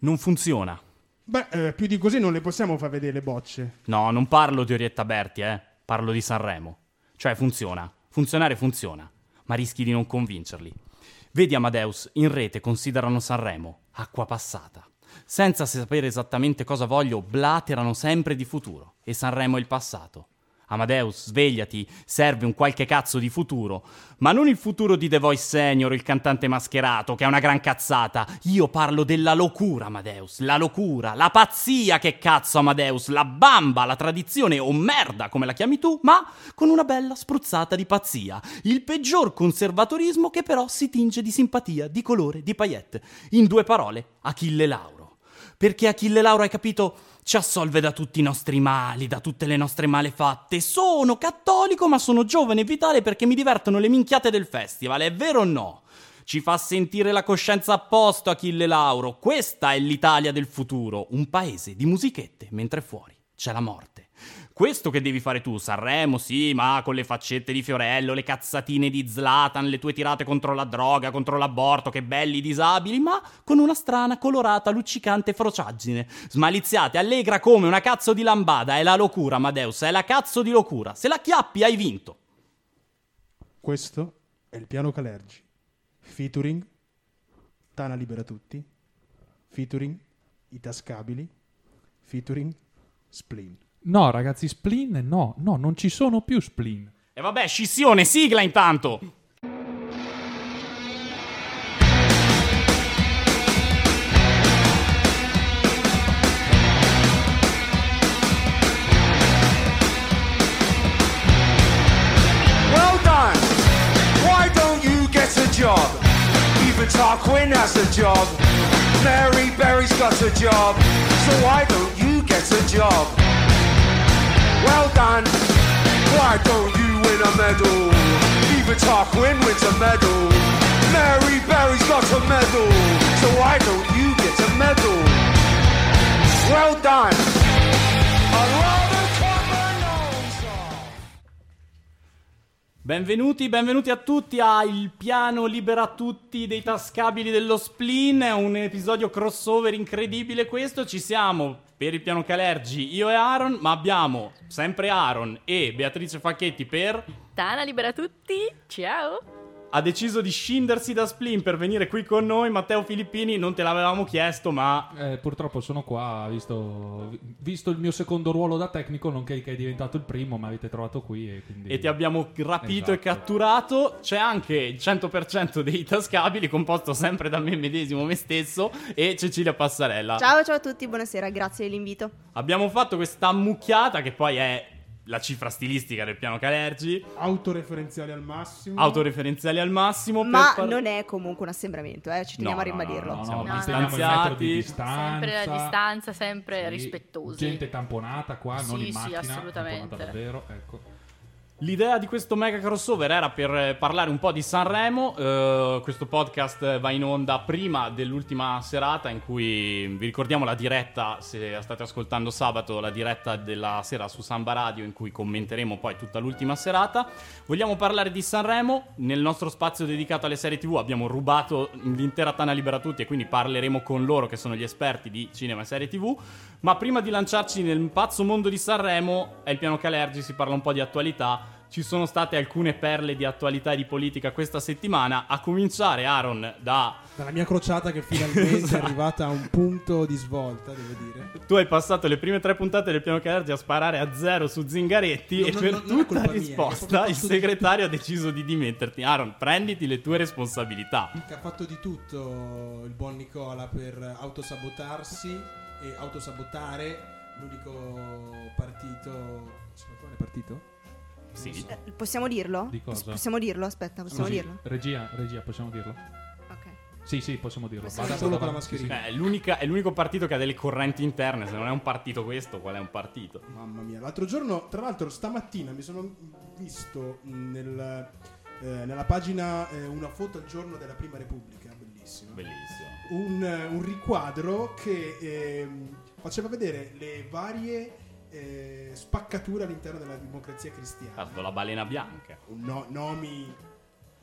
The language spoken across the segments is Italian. non funziona. Beh, eh, più di così non le possiamo far vedere le bocce. No, non parlo di Orietta Berti, eh. Parlo di Sanremo. Cioè, funziona. Funzionare funziona. Ma rischi di non convincerli. Vedi Amadeus, in rete considerano Sanremo acqua passata. Senza sapere esattamente cosa voglio, blaterano sempre di futuro. E Sanremo è il passato. Amadeus, svegliati, serve un qualche cazzo di futuro. Ma non il futuro di The Voice Senior, il cantante mascherato, che è una gran cazzata. Io parlo della locura, Amadeus, la locura, la pazzia, che cazzo, Amadeus, la bamba, la tradizione o merda, come la chiami tu, ma con una bella spruzzata di pazzia. Il peggior conservatorismo che però si tinge di simpatia, di colore, di paillette. In due parole, Achille Lauro perché Achille Lauro, hai capito, ci assolve da tutti i nostri mali, da tutte le nostre malefatte. Sono cattolico, ma sono giovane e vitale perché mi divertono le minchiate del festival, è vero o no? Ci fa sentire la coscienza a posto Achille Lauro. Questa è l'Italia del futuro, un paese di musichette, mentre fuori c'è la morte. Questo che devi fare tu, Sanremo, sì, ma con le faccette di Fiorello, le cazzatine di Zlatan, le tue tirate contro la droga, contro l'aborto, che belli i disabili, ma con una strana, colorata, luccicante frociaggine. Smaliziate, allegra come una cazzo di lambada, è la locura, Amadeus, è la cazzo di locura. Se la chiappi hai vinto. Questo è il piano Calergi. Featuring Tana Libera Tutti. Featuring I Tascabili. Featuring Splin. No, ragazzi, spleen no, no, non ci sono più spleen. E vabbè, scissione, sigla intanto. Well done. Why don't you get a job? Even Tarquin has a job. Mary Berry's got a job. So why don't you get a job? Well done. Why don't you win a medal? Even Tarquin wins a medal. Mary Berry's got a medal. So why don't you get a medal? Well done. I'd rather cut my nose off. Benvenuti, benvenuti a tutti a Il piano libera tutti dei tascabili dello spleen, è un episodio crossover incredibile questo, ci siamo per il piano Calergi io e Aaron, ma abbiamo sempre Aaron e Beatrice Facchetti per... Tana libera tutti, ciao! Ha deciso di scindersi da spleen per venire qui con noi, Matteo Filippini non te l'avevamo chiesto ma... Eh, purtroppo sono qua, visto, visto il mio secondo ruolo da tecnico, nonché che è diventato il primo, ma avete trovato qui e quindi... E ti abbiamo rapito e Esatto. catturato. C'è anche il 100% dei tascabili, composto sempre da me medesimo, me stesso e Cecilia Ah. Passarella. Ciao, ciao a tutti, buonasera, grazie dell'invito. Abbiamo fatto questa ammucchiata che poi è la cifra stilistica del piano Calergi, Mm. Autoreferenziale al massimo. autoreferenziali al massimo. Ma per par- non è comunque un assembramento, eh, ci teniamo No, a No, ribadirlo. no, Siamo no, distanziati. manteniamo il metro di distanza. Sempre la distanza, sempre Sì, rispettosi. Gente tamponata qua, Sì, non sì, in macchina, assolutamente. tamponata davvero, ecco. L'idea di questo mega crossover era per eh, parlare un po' di Sanremo. Eh, questo podcast eh, va in onda prima dell'ultima serata in cui mm, vi ricordiamo la diretta, se state ascoltando sabato, la diretta della sera su Samba Radio in cui commenteremo poi tutta l'ultima serata. Vogliamo parlare di Sanremo. Nel nostro spazio dedicato alle serie TV abbiamo rubato l'intera Tana Libera Tutti e quindi parleremo con loro che sono gli esperti di cinema e serie TV. Ma prima di lanciarci nel pazzo mondo di Sanremo, è il piano Calergi, si parla un po' di attualità. Ci sono state alcune perle di attualità e di politica questa settimana, a cominciare Aaron da Dalla mia crociata che finalmente è arrivata a un punto di svolta, devo dire. tu hai passato le prime tre puntate del piano Calergi a sparare a zero su Zingaretti No, e no, per no, non è tutta colpa la mia, è proprio risposta fatto il di- segretario ha deciso di dimetterti. Aaron, prenditi le tue responsabilità. che ha fatto di tutto il buon Nicola per autosabotarsi e autosabotare l'unico partito. Si chiama quale partito? Sì. Eh, possiamo dirlo? Di cosa? Possiamo dirlo? Aspetta, possiamo Sì, Eh, dirlo? Regia, regia, possiamo dirlo? Ok. Sì, sì, possiamo dirlo. Possiamo Vada, dirlo vada, con la vada, sì, mascherina. Beh, Cioè, è, l'unica- è l'unico partito che ha delle correnti interne. Se non è un partito questo, qual è un partito? Mamma mia, l'altro giorno, tra l'altro, stamattina mi sono visto mh, nel, eh, nella pagina eh, Una foto al giorno della Prima Repubblica, bellissima. Bellissimo. un, eh, un riquadro che ehm, faceva vedere le varie eh, spaccature all'interno della democrazia cristiana. Cazzo, la balena bianca. Un no- nomi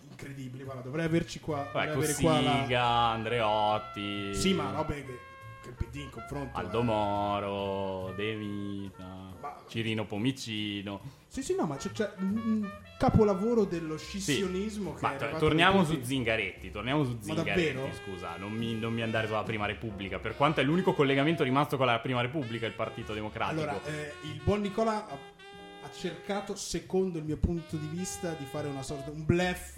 incredibili, guarda, dovrei averci qua. Poi dovrei avere qua la- Cossiga, Andreotti. Sì, ma robe che che il PD in confronto Aldo a- Moro, De Vita, Ma- Cirino Pomicino. Sì, sì, no, ma c'è, c'è un un capolavoro dello scissionismo che Ma è to- arrivato torniamo nel su PD. Zingaretti, torniamo su Ma Zingaretti, davvero? scusa, non mi, non mi andare sulla Prima Repubblica, per quanto è l'unico collegamento rimasto con la Prima Repubblica, il Partito Democratico. Allora, eh, il buon Nicola ha, ha cercato, secondo il mio punto di vista, di fare una sorta un bluff.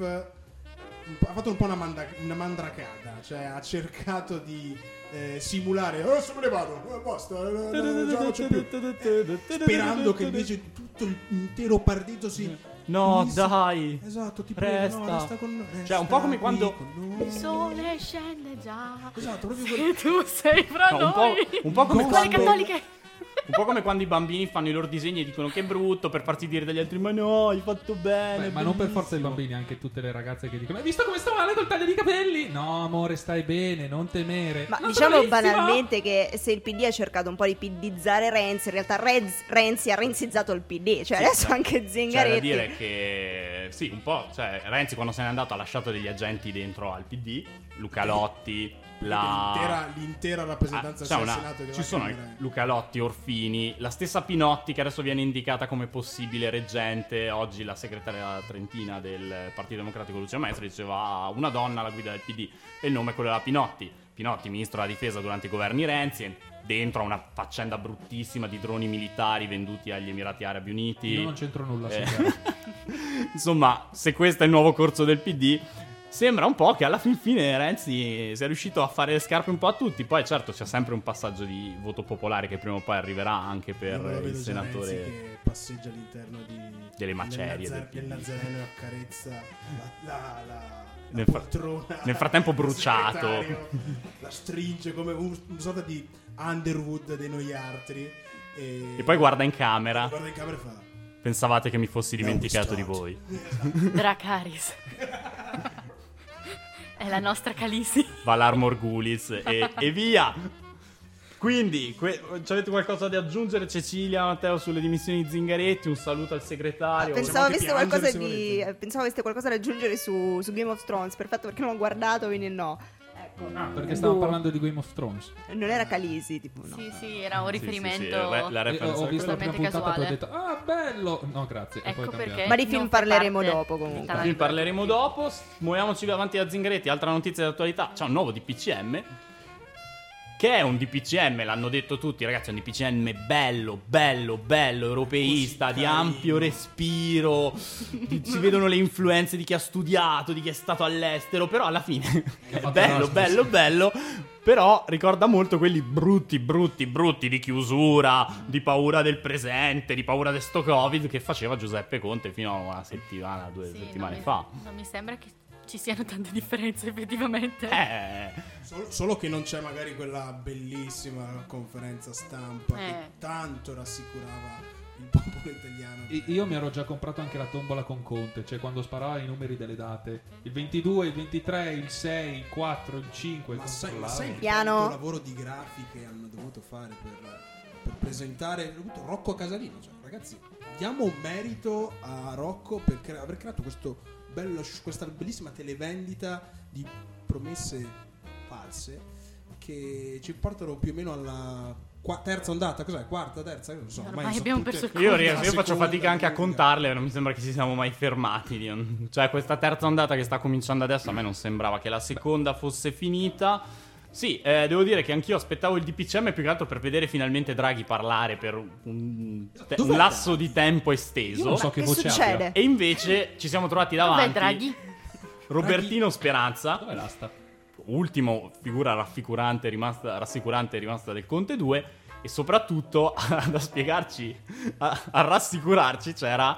un po'- Ha fatto un po' una, manda- una mandracata, cioè ha cercato di eh, simulare. Oh, se me ne vado, eh, basta, eh, eh, eh, già non c'è più. Eh, Sperando che invece tutto l'intero partito si. No, si- dai! Esatto, ti Resta. prego, no, resta con noi. Cioè, un resta po' come qui quando- con Il noi. sole scende già. Esatto, proprio Se quello. tu sei fra No, un, po', noi. un po' come Con Quelle quando, cattoliche. un po' come quando i bambini fanno i loro disegni e dicono che è brutto per farti dire dagli altri ma no, hai fatto bene. Beh, ma non per forza i bellissimo." bambini, anche tutte le ragazze che dicono: Hai visto come sto male col taglio di capelli? No, amore, stai bene, non temere. Ma "No, diciamo bravissima!" banalmente che se il PD ha cercato un po' di pidizzare Renzi, in realtà Renz- Renzi ha renzizzato il PD, cioè Sì, adesso esatto. anche Cioè, da Zingaretti. dire che sì, un po'. Cioè, Renzi, quando se n'è andato, ha lasciato degli agenti dentro al PD. Luca Lotti, la. L'intera, l'intera Ah, rappresentanza c'è sia al una- Senato che alla ci sono Camera. Luca Lotti, Orfini, la stessa Pinotti che adesso viene indicata come possibile reggente, oggi la segretaria trentina del Partito Democratico Lucia Maestri diceva "Ah, una donna alla guida del PD e il nome è quello della Pinotti. Pinotti, ministro della difesa durante i governi Renzi, è dentro a una faccenda bruttissima di droni militari venduti agli Emirati Arabi Uniti. Io non c'entro nulla. Eh. sincero. Insomma, se questo è il nuovo corso del PD, sembra un po' che alla fin fine Renzi sia riuscito a fare le scarpe un po' a tutti. Poi, certo, c'è sempre un passaggio di voto popolare che prima o poi arriverà anche per Io me lo il vedo già senatore. Renzi che passeggia all'interno di, Delle macerie Del, Nazar- del del PD. Nazareno e accarezza la, la, la, la Nel fra- poltrona. nel frattempo del bruciato. segretario, La stringe come un- una sorta di Underwood dei noi altri. E, E poi guarda in camera. guarda in camera e fa. Pensavate che mi fossi dimenticato di "Now we voi. start." Dracaris. È la nostra Calisi. Valar Morgulis e, e via. Quindi, que- c'avete qualcosa da aggiungere, Cecilia, Matteo, sulle dimissioni di Zingaretti? Un saluto al Ah, segretario. Pensavo Possiamo anche aveste, qualcosa piangere se di, volete. eh, pensavo aveste qualcosa da aggiungere su, su Game of Thrones, perfetto perché non ho guardato, quindi no. Ecco. Ah, Perché Boh. stavamo parlando di Game of Thrones. Non era Calisi, tipo no. Sì, sì, era un Sì, sì, sì, riferimento. la- la E reference Eh, ho era visto la quella. prima Totalmente puntata e poi ho casuale. detto: Ah, bello! No, grazie. e poi Ecco ho cambiato. perché. Ma di film non fa parleremo parte dopo, comunque. di Di Ne Tarantola. parleremo dopo. S- Muoviamoci davanti a Zingaretti. Altra notizia d'attualità: c'è un nuovo DPCM. Che è un DPCM, l'hanno detto tutti, ragazzi. È un DPCM bello, bello, bello, europeista, Così di carino. ampio respiro. Di- si vedono le influenze di chi ha studiato, di chi è stato all'estero. Però alla fine è fatto bello, Erasmus. bello, bello. Però ricorda molto quelli brutti, brutti, brutti di chiusura, di paura del presente, di paura di sto Covid che faceva Giuseppe Conte fino a una settimana, due Sì, settimane non mi- fa. Non mi sembra che ci siano tante differenze, effettivamente. Eh, Sol- solo che non c'è magari quella bellissima conferenza stampa Eh. che tanto rassicurava il popolo italiano. I- Io mi ero già comprato anche la tombola con Conte, cioè quando sparava i numeri delle date. Il 22, il 23, il 6, il 4, il 5. Ma sai, ma controllavo. sai che Piano. tanto lavoro di grafiche hanno dovuto fare per, per presentare hanno dovuto Rocco Casalino? Cioè, ragazzi, diamo merito a Rocco per cre- aver creato questo bello, sh- questa bellissima televendita di promesse false che ci portano più o meno alla qua- terza ondata. Cos'è? Quarta, terza? Non so. Ormai sono abbiamo tutte- perso il io, Conta, ri- io la faccio seconda, fatica anche a quindi- contarle, non mi sembra che ci siamo mai fermati. di- Cioè, questa terza ondata che sta cominciando adesso, a me non sembrava che la seconda fosse finita. Sì, eh, devo dire che anch'io aspettavo il DPCM più che altro per vedere finalmente Draghi parlare per un, te- un Dov'è lasso Draghi? di tempo Io esteso. non so Ma che che voce succede? E invece ci siamo trovati davanti Dov'è Draghi? Robertino Speranza. Dov'è l'asta? ultimo figura raffigurante rimasta, rassicurante rimasta del Conte 2 e soprattutto da spiegarci, a, a rassicurarci c'era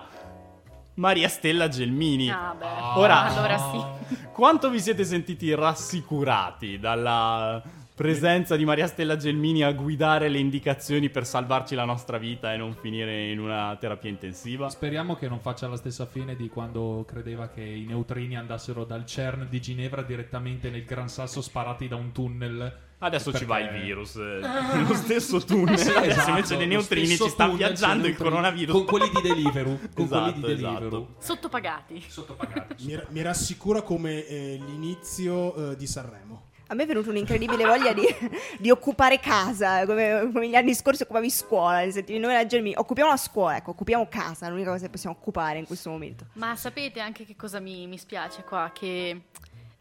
Maria Stella Gelmini. Ah, beh. Ora- Allora sì. Quanto vi siete sentiti rassicurati dalla presenza di Maria Stella Gelmini a guidare le indicazioni per salvarci la nostra vita e non finire in una terapia intensiva? Speriamo che non faccia la stessa fine di quando credeva che i neutrini andassero dal CERN di Ginevra direttamente nel Gran Sasso sparati da un tunnel. Adesso ci va il Perché- virus, eh, lo stesso tunnel, Sì, adesso esatto, invece dei lo neutrini stesso ci sta tunnel, viaggiando c'è il neutrini. coronavirus. Con quelli di Deliveroo. Con quelli di Esatto, esatto. Deliveroo. Sottopagati. Sottopagati. Mi, mi rassicura come eh, l'inizio eh, di Sanremo. A me è venuta un'incredibile voglia di, di occupare casa, come, come gli anni scorsi occupavi scuola, nel senso, noi leggermi, occupiamo la scuola, ecco, occupiamo casa, l'unica cosa che possiamo occupare in questo momento. Ma sapete anche che cosa mi, mi spiace qua? Che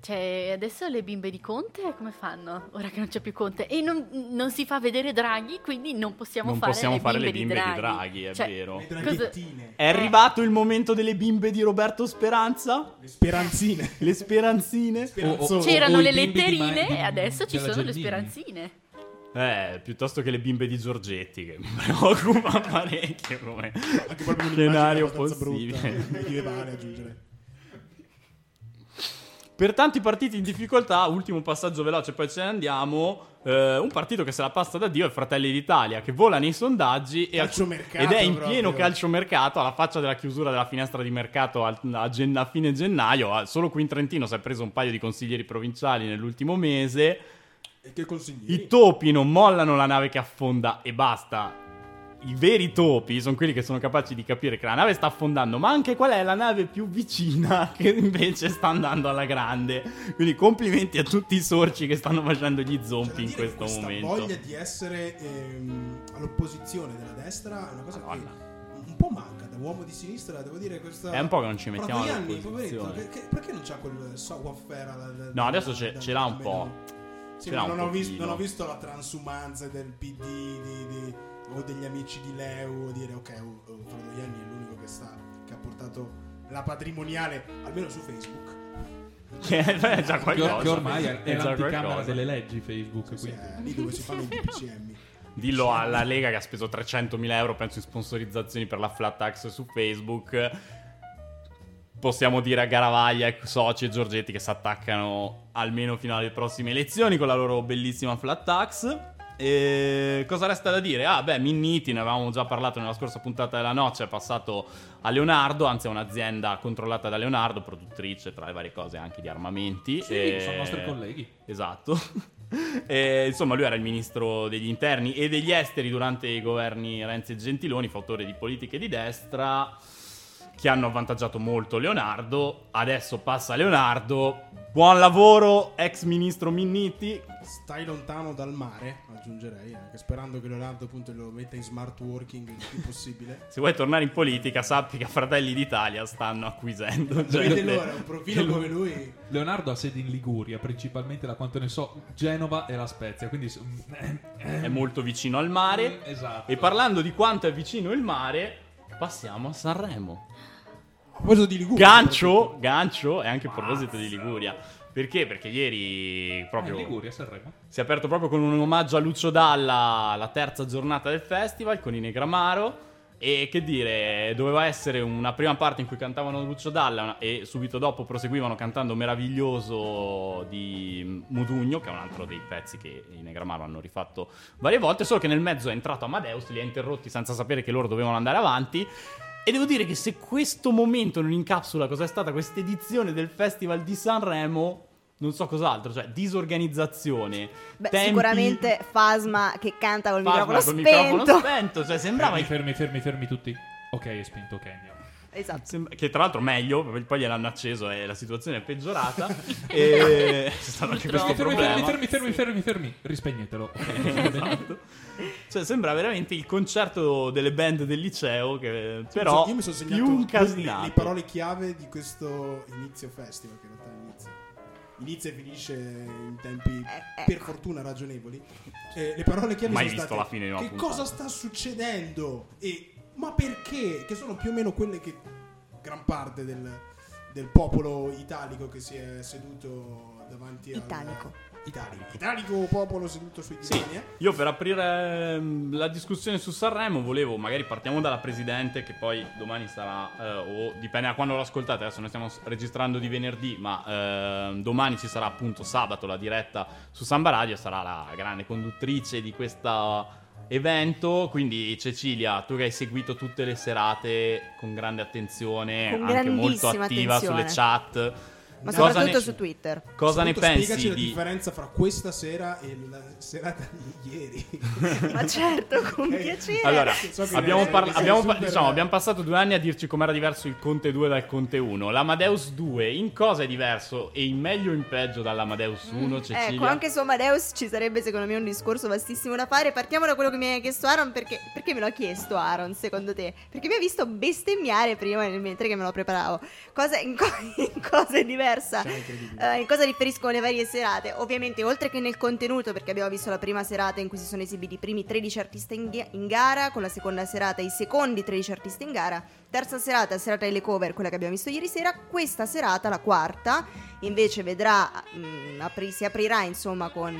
cioè, adesso le bimbe di Conte come fanno? Ora che non c'è più Conte. E non, non si fa vedere Draghi, quindi non possiamo Non fare possiamo le fare bimbe, le bimbe di, di Draghi. Cioè, Draghi, è vero. Le Le draghettine. È arrivato il momento delle bimbe di Roberto Speranza? Le speranzine. Le speranzine? Speranzone. C'erano Oh, o i le bimbi di letterine Mar- e adesso ci della sono le Gelmini. speranzine. Eh, piuttosto che le bimbe di Giorgetti, che mi preoccupa parecchio come Anche proprio un'immagine scenario abbastanza possibile. brutta, medievale aggiungere. Per tanti partiti in difficoltà, ultimo passaggio veloce, poi ce ne andiamo. eh, un partito che se la passa da Dio è Fratelli d'Italia, che vola nei sondaggi e Calciomercato ed è in proprio. pieno calciomercato, alla faccia della chiusura della finestra di mercato al- a, gen- a fine gennaio. Ah, Solo qui in Trentino si è preso un paio di consiglieri provinciali nell'ultimo mese. E che consigli? I topi non mollano la nave che affonda e basta. I veri topi sono quelli che sono capaci di capire che la nave sta affondando, ma anche qual è la nave più vicina che invece sta andando alla grande. Quindi complimenti a tutti i sorci che stanno facendo gli C'è da zompi in dire che questo questa momento. voglia di essere ehm, all'opposizione della destra è una cosa Madonna. che un po' manca da uomo di sinistra, devo dire questa È un po' che non ci Però mettiamo Tajani, poveretto, all'opposizione. che- che- perché non c'ha quel so warfare alla- alla- No, adesso ce- alla- ce l'ha un alla- po'. Sì, Ce ma l'ha un non ho, visto, pochino. non ho visto la transumanza del PD di- di- o degli amici di Leo dire ok, oh, oh, Fratoianni è l'unico che sta che ha portato la patrimoniale almeno su Facebook. Che è già Che, qualcosa. or- che ormai è, È è già l'anticamera qualcosa. delle leggi Facebook. Sì, Quindi. è lì dove si fanno i PCM. Dillo alla Lega che ha speso 300.000 euro, penso, in sponsorizzazioni per la flat tax su Facebook. Possiamo dire a Garavaglia, e Soci e Giorgetti che si attaccano almeno fino alle prossime elezioni con la loro bellissima flat tax. E cosa resta da dire? Ah, beh, Minniti, ne avevamo già parlato nella scorsa puntata della noce, è passato a Leonardo, anzi è un'azienda controllata da Leonardo, produttrice tra le varie cose anche di armamenti. Sì, E- sono nostri colleghi. Esatto. E, insomma, lui era il ministro degli interni e degli esteri durante i governi Renzi e Gentiloni, fautore di politiche di destra che hanno avvantaggiato molto Leonardo. Adesso passa Leonardo. Buon lavoro, ex ministro Minniti. Stai lontano dal mare, aggiungerei, anche sperando che Leonardo appunto lo metta in smart working il più possibile. Se vuoi tornare in politica, sappi che Fratelli d'Italia stanno acquisendo. Cioè, Vedi gente. loro, un profilo come lui. Cioè, Leonardo ha sede in Liguria, principalmente da quanto ne so, Genova e La Spezia. Quindi s- È molto vicino al mare. Esatto. E parlando di quanto è vicino il mare, passiamo a Sanremo. A proposito di Liguria. Gancio, gancio e anche a proposito di Liguria. Perché? Perché ieri Ah, in proprio Liguria, Sanremo. si è aperto proprio con un omaggio a Lucio Dalla la terza giornata del festival con i Negramaro. E che dire, doveva essere una prima parte in cui cantavano Lucio Dalla una- e subito dopo proseguivano cantando Meraviglioso di Modugno, che è un altro dei pezzi che i Negramaro hanno rifatto varie volte, solo che nel mezzo è entrato Amadeus, li ha interrotti senza sapere che loro dovevano andare avanti. E devo dire che se questo momento non incapsula cos'è stata questa edizione del Festival di Sanremo, non so cos'altro, cioè disorganizzazione. Beh, tempi, sicuramente Fasma che canta col Fasma microfono col spento. microfono spento, cioè sembrava Fermi, fermi, fermi, fermi tutti. Ok, è spento, ok, andiamo. Esatto. Sem- Che tra l'altro meglio, poi gliel'hanno acceso e la situazione è peggiorata. e c'è stato anche questo Fermi, fermi, problema. fermi, fermi, fermi, fermi, fermi. Rispegnetelo. Esatto. Cioè, sembra veramente il concerto delle band del liceo. Che però Io mi sono segnato più le, incasinato. le parole chiave di questo inizio festival, che in realtà inizia. Inizia e finisce in tempi ecco. per fortuna ragionevoli. Eh, le parole chiave Mai sono visto state la fine di una Che puntata." cosa sta succedendo? E ma perché? Che sono più o meno quelle che gran parte del, del popolo italico che si è seduto davanti al Italico. Italico. Italico popolo seduto sui Sì, divani. eh? io per aprire ehm, la discussione su Sanremo volevo, magari partiamo dalla Presidente che poi domani sarà, eh, o dipende da quando lo ascoltate, adesso noi stiamo s- registrando di venerdì, ma ehm, domani ci sarà appunto sabato la diretta su Samba Radio, sarà la grande conduttrice di questo evento, quindi Cecilia, tu che hai seguito tutte le serate con grande attenzione, Con anche molto grandissima attiva attenzione. sulle chat. ma Cosa soprattutto ne- su Twitter. Cosa ne Soprattutto Spiegaci pensi la di... differenza fra questa sera e la serata di ieri. Ma certo, con piacere. Allora, So che abbiamo, sei parla- super- abbiamo pa- diciamo, abbiamo passato due anni a dirci com'era diverso il Conte 2 dal Conte 1. L'Amadeus 2 in cosa è diverso e in meglio o in peggio dall'Amadeus 1, Cecilia? Ecco, anche su Amadeus ci sarebbe secondo me un discorso vastissimo da fare. Partiamo da quello che mi ha chiesto Aaron, perché, perché me l'ha chiesto Aaron, secondo te? Perché mi ha visto bestemmiare prima nel- mentre che me lo preparavo. Cosa, in, co- in cosa è diversa? Cioè, è incredibile. Eh, in cosa differiscono le varie serate? Ovviamente, oltre che nel contenuto, perché abbiamo visto la prima serata in cui si sono esibiti i primi 13 artisti in, ghi- in gara, con la seconda serata i secondi 13 artisti in gara, terza serata, serata delle cover, quella che abbiamo visto ieri sera, questa serata, la quarta, invece vedrà, mh, apri- si aprirà insomma con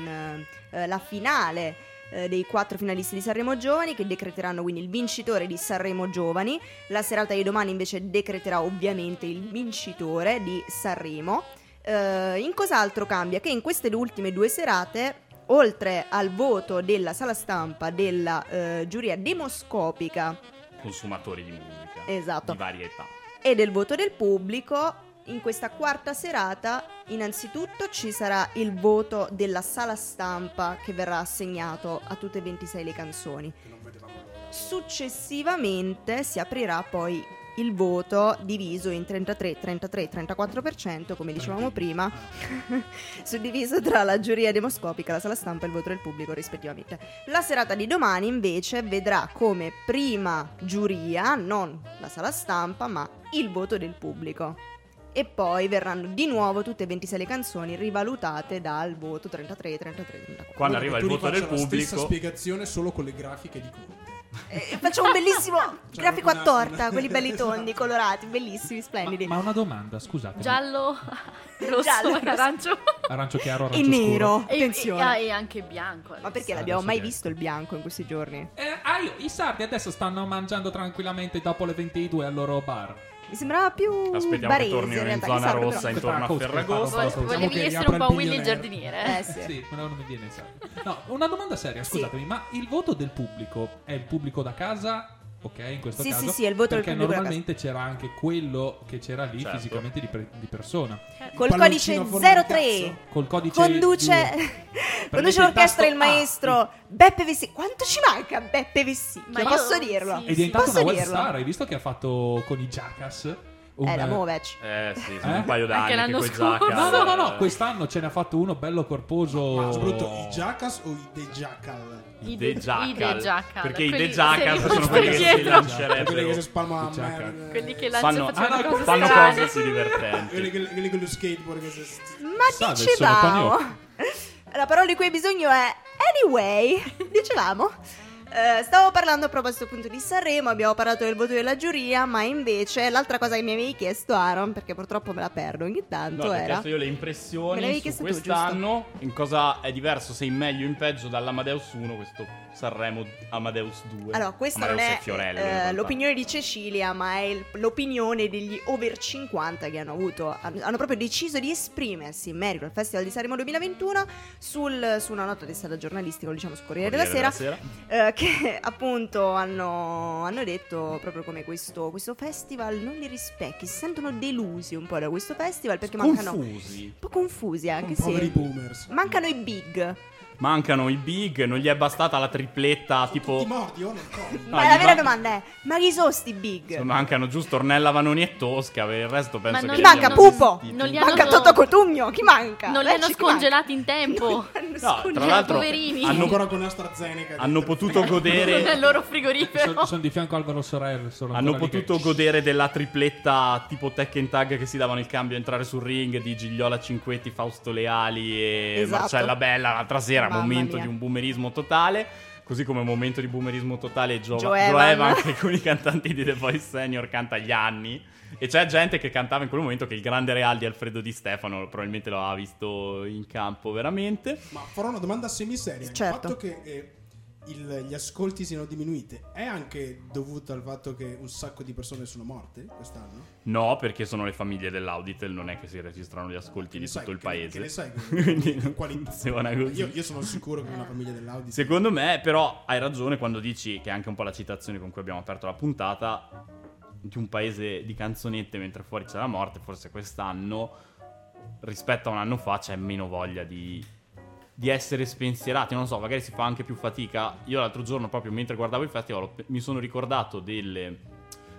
eh, la finale eh, dei quattro finalisti di Sanremo Giovani che decreteranno quindi il vincitore di Sanremo Giovani la serata di domani invece decreterà ovviamente il vincitore di Sanremo eh, in cos'altro cambia? Che in queste ultime due serate, oltre al voto della sala stampa della eh, giuria demoscopica Consumatori di musica. Esatto. Di varietà. e del voto del pubblico, in questa quarta serata innanzitutto ci sarà il voto della sala stampa che verrà assegnato a tutte e 26 le canzoni. Che non vedevamo l'ora. Successivamente si aprirà poi il voto diviso in 33, 33, 34%, come dicevamo prima, suddiviso tra la giuria demoscopica, la sala stampa e il voto del pubblico rispettivamente. La serata di domani invece vedrà come prima giuria, non la sala stampa, ma il voto del pubblico. E poi verranno di nuovo tutte e 26 le canzoni rivalutate dal voto 33, 33, 34. Guarda Quando arriva che il tu voto del rifaccia la stessa pubblico... spiegazione solo con le grafiche di Conte. Eh, facciamo un bellissimo grafico una- a torta, una- quelli belli tondi, Esatto. colorati, bellissimi, Ma, splendidi. ma una domanda, scusate. Giallo, rosso, Giallo, rosso. arancio. Arancio chiaro, e arancio scuro. nero, E, e, ah, attenzione. e anche bianco. Ma adesso. perché Adesso l'abbiamo mai direi. visto il bianco in questi giorni? Eh, ah, io- I sardi adesso stanno mangiando tranquillamente dopo le 22 al loro bar. Mi sembrava più Aspettiamo barese, che tornino in, in, realtà, esatto, zona chissà, rossa però- intorno a Costa, Ferragosto. Costa. Vo- Diciamo Volevi che essere un riapre po' il Willy il billionaire. giardiniere. Eh sì. Sì, però non mi viene esatto. No, una domanda seria, scusatemi, ma il voto del pubblico è il pubblico da casa? Ok, in questo Sì, caso. sì, sì, è il voto del perché pubblico da normalmente c'era anche quello che c'era lì Certo. fisicamente di, pre- di persona. Col palloncino codice a forma di 03 Col codice due. conduce, Prendete conduce il l'orchestra tasto il maestro A. Beppe Vessì. Quanto ci manca Beppe Vessì? Cioè, Ma io- posso dirlo? sì, È diventata Posso una world dirlo? star, hai visto che ha fatto con i Jackass? Un- Era Movec. Eh sì, sono Eh? un paio d'anni Anche che l'anno quei scorso. giacca... eh. No, no, no, no, quest'anno ce n'ha fatto uno bello corposo. Ma soprattutto i Jackass o i The Jackal? I I The de- i Jackal. The Jackal. Perché i The Quelli- Jackal se li sono quelli che portano si dietro. Quelli che si lancerebbero... spalmano a I Jackal. merda. Quelli che Fanno, lanciano facevano ah, no, cose fanno strane. cose sì divertenti. Quelli che- quelli con lo skateboard che si... Ma Salve, sono dicevamo, la parola di cui hai bisogno è anyway. Dicevamo, Eh, stavo parlando a proposito appunto di Sanremo, abbiamo parlato del voto della giuria, ma invece l'altra cosa che mi avevi chiesto, Aaron, perché purtroppo me la perdo ogni tanto, No, Esatto, ti ho era. chiesto io le Me impressioni l'avevi su chiesto tu, quest'anno, in cosa è diverso, se in meglio o in peggio dall'Amadeus 1, questo Sanremo Amadeus 2. Allora, questa non Amadeus è e Fiorello, eh, in realtà. l'opinione di Cecilia, ma è il- l'opinione degli over 50 che hanno avuto. Hanno hanno proprio deciso di esprimersi in merito al Festival di Sanremo 2021 sul- su una nota testata giornalistica, lo diciamo su Corriere, Corriere della Sera, eh, che appunto hanno, hanno detto proprio come questo, questo festival non li rispecchi, si sentono delusi un po' da questo festival perché mancano un Confusi. po' confusi anche Un poveri sì. boomers. Mancano i big. Mancano i big, non gli è bastata la tripletta, tipo... Ti mordi, oh, io non collo. No, ma gli la vera man- domanda è: ma chi sono sti big? Insomma, Mancano giusto Ornella Vanoni e Tosca, per il resto penso non che... li li Manca abbiano Pupo! gestiti. Non li hanno- Manca Toto Cotugno, chi manca? Non li hanno Dacci chi manca. scongelati in tempo. Non li hanno tra scongelati. l'altro, Poverini. hanno- ancora con AstraZeneca. Hanno dentro. potuto nel godere... loro Sono frigorifero. di fianco a Alvaro Sorel. sono Hanno ancora lì che- potuto godere della tripletta tipo tech and tag che si davano il cambio a entrare sul ring di Gigliola Cinquetti, Fausto Leali e Esatto. Marcella Bella l'altra sera, Mamma momento mia. di un boomerismo totale, così come momento di boomerismo totale Gio, Gio Gio Evan. Evan, che con i cantanti di The Voice Senior canta gli anni e c'è gente che cantava in quel momento che il grande real di Alfredo Di Stefano probabilmente lo aveva visto in campo veramente. Ma farò una domanda semiseria. Certo. Il fatto che eh, il- gli ascolti siano diminuiti è anche dovuto al fatto che un sacco di persone sono morte quest'anno? No, perché sono le famiglie dell'Auditel, non è che si registrano gli ascolti Che di ne sai, tutto il che ne- che ne paese. sai che- Quindi che non quali- funziona così. Io, io sono sicuro che una famiglia dell'Audi. Secondo me, però, hai ragione quando dici che è anche un po' la citazione con cui abbiamo aperto la puntata di un paese di canzonette mentre fuori c'è la morte, forse quest'anno rispetto a un anno fa c'è meno voglia di, di essere spensierati. Non lo so, magari si fa anche più fatica. Io l'altro giorno, proprio mentre guardavo il festival, ho- mi sono ricordato delle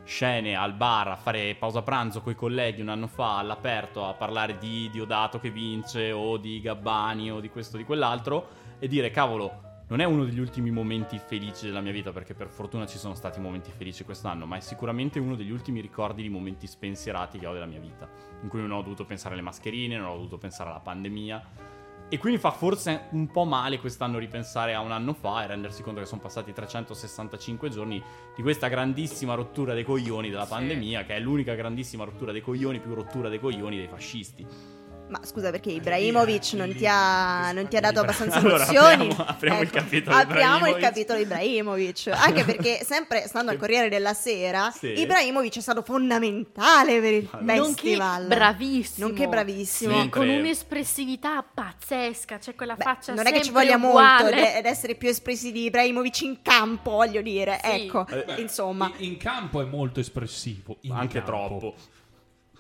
scene al bar a fare pausa pranzo coi colleghi un anno fa all'aperto a parlare di Diodato che vince o di Gabbani o di questo o di quell'altro e dire cavolo non è uno degli ultimi momenti felici della mia vita perché per fortuna ci sono stati momenti felici quest'anno ma è sicuramente uno degli ultimi ricordi di momenti spensierati che ho della mia vita in cui non ho dovuto pensare alle mascherine non ho dovuto pensare alla pandemia e quindi fa forse un po' male quest'anno ripensare a un anno fa e rendersi conto che sono passati 365 giorni di questa grandissima rottura dei coglioni della Sì. pandemia, che è l'unica grandissima rottura dei coglioni, più rottura dei coglioni dei fascisti. Ma scusa, perché Ibrahimovic non ti ha, non ti ha dato Ibra- abbastanza Allora, emozioni? Ecco, apriamo- apriamo il capitolo Apriamo il Ibrahimovic. capitolo Ibrahimovic. Anche perché, sempre stando al Corriere della Sera, Sì. Ibrahimovic è stato fondamentale per il Madonna. festival. Nonché bravissimo. Nonché bravissimo. Sì, Con Mentre- un'espressività pazzesca, c'è quella Beh, faccia non è che ci sempre voglia molto eh, uguale. de- ed essere più espressi di Ibrahimovic in campo, voglio dire. Sì. Ecco, Eh, Beh, insomma. in- In campo è molto espressivo. in Anche campo. troppo.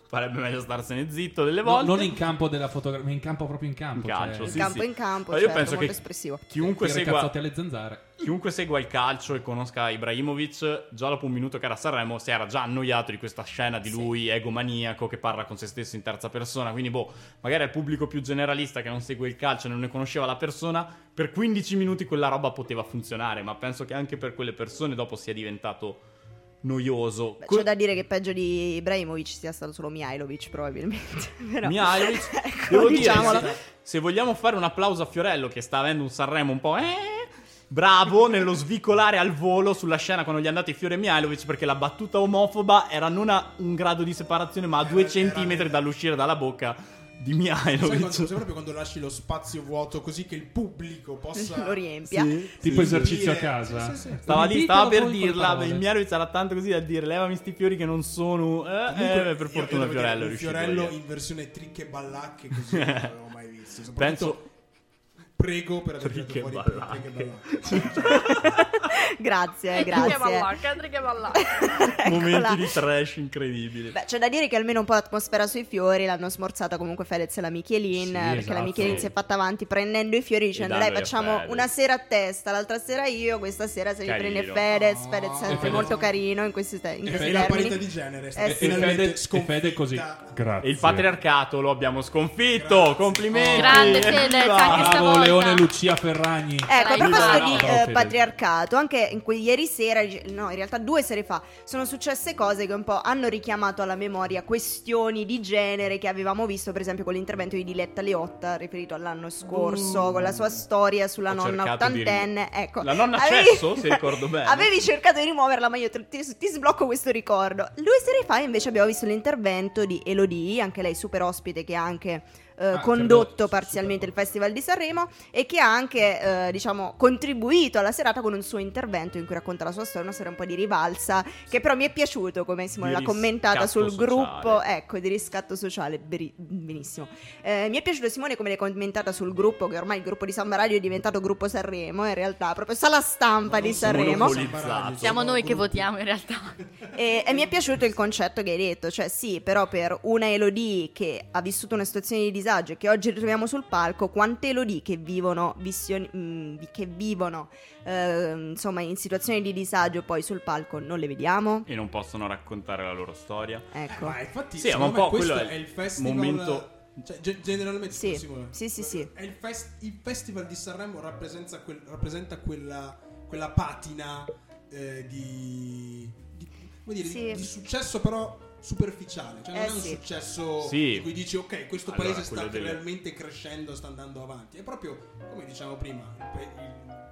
Farebbe meglio starsene zitto delle No, volte. non in campo della fotografia, ma in campo proprio in campo. In calcio, cioè, sì, campo, sì. in campo, Ma certo, molto espressivo. Chiunque tira i segua, cazzotti alle zanzare. chiunque segua il calcio e conosca Ibrahimovic, già dopo un minuto che era a Sanremo si era già annoiato di questa scena di lui egomaniaco che parla con se stesso in terza persona. Quindi, boh, magari al pubblico più generalista che non segue il calcio e non ne conosceva la persona, per 15 minuti quella roba poteva funzionare. Ma penso che anche per quelle persone dopo sia diventato noioso. Beh, Que- C'è da dire che peggio di Ibrahimovic sia stato solo Mihailovic, probabilmente. Però... Mihailovic, Ecco, devo diciamolo. dire, se, se vogliamo fare un applauso a Fiorello che sta avendo un Sanremo un po' eh, bravo nello svicolare al volo sulla scena quando gli è andato i fiori a Mihailovic perché la battuta omofoba era non a un grado di separazione ma a due centimetri dall'uscire dalla bocca di Sai, Mihailovic. quando, sai proprio quando lasci lo spazio vuoto così che il pubblico possa Lo riempia. Tipo Sì. esercizio a Sì, casa. sì, sì. Stava lì, Ditelo stava per voi con le dirla, ma parole. il Mihailovic era tanto così da dire levami sti fiori che non sono... eh, Comunque, eh, per io- fortuna io devo dire, Fiorello è un riuscito. Fiorello eh. in versione trick e ballacche così non l'avevo mai visto. Soprattutto Penso... prego per aver Trick e tirato fuori ballacche. trick e ballacche. Cioè, grazie, Che grazie. ballacca, che ballacca. Eccola. Momenti di trash incredibili. Beh, c'è da dire che almeno un po' l'atmosfera sui fiori l'hanno smorzata comunque Fedez e la Michelin, Sì, perché la esatto. Michelin si è fatta avanti prendendo i fiori dicendo dai dandoli a facciamo Fedez." una sera a testa, l'altra sera io, questa sera se li Carino. prende Fedez, Oh. Fedez è E sempre Fedez- molto carino in questi, te- in E, questi e la parità termini. di genere è Eh stata sì. E finalmente Fede, e Fede così. sconfitta. E Grazie. il patriarcato lo abbiamo sconfitto. Complimenti. Esatto. Grande Fedez, Evviva! anche sta- Bravo stavolta. Leone Lucia Ferragni. Ecco, a Dai, proposito dai. di Ciao, eh, Fedez. patriarcato, anche in que- ieri sera, no, in realtà due sere fa, sono successe cose che un po' hanno richiamato alla memoria questioni di genere che avevamo visto, per esempio, con l'intervento di Diletta Leotta, riferito all'anno scorso, con la sua storia sulla Uh. Ho nonna cercato di ottantenne. rimu- Ecco, La nonna Avevi- Cesso, se ricordo bene. Avevi cercato di rimuoverla, ma io te- ti, ti sblocco questo ricordo. Due sere fa, invece, abbiamo visto l'intervento di Elodie, anche lei super ospite, che ha anche eh, Ah, condotto credo- parzialmente il super- Festival di Sanremo e che ha anche eh, diciamo contribuito alla serata con un suo intervento in cui racconta la sua storia, una storia un po' di rivalsa che però mi è piaciuto come Simone Di l'ha commentata riscatto sul sociale. gruppo ecco di riscatto sociale beri- benissimo Eh, mi è piaciuto Simone come l'ha commentata sul gruppo che ormai il gruppo di Samba Radio è diventato gruppo Sanremo in realtà proprio sala stampa di sono Sanremo monopoli- Siamo noi che votiamo in realtà. e, e mi è piaciuto il concetto che hai detto, cioè sì, però per una Elodie che ha vissuto una situazione di disagio e che oggi ritroviamo sul palco, quante Elodie che vivono, visioni- mm, vi- che vivono eh, insomma in situazioni di disagio poi sul palco non le vediamo? E non possono raccontare la loro storia. Ecco. Ma infatti, Sì, ma secondo un me po' questo quello è è il il festival. momento- Cioè, ge- generalmente Sì, Simone, sì, sì, sì. È il, fest- il festival di Sanremo rappresenta, quel- rappresenta quella, quella patina eh, di, di- come dire, di- Sì. di successo, però superficiale. Cioè, non Eh, è un sì. successo Sì. in cui dici, ok, questo Allora, paese sta quello del- realmente crescendo, sta andando avanti. È proprio, come diciamo prima, il pe- il-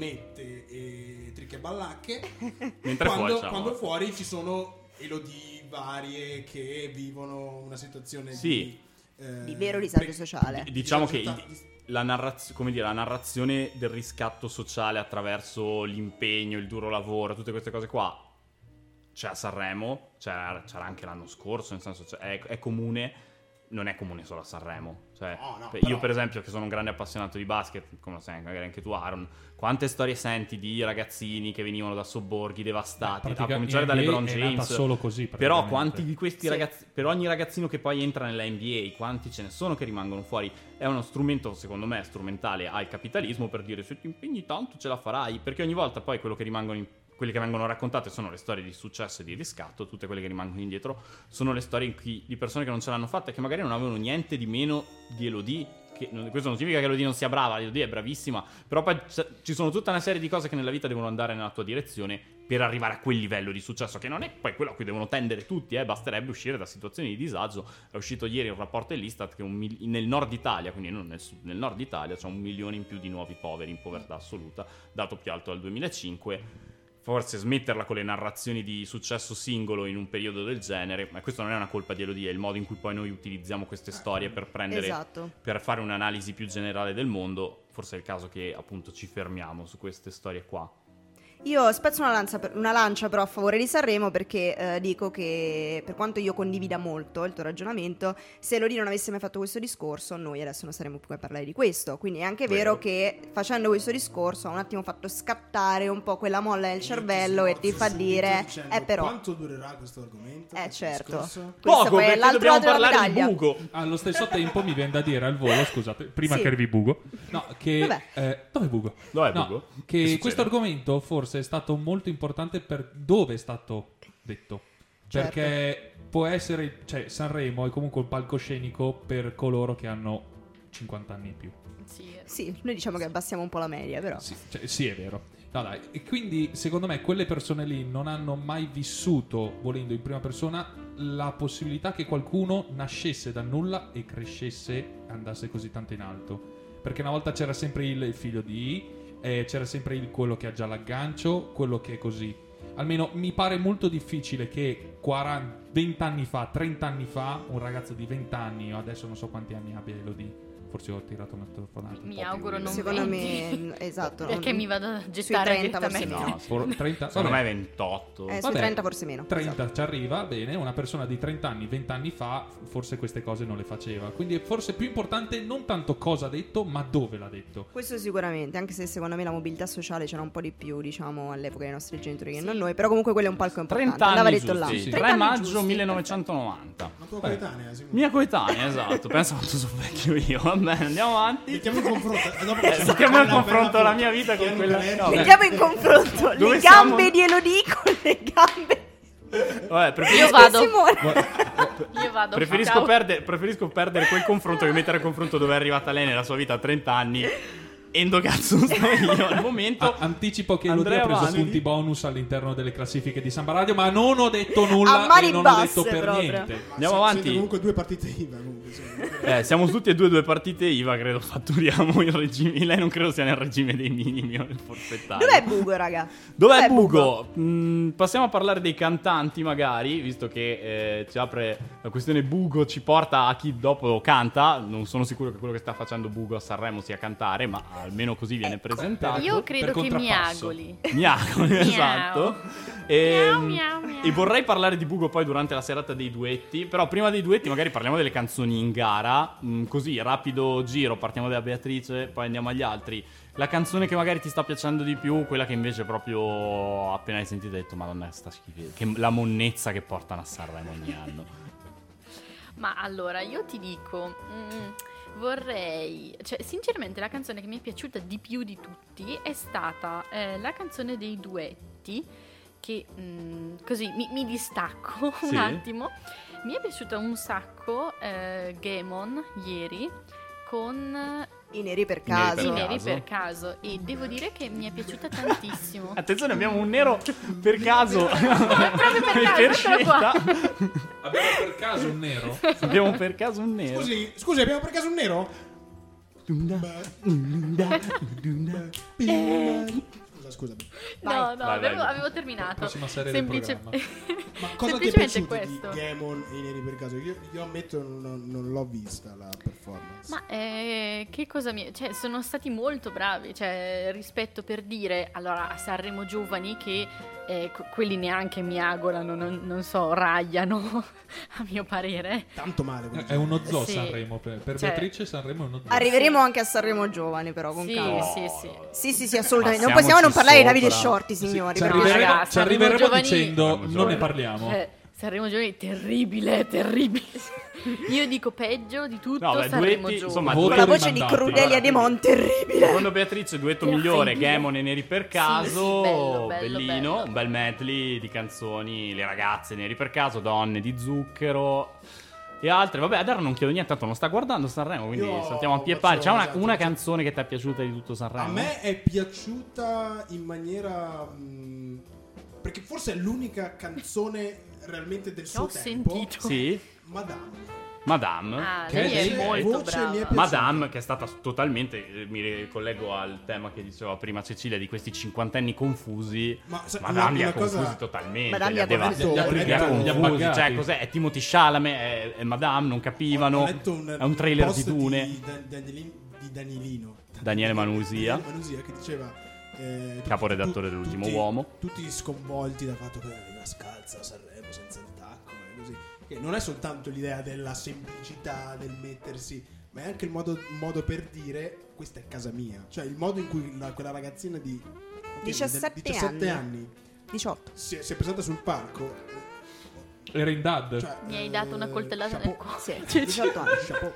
canzonette e tricche e ballacche Mentre quando, fuori, ciao. quando fuori ci sono elodie varie che vivono una situazione Sì. di, eh, Di vero disagio pre- sociale. D- Diciamo che Risultati- il- la, narraz- come dire, la narrazione del riscatto sociale attraverso l'impegno, il duro lavoro, tutte queste cose qua, c'è a Sanremo, c'era, c'era anche l'anno scorso, nel senso c'è- è, è cioè, comune. non è comune solo a Sanremo. Cioè, No, no, per- però- Io, per esempio, che sono un grande appassionato di basket, come lo sai magari anche tu, Aaron, quante storie senti di ragazzini che venivano da sobborghi devastati, a Praticamente cominciare da NBA LeBron è nata James. solo così, Però praticamente. quanti di questi Sì. ragazzi, per ogni ragazzino che poi entra nella NBA, quanti ce ne sono che rimangono fuori? È uno strumento, secondo me, strumentale al capitalismo per dire se ti impegni tanto ce la farai, perché ogni volta poi quello che rimangono in- quelle che vengono raccontate sono le storie di successo e di riscatto, tutte quelle che rimangono indietro sono le storie in cui- di persone che non ce l'hanno fatta e che magari non avevano niente di meno di Elodie. Che, non- questo non significa che Elodie non sia brava, Elodie è bravissima, però poi c- ci sono tutta una serie di cose che nella vita devono andare nella tua direzione per arrivare a quel livello di successo, che non è poi quello a cui devono tendere tutti, eh, basterebbe uscire da situazioni di disagio. È uscito ieri un rapporto dell'Istat che un mil- nel nord Italia, quindi non nel sud, nel nord Italia, c'è un milione in più di nuovi poveri in povertà assoluta, dato più alto dal 2005. Forse smetterla con le narrazioni di successo singolo in un periodo del genere, ma questa non è una colpa di Elodie, è il modo in cui poi noi utilizziamo queste storie per prendere Esatto. per fare un'analisi più generale del mondo, forse è il caso che appunto ci fermiamo su queste storie qua. Io spezzo una, lanza per- una lancia però a favore di Sanremo perché eh, dico che per quanto io condivida molto il tuo ragionamento, se Lori non avesse mai fatto questo discorso noi adesso non saremmo qui a parlare di questo. Quindi è anche vero, Vero. che facendo questo discorso ha un attimo fatto scattare un po' quella molla nel cervello e ti fa dire... Eh però... Quanto durerà questo argomento? Eh questo certo. discorso? Questo Poco, poi è perché l'altro dobbiamo lato della parlare di medaglia. buco. Ah, Allo stesso tempo mi viene da dire al volo, scusate, prima Sì. che arrivi Bugo. No, che Vabbè. eh, dove è Bugo? Dov'è No, Bugo? Che Che succede? questo argomento forse è stato molto importante per dove è stato detto. Certo. Perché può essere, cioè Sanremo è comunque un palcoscenico per coloro che hanno 50 anni in più. Sì. Sì, noi diciamo che abbassiamo un po' la media però. Sì, cioè, sì, è vero. No, dai. E quindi, secondo me, quelle persone lì non hanno mai vissuto, volendo in prima persona, la possibilità che qualcuno nascesse da nulla e crescesse, andasse così tanto in alto. Perché una volta c'era sempre il figlio di, eh, c'era sempre il, quello che ha già l'aggancio, quello che è così. Almeno mi pare molto difficile che 40, 20 anni fa, 30 anni fa, un ragazzo di 20 anni, o adesso non so quanti anni abbia Elodie, forse ho tirato una telefonata. un Mi po' più- auguro non Secondo me... 20. n- Esatto. Perché non- mi vado a sui gettare 30 forse direttamente. no. No, For- 30, Secondo vabbè. me 28. Eh, sui Vabbè, 30 forse meno. 30 esatto. ci arriva, bene, una persona di 30 anni, 20 anni fa, forse queste cose non le faceva. Quindi è forse più importante non tanto cosa ha detto, ma dove l'ha detto. Questo sicuramente, anche se secondo me la mobilità sociale c'era un po' di più, diciamo, all'epoca dei nostri genitori che non noi, però comunque quello è un palco importante. 30 Andava anni detto là. giusti. 30 3 anni maggio giusti. 1990. Ma tua coetanea, Simone. Mia coetanea, esatto. Pensa quanto sono vecchio io. Vabbè, andiamo avanti. Mettiamo in confronto. eh, dopo Eh, facciamo mettiamo in quella confronto bella la mia vita con foto. quella- Piano no, Calenti. Mettiamo in confronto Dove le gambe siamo? di Elodie con le gambe Vabbè, preferisco, Io vado. di Simone. Io vado. preferisco ciao. perde- preferisco perdere quel confronto che mettere a confronto dove è arrivata lei nella sua vita a 30 anni. Endo cazzo sto io al momento. A- anticipo che Elodie Andrea ha preso Vanni. spunti bonus all'interno delle classifiche di Samba Radio, ma non ho detto nulla A mani e non ho basse detto per proprio. niente. Andiamo Siete avanti. comunque due partite IVA. Comunque, insomma. Eh, siamo tutti e due due partite IVA, credo fatturiamo il regime. Lei non credo sia nel regime dei minimi o nel forfettario. Dov'è Bugo, raga? Dov'è Bugo? Mm, passiamo a parlare dei cantanti, magari, visto che eh, ci apre la questione Bugo, ci porta a chi dopo canta. Non sono sicuro che quello che sta facendo Bugo a Sanremo sia cantare, ma almeno così viene Ecco. presentato. Io Per credo che mi contrappasso. agoli. Miau, esatto. Miau, Ehm, miau, miau. E vorrei parlare di Bugo poi durante la serata dei duetti. Però prima dei duetti, magari parliamo delle canzoni in gara. Mm, così, rapido giro, partiamo da Beatrice, poi andiamo agli altri. La canzone che magari ti sta piacendo di più, quella che invece proprio appena hai sentito hai detto Madonna, sta schifezza. Che la monnezza che portano a Sanremo ogni anno. Ma allora, io ti dico, mm, vorrei, cioè sinceramente la canzone che mi è piaciuta di più di tutti è stata eh, la canzone dei duetti, che mm, così mi, mi distacco un Sì. attimo. Mi è piaciuta un sacco eh, Gamon ieri con I neri per I I neri per caso. neri caso. per caso e devo dire che mi è piaciuta tantissimo. Attenzione, abbiamo un nero per caso. Proprio per caso, eccolo qua. Abbiamo per caso un nero? abbiamo per caso un nero. Scusi, scusi, abbiamo per caso un nero? Scusa, scusami. No, no, Vai, vai, avevo, vai. avevo terminato. Prossima serie del Semplice- programma. Ma cosa ti Semplicemente è piaciuto di questo. Demon e i Neri per caso? Io, io ammetto non, non l'ho vista la performance. Ma eh, che cosa mi... Cioè, sono stati molto bravi, cioè, rispetto per dire, allora, a Sanremo Giovani che eh, que- quelli neanche mi agolano, non, non so, ragliano, a mio parere. Tanto male. quella Eh, È uno zoo Sì. Sanremo. Per, per Cioè- Beatrice Sanremo è uno zoo. Arriveremo anche a Sanremo Giovane, però, con Sì, calma. sì, sì. Sì, sì, sì, assolutamente. Non Passiamoci possiamo non parlare di Davide sopra. Shorty, signori. Ci perché- arriveremo- arriveremo, ragazzi, ci arriveremo Sanremo dicendo giovani- non ne parliamo. Cioè, Sanremo Giovani, terribile, terribile. Io dico peggio di tutto No, beh, Sanremo duetti, Giovani. insomma, Voto Con la voce di rimandati. Crudelia De Mon, terribile. Secondo Beatrice, duetto Che migliore, affidabile. Gemone e Neri per Sì, caso, bello, bello, bellino, bello. un bel medley di canzoni, le ragazze Neri per caso, donne di zucchero e altre. Vabbè, Adara non chiedo niente, tanto non sta guardando Sanremo, quindi Io saltiamo a pie pari. C'è faccio- una, esatto, una faccio- canzone che ti è piaciuta di tutto Sanremo? A me è piaciuta in maniera. mh, perché forse è l'unica canzone realmente del Che ho suo tempo. sentito. Sì, Madame. Madame. Ah, Che lei voce- è molto voce mi è brava. piaciuta. Madame, che è stata totalmente, eh, mi ricollego al tema che diceva prima Cecilia di questi cinquantenni confusi. Ma, sa- una- Madame li ha una cosa- confusi totalmente. Madame li li ha ha deva- confusi, li ha- ho li ha letto- confusi. li ha Cioè, buggati. cos'è? È Timothy Chalamet, è, è Madame, non capivano. Ho letto è un trailer post di Dune. Di, Dan- Danielin- di Danilino. Daniele Manusia. Daniele Manusia che diceva. eh, Caporedattore tu- dell'Ultimo tutti- Uomo. Tutti sconvolti dal fatto che arriva scalza a Sanremo senza il tacco. e così. Che non è soltanto l'idea della semplicità, del mettersi, ma è anche il modo, il modo per dire questa è casa mia. Cioè il modo in cui la- quella ragazzina di 17 anni. 17 anni 18. si, è, si è presentata sul palco. Era in dad. Cioè, Mi hai eh, dato una coltellata ecco. nel chapeau. cuore. Sì, Esatto, 18 anni. Chapeau.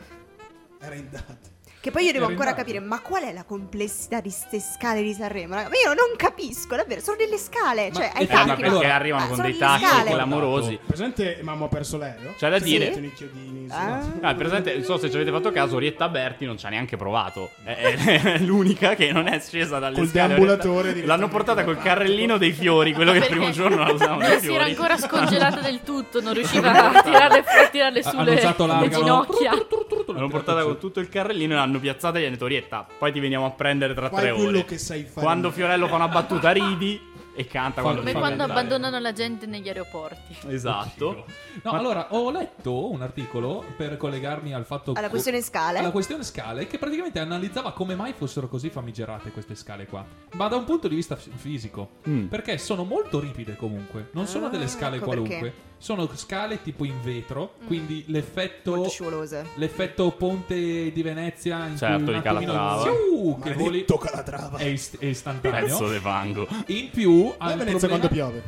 Era in dad. Che poi io devo Era ancora immagine. capire, ma qual è la complessità di ste scale di Sanremo? raga? Ma io non capisco, davvero, sono delle scale. Ma- Cioè, ai Eh, Eh, fatti, ma Infatti, perché allora- Ah, arrivano ma con sono dei le tacchi scale. clamorosi. Presente Mamma ha perso l'aereo? C'è da Sì. dire. Mettono i chiodini, sì. Ah. Ah, presente, non so se ci avete fatto caso, Orietta Berti non ci ha neanche provato. È, è- è l'unica che non è scesa dalle Col scale. deambulatore Orietta- direttamente L'hanno portata col carrellino dei fiori, quello che il Perché primo giorno la usavano dei non si fiori. era ancora scongelata del tutto, non riusciva a tirarle, a tirarle Ha- sulle hanno usato le l'argano. ginocchia. L'hanno portata con tutto il carrellino e l'hanno piazzata e gli hanno detto Orietta, poi ti veniamo a prendere tra Fai tre quello ore. che sai fare. Quando Fiorello fa una battuta ridi e canta Fa- quando Come ti fa quando cantare. abbandonano la gente negli aeroporti. Esatto. No, Ma- allora ho letto un articolo per collegarmi al fatto Alla questione scale. alla questione scale che praticamente analizzava come mai fossero così famigerate queste scale qua. Ma da un punto di vista fi- fisico, Mm. perché sono molto ripide comunque, non sono Ah, delle scale ecco qualunque, perché. Mm. sono scale tipo in vetro, quindi l'effetto Molto scivolose. l'effetto ponte di Venezia in Certo, cui di un attimino Calatrava. ziu, che voli Maledetto Calatrava. Eh, è, ist- è Pezzo istantaneo. di fango. In più, A al Venezia problema- quando piove.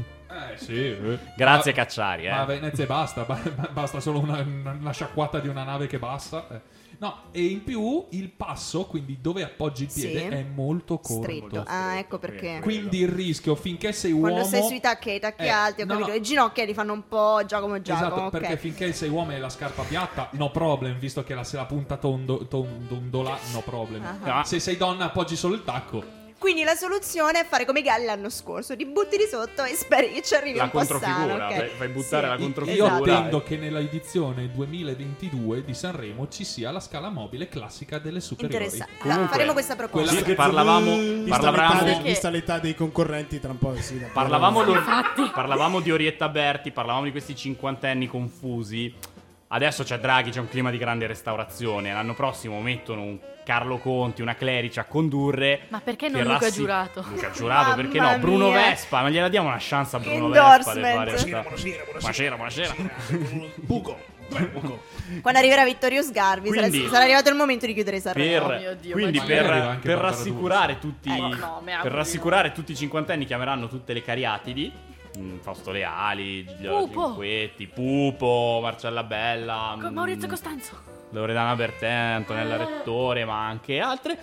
eh, sì. eh. Grazie Ma- Cacciari, eh. Ma a Venezia e basta, ba- ba- basta solo una, una sciacquata di una nave che basta. eh. No, e in più il passo, quindi dove appoggi il Sì. piede, è molto corto. Stretto. Ah, ecco perché. Quindi il rischio, finché sei uomo... Quando sei sui tacchi e i tacchi Eh, alti, ho no, capito. no. Le ginocchia li fanno un po' Giacomo Esatto, Giacomo. ok. perché finché sei uomo e la scarpa piatta, no problem, visto che la, se la punta tondo, ton- dondola, no problem. Ah. Se sei donna appoggi solo il tacco. Quindi la soluzione è fare come i galli l'anno scorso, ti butti di sotto e speri che ci arrivi La un po' sano. controfigura, ok? fai- fai buttare la Io controfigura. Esatto. attendo che nella edizione 2022 di Sanremo ci sia la scala mobile classica delle superiori. Interessante. Allora, Comunque, faremo questa proposta. Sì, parlavamo- Vista parlavamo- l'età dei- Sai che- vista l'età dei concorrenti tra un po' sì, davvero. Parlavamo, lo- Infatti. parlavamo di Orietta Berti, parlavamo di questi cinquantenni confusi. Adesso c'è Draghi, c'è un clima di grande restaurazione. L'anno prossimo mettono un Carlo Conti, una Clerici a condurre. Ma perché che non Luca rassi- Giurato? Luca Giurato, perché no? Mamma Bruno mia. Vespa, ma gliela diamo una chance a Bruno Vespa. Endorsement. del fare Buonasera, questa- Buonasera, buonasera. Buco. Dov'è Buco? Quando arriverà Vittorius Garbi, sarà- Quindi- sarà, arrivato il momento di chiudere Sanremo. Per- Oh mio Dio, quindi ma per, magari anche per Barbara rassicurare tutti Eh, no, mi auguro per di rassicurare tutti i cinquantenni che avranno tutte le cariatidi mm, Fausto Leali, Gigliola Pupo. Cinquetti, Pupo, Marcella Bella, Con mm, Maurizio Eh. Costanzo. Loredana Bertè, Antonella Rettore, ma anche altre.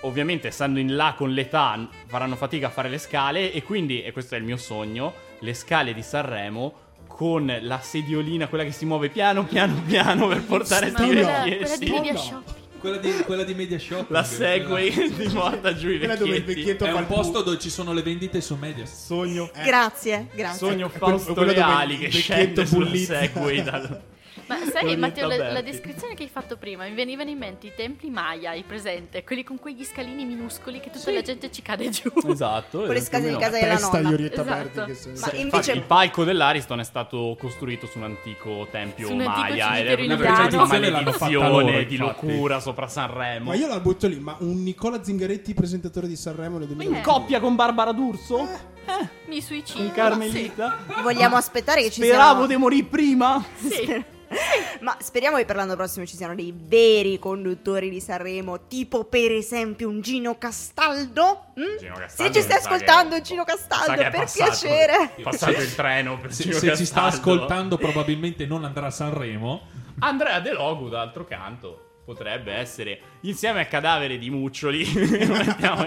Ovviamente, essendo in là con l'età, n- faranno fatica a fare le scale e quindi, e questo è il mio sogno, le scale di Sanremo con la sediolina, quella che si muove piano piano piano per portare Ma tutti i quella, quella di richiesti. Media no. Shop. Quella di, quella di Media Shopping. La Segway che ti porta giù i Quella dove il vecchietti. vecchietto È fa un il posto dove ci sono le vendite su Media. sogno. eh, Grazie, grazie. Sogno È quello- è Fausto quello dove Leali il che vecchietto scende sulla bullizza. Segway dal- Ma sai, Orietta Matteo, la, la Berti. descrizione che hai fatto prima mi venivano in mente i templi Maya, hai presente? Quelli con quegli scalini minuscoli che tutta Sì. la gente ci cade giù. Esatto. Con le scase di casa della Testa di nonna. Orietta Esatto. Berti che se- Ma se- Cioè, Infatti, invece il palco dell'Ariston è stato costruito su un antico tempio Su un antico maya ed è cimitero una indiano. di L'hanno fatta loro, maledizione di infatti. locura sopra Sanremo. Ma io la butto lì, ma un Nicola Zingaretti, presentatore di Sanremo nel in 2020. coppia con Barbara D'Urso? Eh, Mi suicido. con Carmelita? vogliamo aspettare che ci Speravo siano di morire prima. Sì, sì. Ma speriamo che per l'anno prossimo ci siano dei veri conduttori di Sanremo, tipo per esempio un Gino Castaldo. Mm? Gino Se Castaldo ci stai sa che- ascoltando, Gino sa Castaldo, che è per passato- piacere. È passato il treno per Se, Gino se ci sta Castaldo. ascoltando, probabilmente non andrà a Sanremo. Andrea De Logu, d'altro canto, potrebbe essere insieme al cadavere di Muccioli. Andiamo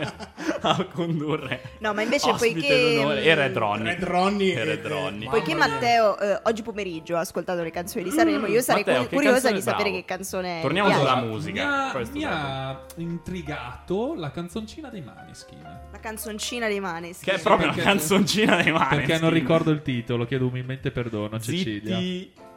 a condurre. No, ma invece Ospite poiché- mm, d'onore. E Red Ronnie. Red Ronnie E e- Red e- Ronnie. Poiché Mamma mia. Matteo eh, oggi pomeriggio ha ascoltato le canzoni di Sanremo, io sarei Matteo, cu- che curiosa canzone- di sapere bravo. che canzone Torniamo gli sulla piace. musica. Mi ha, questo mi ha intrigato la canzoncina dei Maneskin. La canzoncina dei Maneskin. Che è proprio perché- una canzoncina dei mani. Perché non ricordo il titolo, chiedo umilmente perdono, Cecilia. Zitti.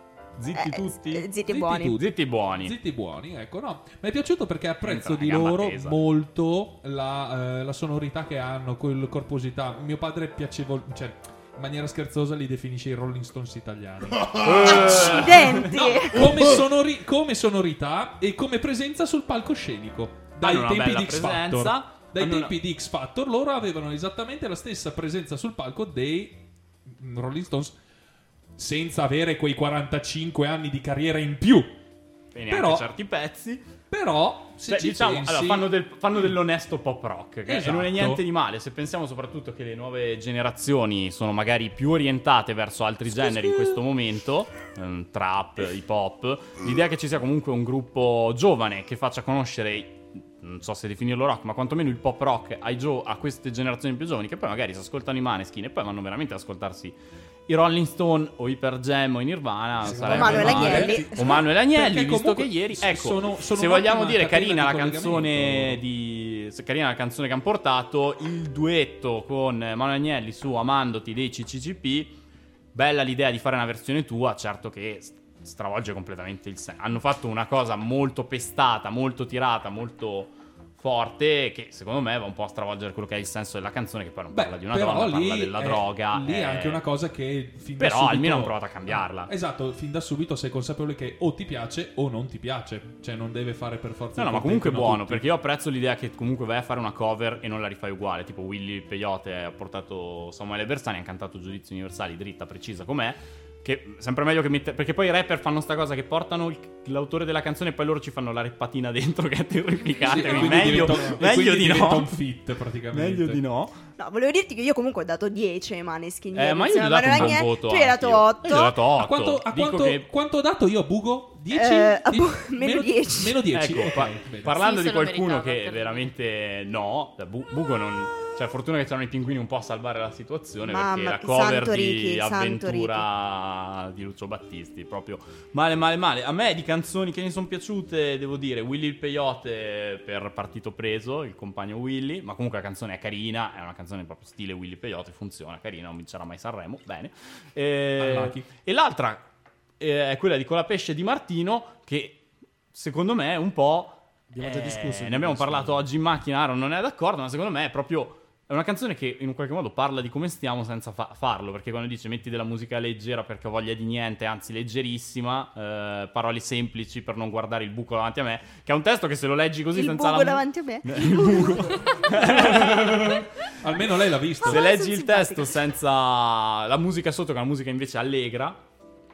Zitti Eh, tutti. eh, zitti, Zitti buoni. tutti. Zitti buoni. Zitti buoni, ecco, no. Mi è piaciuto perché apprezzo Entra di una gamba loro tesa. molto la, eh, la sonorità che hanno, quel corposità. Mio padre piacevole, cioè, in maniera scherzosa li definisce i Rolling Stones italiani. Accidenti! come, sonori- come sonorità e come presenza sul palcoscenico. Dai Hanno una tempi bella di X presenza, Factor. Dai hanno una- tempi di X Factor loro avevano esattamente la stessa presenza sul palco dei mm, Rolling Stones senza avere quei 45 anni di carriera in più. E neanche Però- certi pezzi. Però se Cioè, ci diciamo, pensi- allora, fanno, del- fanno dell'onesto pop rock. che- Esatto. E non è niente di male. Se pensiamo soprattutto che le nuove generazioni sono magari più orientate verso altri generi in questo momento, ehm, trap, hip hop, l'idea che ci sia comunque un gruppo giovane che faccia conoscere. Non so se definirlo rock, ma quantomeno il pop rock ai gio- a queste generazioni più giovani che poi magari si ascoltano i Maneskin e poi vanno veramente ad ascoltarsi i Rolling Stone o i Per Jam o i Nirvana. Sì, sarebbe o Manuel male. Agnelli. O Manuel Agnelli, Perché visto comunque che ieri... s- Ecco, sono- sono se vogliamo un'ottima dire carina la catena di canzone collegamento. di... se carina la canzone che hanno portato, il duetto con Manuel Agnelli su Amandoti dei CCCP, bella l'idea di fare una versione tua, certo che s- stravolge completamente il senso. Hanno fatto una cosa molto pestata, molto tirata, molto forte, che secondo me va un po' a stravolgere quello che è il senso della canzone, che poi non Beh, parla di una però donna, parla lì della è- droga. Lì è eh, anche una cosa che fin da però subito- almeno hanno provato a cambiarla. Esatto, fin da subito sei consapevole che o ti piace o non ti piace. Cioè, non deve fare per forza. No, il no, ma comunque è contentino a buono, tutti. perché io apprezzo l'idea che comunque vai a fare una cover e non la rifai uguale. Tipo Willy Peyote ha portato Samuele Bersani, ha cantato Giudizi Universali, dritta, precisa com'è. Che sempre meglio che mette... Perché poi i rapper fanno sta cosa che portano il- l'autore della canzone e poi loro ci fanno la reppatina dentro che è terrificante. Sì, quindi quindi meglio, diventa- meglio quindi di diventa no. un fit, praticamente. Meglio di no. No, volevo dirti che io comunque ho dato 10 ai Maneskin. Eh, ieri ma io gli insieme ho a dato un Manuel buon Agnelli. voto. Cioè, Tu hai dato anch'io. Io gli ho 8. dato 8. A quanto, a Dico quanto- che- quanto ho dato io a Bugo? 10? Eh, a Bugo- meno 10. Meno 10. Ecco, ok, pa- bene. parlando Sì, di se lo qualcuno meritava, che per- veramente no, da Bu- Bugo non... Cioè, fortuna che c'erano i pinguini un po' a salvare la situazione perché Mamma, la che cover santo di Ricky, santo avventura di Lucio Battisti, proprio male male male. A me di canzoni che mi sono piaciute, devo dire, Willy il Peyote eh, per Partito Preso, il compagno Willy, ma comunque la canzone è carina, è una canzone proprio stile Willy Peyote, funziona, carina, non vincerà mai Sanremo, bene. Eh, Unlucky. e l'altra eh, è quella di Colapesce di Martino che secondo me è un po'... Abbiamo già eh, discusso di ne abbiamo questo. parlato oggi in macchina, Aaron non è d'accordo, ma secondo me è proprio... È una canzone che in un qualche modo parla di come stiamo senza fa- farlo, perché quando dice metti della musica leggera perché ho voglia di niente, anzi leggerissima, eh, parole semplici per non guardare il buco davanti a me, che è un testo che se lo leggi così Il senza buco la... mu- davanti a me. il buco. Almeno lei l'ha visto. Se Ma leggi sono il simpatica. testo senza la musica sotto, che è una musica invece allegra,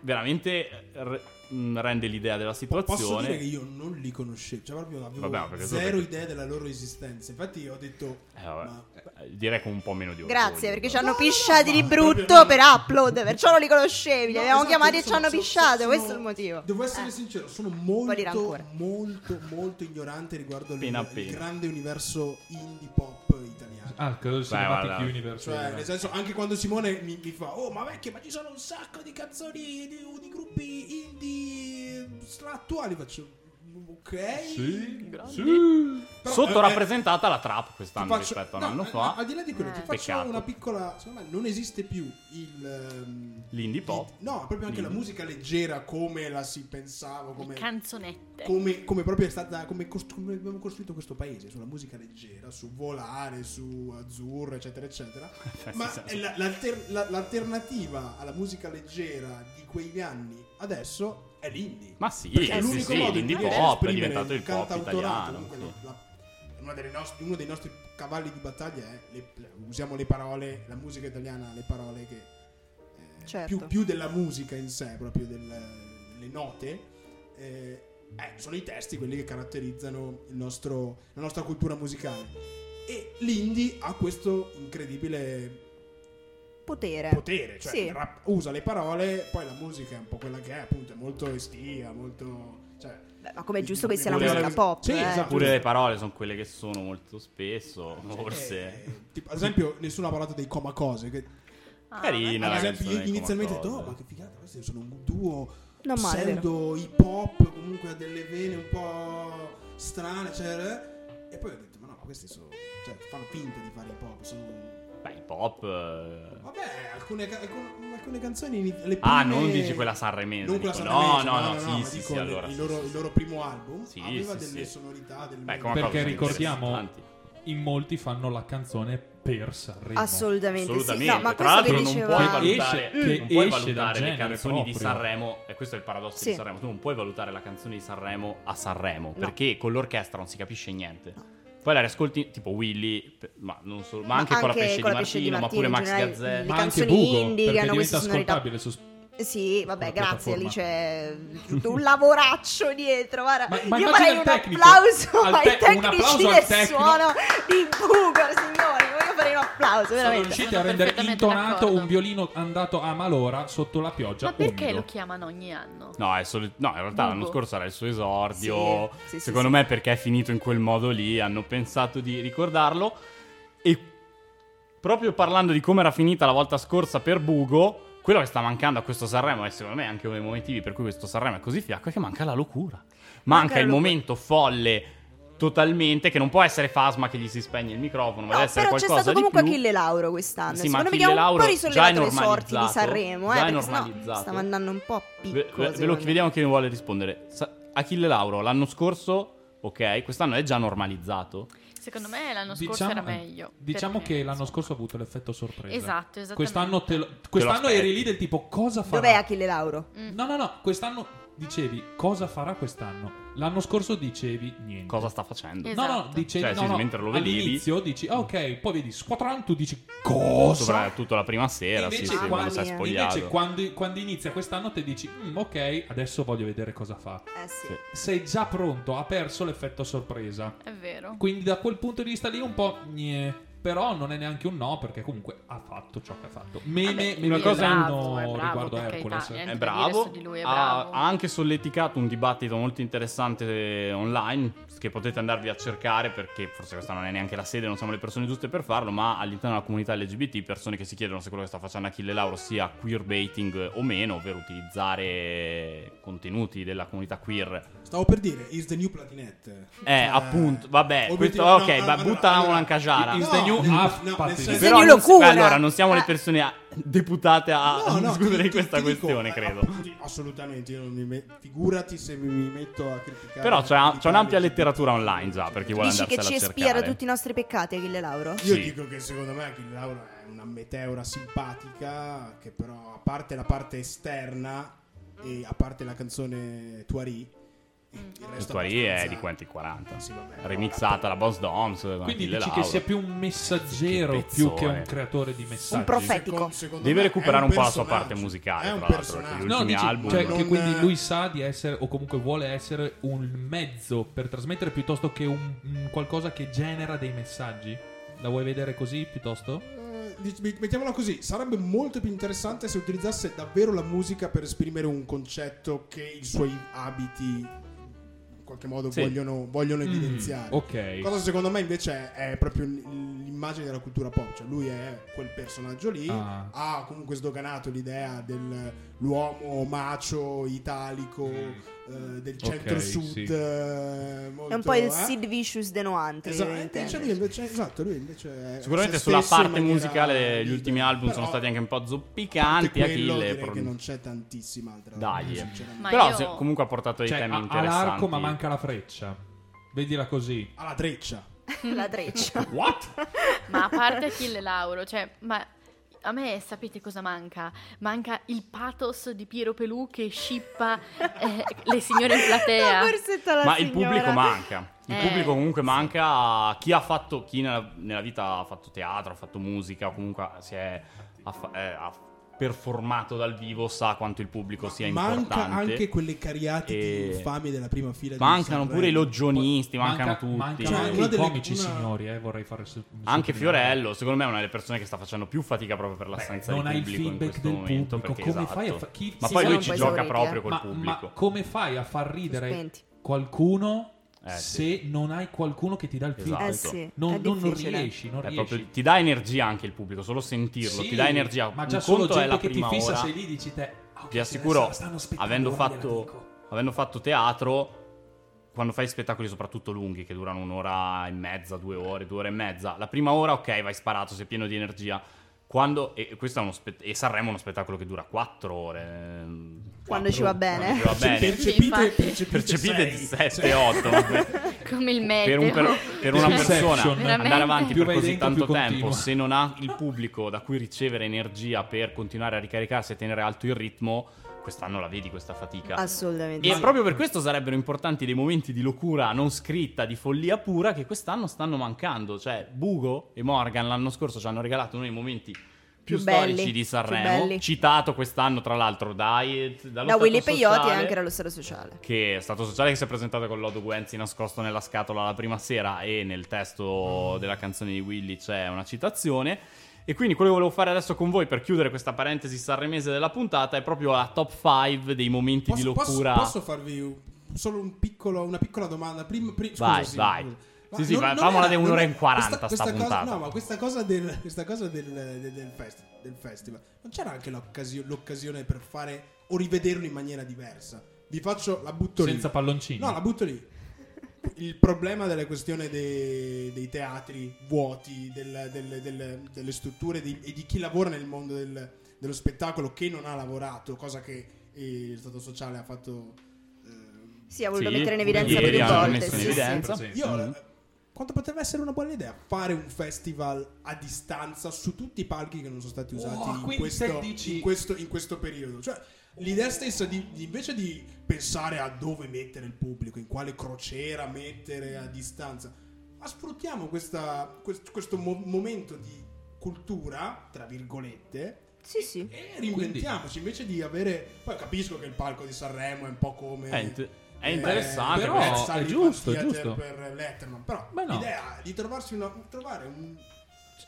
veramente eh, re- mh, rende l'idea della Posso dire che situazione. io non li conoscevo, cioè proprio avevo Vabbè, perché tu- zero perché- idea della loro esistenza. Infatti io ho detto Eh, vabbè. ma Eh, Direi con un po' meno di orgoglio. Grazie, perché ci però. hanno no, pisciati no, di no, brutto proprio- per upload, perciò non li conoscevi, li No, abbiamo esatto, chiamati io e ci sono- hanno sono- pisciato, sono- questo è il motivo. Devo essere Eh. sincero, sono po' di molto, rancore. molto, molto ignorante riguardo al Appena il appena. grande universo indie pop italiano. Ah, credo Beh, sia guarda. Universe. Cioè, nel senso, anche quando Simone mi, mi fa, oh ma vecchio, ma ci sono un sacco di canzoni di, di gruppi indie stra- attuali, faccio... ok. Sì, Grandi. sì. Però, Sottorappresentata la trap Eh, ti quest'anno faccio- rispetto a un no, anno eh, fa. Al di là di quello, ti Eh. faccio Peccato. una piccola. Secondo me non esiste più il. ehm, L'indie pop. il- no, proprio anche la L'indie. musica leggera come la si pensava, come. Canzonette. come, come proprio è stata come, cost- come abbiamo costruito questo paese sulla musica leggera su volare su azzurro eccetera eccetera ma Eh, Sì, sì, è la- l'alter- la- l'alternativa alla musica leggera di quegli anni adesso è l'indie Ma sì, Perché è sì, l'unico sì, modo l'indie di poter pop è esprimere diventato il pop cantautorato, italiano. comunque sì. la- la- una delle nostre- uno dei nostri cavalli di battaglia è le- le- usiamo le parole la musica italiana le parole che eh, Certo. più, più della musica in sé proprio del- delle note eh, eh, sono i testi quelli che caratterizzano il nostro- la nostra cultura musicale e l'indie ha questo incredibile Potere. potere, cioè Sì. rap- usa le parole, poi la musica è un po' quella che è, appunto, è molto estiva, molto... Cioè, Beh, ma com'è giusto che sia la Pure- musica pop? Sì, eh. esatto. Pure le parole sono quelle che sono molto spesso, eh, forse. tipo, ad esempio, nessuno ha parlato dei coma cose, che Ah, Carina. ad la esempio io canzone dei inizialmente ho Coma detto, oh, Cose". ma che figata, questi sono un duo Non male, vero. pseudo hip hop, comunque ha delle vene un po' strane, cioè... eh, E poi ho detto, ma no, ma questi sono... Cioè, fanno finta di fare hip hop, sono... Beh, il pop... eh. Vaè, alcune, ca- alcune- alcune canzoni. le prime- Ah, non dici quella sanremese, Non quella dico, sanremese, no, no, no, sì, ma sì, dico sì, il- allora, Il sì, loro, sì, il loro primo album Sì, aveva sì, delle sì. sonorità, del Beh, come- Perché Cose ricordiamo, interessanti. in molti fanno la canzone per Sanremo. Assolutamente, Assolutamente. sì. No, ma Tra questo l'altro, che non diceva... puoi Che esce- valutare, che non puoi esce dal valutare le genere canzoni di proprio. Sanremo. E questo è il paradosso Sì. di Sanremo. Tu non puoi valutare la canzone di Sanremo a Sanremo No. perché con l'orchestra non si capisce niente. Poi la riascolti tipo Willy, pe- ma, non solo- ma anche, con la pesce di Martino, ma pure in Max generale, Gazzè. le Ma anche canzoni Bugo, indie che perché hanno diventa queste sonorità. ascoltabile su Eh Sì, vabbè, Una grazie, piattaforma. lì c'è tutto un lavoraccio dietro. Guarda, Ma- ma io immagina farei il un tecnico, applauso al ai te- un applauso tecnici al del tecnico. suono di Bugo, signori. Io farei un applauso, Sono veramente. riusciti a rendere perfettamente intonato d'accordo. un violino andato a malora sotto la pioggia. Ma perché umido. lo chiamano ogni anno? No, è solo- no, in realtà Bugo. l'anno scorso era il suo esordio. Sì, sì, sì, Secondo sì. me, perché è finito in quel modo lì, hanno pensato di ricordarlo. E proprio parlando di come era finita la volta scorsa per Bugo, quello che sta mancando a questo Sanremo è secondo me anche uno dei motivi per cui questo Sanremo è così fiacco, è che manca la locura. Manca la il locura. momento folle totalmente, che non può essere Fasma che gli si spegne il microfono, ma No, deve essere però c'è qualcosa stato di comunque più. Achille Lauro quest'anno. Sì, ma Secondo me che Achille ha un Lauro po' già è risollevato le sorti di normalizzato, Sanremo, eh, già è perché sennò normalizzato. stava andando un po' a picco. Ve- ve- ve secondo lo me. vediamo chi vuole rispondere. Sa- Achille Lauro l'anno scorso, ok, quest'anno è già normalizzato. Secondo me l'anno scorso Diciamo, era meglio. diciamo perché- che l'anno scorso ha avuto l'effetto sorpresa. Esatto, esattamente. Quest'anno, te lo- quest'anno aspetti. eri lì del tipo cosa farà? Dov'è Achille Lauro? No, no, no, quest'anno dicevi cosa farà quest'anno. L'anno scorso dicevi niente. Cosa sta facendo? Esatto. No, no, dicevi Cioè, no, sì, no, mentre lo vedevi- all'inizio dici "Ah, ok, poi vedi squadran tu dici cosa? Soprattutto la prima sera, sì, Invece sì, qua- quando sei Mamma mia. spogliato. Invece quando, quando inizia quest'anno te dici "Mm, ok, adesso voglio vedere cosa fa. Eh sì. Sì. Sei già pronto, ha perso l'effetto sorpresa. È vero. Quindi da quel punto di vista lì un po' gnè. Però non è neanche un no, perché comunque ha fatto ciò che ha fatto. Meme, Vabbè, meme lui è bravo, uno è bravo, riguardo per Hercules. carità, eh. niente. È da dire bravo, su di lui, è ha- bravo. Ha, anche solleticato un dibattito molto interessante online che potete andarvi a cercare perché forse questa non è neanche la sede, non siamo le persone giuste per farlo, ma all'interno della comunità LGBT persone che si chiedono se quello che sta facendo Achille Lauro sia queerbaiting o meno, ovvero utilizzare contenuti della comunità queer Stavo per dire, is the new Platinette. Eh, Cioè, appunto, vabbè, obiettivo- questo- no, ok, no, ma no, buttala allora, una caciara. Is the new no, half nel Platinette. senso- Però- non- locura. beh, allora non siamo Eh. le persone a- deputate a No, no, discutere ti- di ti- ah, questa ti dico, questione, eh, credo. appunti- assolutamente, io non mi met- figurati se mi, mi metto a criticare. Però c'è, c'è l'Italia. un'ampia letteratura online già, per chi vuole Dici che andarsela ci a espia da cercare. tutti i nostri peccati, Achille Lauro? Io Sì. dico che secondo me Achille Lauro è una meteora simpatica, che però a parte la parte esterna e a parte la canzone Tuari, il Mm. resto Tuari è abbastanza- di Quentin 40. Sì, vabbè, Remixata la Boss Doms. con Quindi Achille dici Lauro. che sia più un messaggero Che più pezzone. che un creatore di messaggi. Un profeta. Etico. Secondo- secondo Deve me recuperare è un po' la sua personaggio. parte musicale, È un tra l'altro, personaggio. perché gli No, ultimi dici, album. cioè, non- eh, che quindi lui sa di essere, o comunque vuole essere, un mezzo per trasmettere piuttosto che un, un qualcosa che genera dei messaggi. La vuoi vedere così piuttosto? Eh, dic- mi- Mettiamola così, sarebbe molto più interessante se utilizzasse davvero la musica per esprimere un concetto che i suoi abiti in qualche modo Sì. vogliono, vogliono Mm, evidenziare. ok. Cosa secondo me invece è, è proprio il- il immagine della cultura pop, cioè lui è quel personaggio lì, Ah. ha comunque sdoganato l'idea dell'uomo macio, italico, Mm. eh, del Ok, centro-sud. sì. eh, molto, È un po' il eh. Sid Vicious de Noante. eh, Esatto, devi invece intendere. lui invece, esatto, lui invece è Sicuramente se sulla stesso in parte maniera musicale gli leader. ultimi album sono Però, stati anche un po' a parte zoppicanti. quello, Achille. direi pro- che non c'è tantissima altra roba, Dai. sinceramente. Ma Però io- se- comunque ha portato dei Cioè, temi ha, ha interessanti. l'arco ma manca la freccia. Vedila così. alla treccia. La treccia. What? Ma a parte Achille Lauro, cioè, ma a me sapete cosa manca? Manca il pathos di Piero Pelù che scippa eh, le signore in platea. La borsetta alla Ma il signora. pubblico manca. Il Eh, pubblico comunque manca a chi ha fatto, chi nella, nella vita ha fatto teatro, ha fatto musica, o comunque si è ha, fa- eh, ha performato dal vivo, sa quanto il pubblico sia importante. Manca anche quelle cariate E- di infami della prima fila. di Mancano Sanremo. pure i loggionisti, mancano Manca- tutti. Mancano Cioè, anche una i delle- comici una- signori, eh, vorrei fare su- Anche sottolineare. Fiorello, secondo me, è una delle persone che sta facendo più fatica proprio per l'assenza non di ha il pubblico in feedback questo del momento. pubblico. perché, Come fai a esatto. fa- chi- Ma si sono poi lui un ci po' gioca esauriti, proprio eh. col Ma- pubblico. ma come fai a far ridere Spenti. qualcuno Eh, se non hai qualcuno che ti dà il Esatto. feedback? Eh sì, non, è non- non difficile. riesci, non È riesci. proprio- ti dà energia anche il pubblico, solo sentirlo, Sì, ti dà energia. Ma Un già solo conto è gente la che ti prima fissa ora. sei lì dici te. "Ah, ok, Vi adesso assicuro, la stanno aspettando, avendo ora gliela fatto, dico". avendo fatto teatro, quando fai spettacoli soprattutto lunghi, che durano un'ora e mezza, due ore, due ore e mezza, la prima ora, ok, vai sparato, sei pieno di energia. Quando, e, questo è uno spett- e Sanremo è uno spettacolo che dura quattro ore. ehm, quattro, ci va bene. Quando ci va bene. Percepite, infatti. percepite, Percepite di sei. Cioè, 7, 8. Come il Per, meteo. un- per- per una Perception. persona andare Veramente. avanti Più per vai così dentro, tanto più tempo, continua. se non ha il pubblico da cui ricevere energia per continuare a ricaricarsi e tenere alto il ritmo, quest'anno la vedi questa fatica. Ah, Assolutamente. E proprio per questo sarebbero importanti dei momenti di locura non scritta, di follia pura, che quest'anno stanno mancando. Cioè, Bugo e Morgan l'anno scorso ci hanno regalato uno dei momenti più, Più storici belli, di più Sanremo, belli. citato quest'anno tra l'altro dai, Da dallo Stato Willy Peyote e Sociale, anche dallo Stato Sociale. Che è stato sociale che si è presentato con Lodo Guenzi nascosto nella scatola la prima sera e nel testo della canzone di Willy c'è una citazione. E quindi quello che volevo fare adesso con voi per chiudere questa parentesi sanremese della puntata è proprio la top 5 dei momenti di Posso, posso- locura. posso farvi un- solo un piccolo- una piccola domanda? Prim, prim- scusa, Vai, sì, vai. scusa. Sì, sì, non- vai, non famola era- di un'ora non- e 40 questa- sta questa cosa- puntata. no, ma questa cosa del, questa cosa del- del- del fest- del festival, non c'era anche l'occasio- l'occasione per fare o rivederlo in maniera diversa? Vi faccio, la butto lì. senza palloncini. No, la butto lì. Il problema della questione dei, dei teatri vuoti, del- del- del- delle strutture di- e di chi lavora nel mondo del- dello spettacolo che non ha lavorato, cosa che eh, il Stato Sociale ha fatto. eh, Sì, ha voluto Sì, mettere in evidenza ieri più hanno volte. messo in sì, sì. evidenza. Sì. io, eh, quanto potrebbe essere una buona idea fare un festival a distanza su tutti i palchi che non sono stati usati Oh, in, quindi questo, te dici- in questo- in questo periodo? Cioè, l'idea stessa di, di- invece di pensare a dove mettere il pubblico, in quale crociera mettere a distanza, ma sfruttiamo questa- quest- questo mo- momento di cultura, tra virgolette, Sì, sì. e reinventiamoci invece di avere. Poi capisco che il palco di Sanremo è un po' come. È int- è eh, interessante, per però Red Star è di giusto, è Theater giusto. Per Letterman, però Beh, no. l'idea di trovarsi una, trovare un,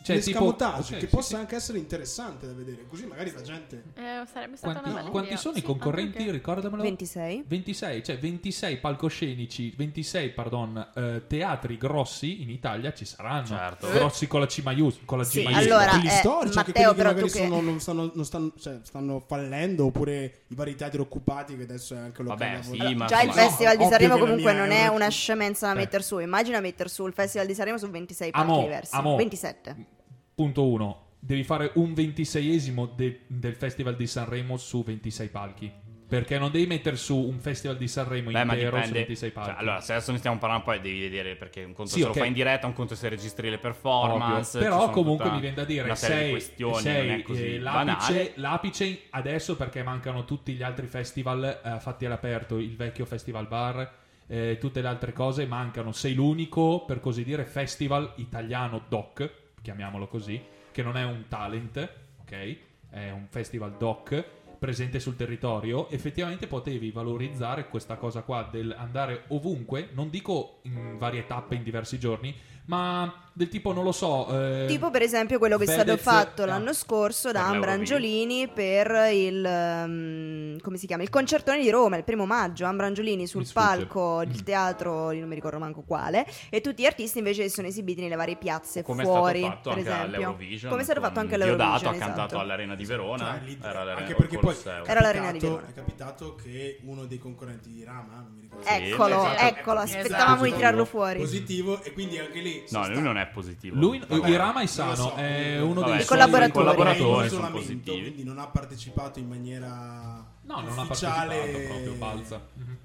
Cioè, un tipo- escamotage ok, che sì, possa sì. anche essere interessante da vedere, così magari la gente. Eh, sarebbe stata Quanti, una bella quanti idea. sono Sì, i concorrenti? anche perché- Ricordamelo. 26. 26, cioè 26 palcoscenici, 26, pardon, eh, teatri grossi in Italia ci saranno. Certo. Grossi con la C maius- con la G Sì, maiuscola. allora, quelli eh, storici, anche Matteo, quelli che però magari tu che- sono- non stanno, non stanno- cioè, stanno fallendo, oppure i vari teatri occupati che adesso è anche lo Vabbè, sì, ma Già il insomma, Festival di ovvio Sanremo che la comunque mia non è è una- una scemenza da Eh. mettere su. Immagina mettere su il Festival di Sanremo su 26 parchi Amo, diversi. amo. 27. Punto 1. Devi fare un 26esimo de- del Festival di Sanremo su 26 palchi. Perché non devi mettere su un Festival di Sanremo Beh, ma intero su dipende. 26 palchi. Cioè, allora, se adesso ne stiamo parlando, poi devi vedere perché un conto Sì, se ok. lo fai in diretta, un conto se registri le Ovvio. performance. ci Però sono comunque tutta mi viene da dire una serie di sei, questioni, sei, non è così eh, banale. l'apice, l'apice adesso perché mancano tutti gli altri festival eh, fatti all'aperto, il vecchio festival bar, eh, tutte le altre cose mancano. Sei l'unico, per così dire, festival italiano doc, chiamiamolo così, che non è un talent, ok? È un festival doc presente sul territorio, effettivamente potevi valorizzare questa cosa qua del andare ovunque, non dico in varie tappe in diversi giorni, ma del tipo, non lo so. eh, Tipo per esempio quello che è stato Fedez- Ah. fatto eh. no. l'anno scorso da Per Ambra l'Eurovision. Angiolini per il, ehm, come si chiama? il concertone di Roma, il primo maggio. Ambra Angiolini sul Mi sfugge. palco Mm. del teatro, non mi ricordo manco quale, e tutti gli artisti invece si sono esibiti nelle varie piazze Come è stato fuori, fatto per anche esempio. all'Eurovision. Come è stato con fatto anche all'Eurovision. Diodato ha cantato esatto. all'Arena di Verona. Cioè, lì- era l'Arena anche perché col poi Colosseo. Era l'Arena di capitato- Verona. È capitato che uno dei concorrenti di Rama, non mi ricordo. cioè, Sì, Eccolo, esatto. eccolo, Esatto. aspettavamo di tirarlo fuori. Positivo e quindi anche lì No, lui non è positivo. Lui, Vabbè. Irama Non lo Isano so. è uno Vabbè, dei I suoi collaboratori. collaboratori È in sono isolamento, positivi. Quindi non ha partecipato in maniera No, non ha ufficiale. partecipato proprio, balza. Mhm.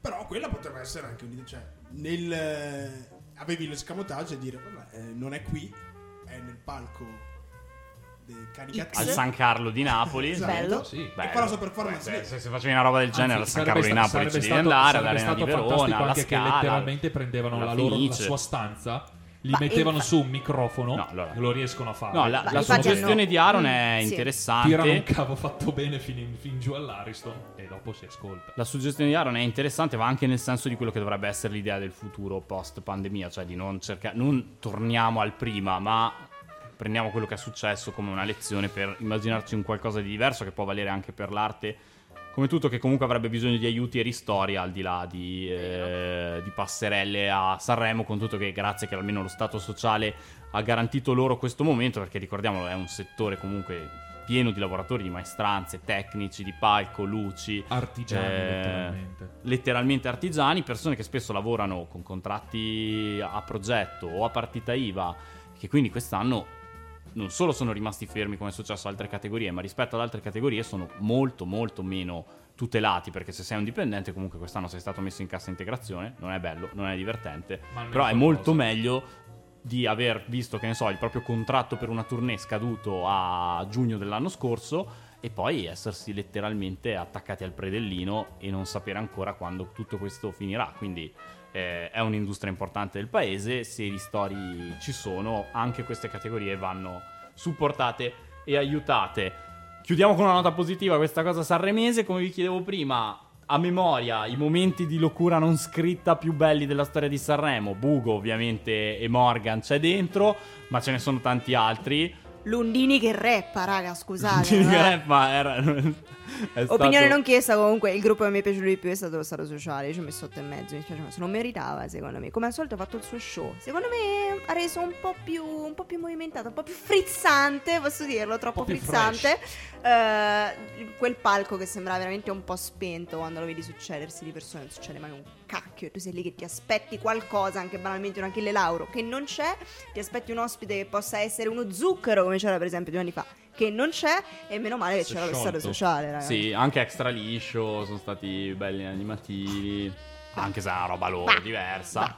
Però quella potrebbe essere anche un cioè nel eh, avevi l'escamotage e dire vabbè, eh, non è qui, è nel palco del Canicax. Al San Carlo di Napoli. Esatto. Bello. Sì. E qua la sua performance Beh, lì. se, se facevi una roba del genere Anzi, al San Carlo di sta- Napoli ci sarebbe devi stato- andare, sarebbe all'Arena di stato fantastico Verona, alla anche Scala. che letteralmente prendevano la, loro, la Fenice. sua stanza, gli Ma mettevano infa- su un microfono, No, allora- lo riescono a fare. No, la, Ma la infatti suggestione hanno- di Aaron Mm, è sì. interessante. Tirano un cavo fatto bene fin, in- fin giù all'Ariston e dopo si ascolta. La suggestione di Aaron è interessante, va anche nel senso di quello che dovrebbe essere l'idea del futuro post pandemia, cioè di non cercare, non torniamo al prima, ma prendiamo quello che è successo come una lezione per immaginarci un qualcosa di diverso che può valere anche per l'arte, come tutto che comunque avrebbe bisogno di aiuti e ristori al di là di, eh, di passerelle a Sanremo, con tutto che grazie che almeno lo Stato sociale ha garantito loro questo momento, perché ricordiamolo è un settore comunque pieno di lavoratori, di maestranze, tecnici, di palco, luci, Artigiani, eh, letteralmente. letteralmente artigiani, persone che spesso lavorano con contratti a progetto o a partita IVA, che quindi quest'anno non solo sono rimasti fermi come è successo ad altre categorie, ma rispetto ad altre categorie sono molto molto meno tutelati, perché se sei un dipendente comunque quest'anno sei stato messo in cassa integrazione, non è bello, non è divertente, Ma almeno però è qualcosa. molto meglio di aver visto, che ne so, il proprio contratto per una tournée scaduto a giugno dell'anno scorso e poi essersi letteralmente attaccati al predellino e non sapere ancora quando tutto questo finirà. Quindi eh, è un'industria importante del paese, se i ristori ci sono, anche queste categorie vanno supportate e aiutate. Chiudiamo con una nota positiva questa cosa sanremese, come vi chiedevo prima, a memoria i momenti di locura non scritta più belli della storia di Sanremo, Bugo ovviamente e Morgan c'è dentro, ma ce ne sono tanti altri. Lundini che rappa, raga, scusate. Quindi, no? eh, ma era- è stato- Opinione non chiesta, comunque il gruppo che mi è piaciuto di più è stato lo Stato Sociale. Ci ho messo 8 e mezzo, mi spiace, ma se non meritava, secondo me. Come al solito ha fatto il suo show. Secondo me ha reso un po' più, un po' più movimentato, un po' più frizzante, posso dirlo, troppo po' più frizzante. eh, quel palco che sembrava veramente un po' spento quando lo vedi succedersi di persone, non succede mai un cacchio. E tu sei lì che ti aspetti qualcosa, anche banalmente un Achille Lauro, che non c'è. Ti aspetti un ospite che possa essere uno zucchero, come c'era per esempio due anni fa. Che non c'è, e meno male che Si è c'era lo stato sciolto. sociale, raga. Eh. Sì, anche extra liscio, sono stati belli animativi, anche se è una roba loro diversa.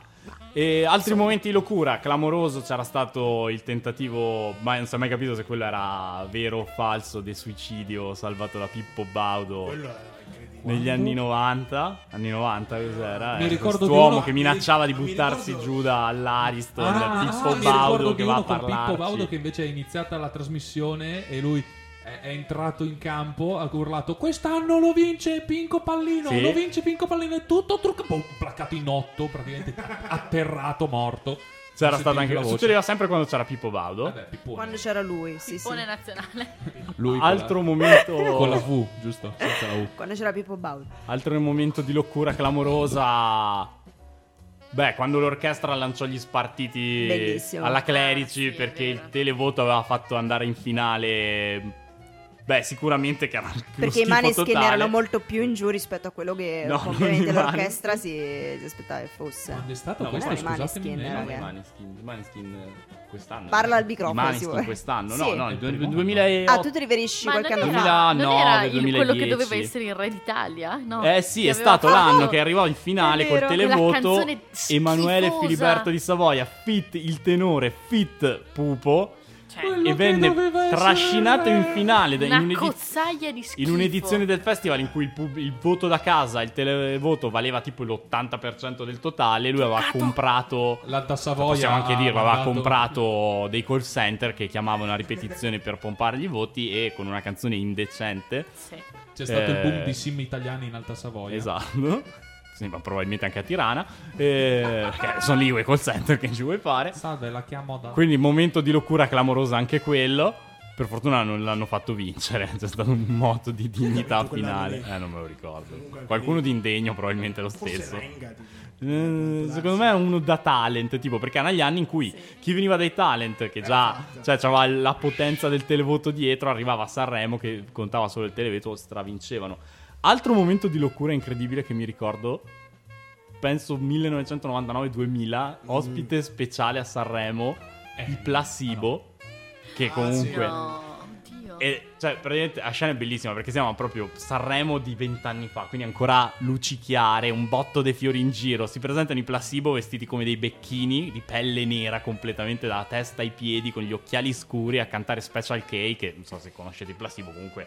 E altri momenti di locura, clamoroso c'era stato il tentativo, ma non si è mai capito se quello era vero o falso, del suicidio salvato da Pippo Baudo Quello era incredibile. negli anni 90. Anni 90 cos'era? Mi Eh, ricordo di quest'uomo uno- che minacciava di Ma mi buttarsi ricordo- giù dall'Ariston, Ah, Pippo mi ricordo Baudo di che va uno a con Pippo Baudo che parlarci. invece è iniziata la trasmissione e lui è, è entrato in campo, ha urlato quest'anno lo vince Pinco Pallino, Sì. lo vince Pinco Pallino è tutto trucco, boom, placato in otto, praticamente atterrato, morto. C'era Non stata sentivi anche... la voce. Succedeva sempre quando c'era Pippo Baudo. Vabbè, Pippone. Quando c'era lui, sì, sì. Pippone nazionale. Lui con la- Altro momento... con la V, giusto? Senza la U. Quando c'era Pippo Baudo. Altro momento di locura clamorosa. Beh, quando l'orchestra lanciò gli spartiti Bellissimo. alla Clerici Ah, sì, è perché vero. il televoto aveva fatto andare in finale. Beh, sicuramente che era uno Perché i schifo Maneskin totale. Eh, erano molto più in giù rispetto a quello che No, non ovviamente i Maneskin. l'orchestra si, si aspettava che fosse. Quando è stato No, questo, non è scusatemi. Maneskin, Eh, eh, no, raga. i Maneskin, i Maneskin eh, quest'anno. Parla al I microfono, se Maneskin vuoi. quest'anno, no, Sì. no, il Del primo 2008. Ah, tu ti riferisci Ma non qualche era, anno era- fa? non era il- 2009, quello che doveva 2010. essere il re d'Italia? No. Eh sì, Che è aveva stato fatto- l'anno che arrivò in finale È col vero, quella televoto canzone Emanuele schifosa. Filiberto di Savoia, fit il tenore, fit Pupo Cioè, e che venne doveva essere trascinato in finale da- una in, un'edi- cozzaia di schifo. in un'edizione del festival in cui il, pub- il voto da casa, il televoto valeva tipo l'80% del totale, lui aveva comprato L'Alta Savoia. Cioè, Possiamo anche ha dirlo, aveva mandato- comprato dei call center che chiamavano a ripetizione per pompare gli voti e con una canzone indecente. Sì. C'è stato il boom eh, di sim italiani in Alta Savoia. Esatto. sì, ma probabilmente anche a Tirana, eh, perché sono lì i call center che ci vuoi fare. Salve, la chiamo da. Quindi momento di locura clamorosa anche quello. Per fortuna non l'hanno fatto vincere, c'è stato un moto di dignità vinto quell'anno finale. lì? Eh, non me lo ricordo. Comunque, Qualcuno di quindi- indegno probabilmente lo Forse stesso. Renga, tipo. Eh, Può Secondo darsi. me è uno da talent, tipo, perché erano gli anni in cui Sì. chi veniva dai talent, che già fatto. cioè, aveva la potenza del televoto dietro, arrivava a Sanremo che contava solo il televoto, stravincevano. Altro momento di locura incredibile che mi ricordo, penso 1999-2000, ospite speciale a Sanremo, Eh, il placebo, che Ah, comunque... sì. No, oddio. E, cioè, praticamente la scena è bellissima perché siamo proprio Sanremo di vent'anni fa, quindi ancora luccichiare, un botto dei fiori in giro. Si presentano i placebo vestiti come dei becchini di pelle nera completamente dalla testa ai piedi, con gli occhiali scuri a cantare Special Cake. Che non so se conoscete i placebo, comunque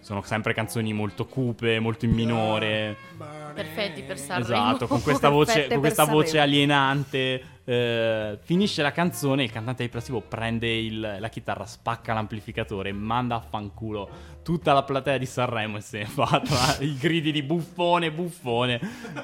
sono sempre canzoni molto cupe, molto in minore. Bane. Perfetti per Sanremo. Esatto, con questa voce, Perfette con per questa voce Sanremo. alienante. eh, finisce la canzone, il cantante di Placebo prende il- la chitarra, spacca l'amplificatore, manda a fanculo tutta la platea di Sanremo e se ne va tra i gridi di buffone, buffone.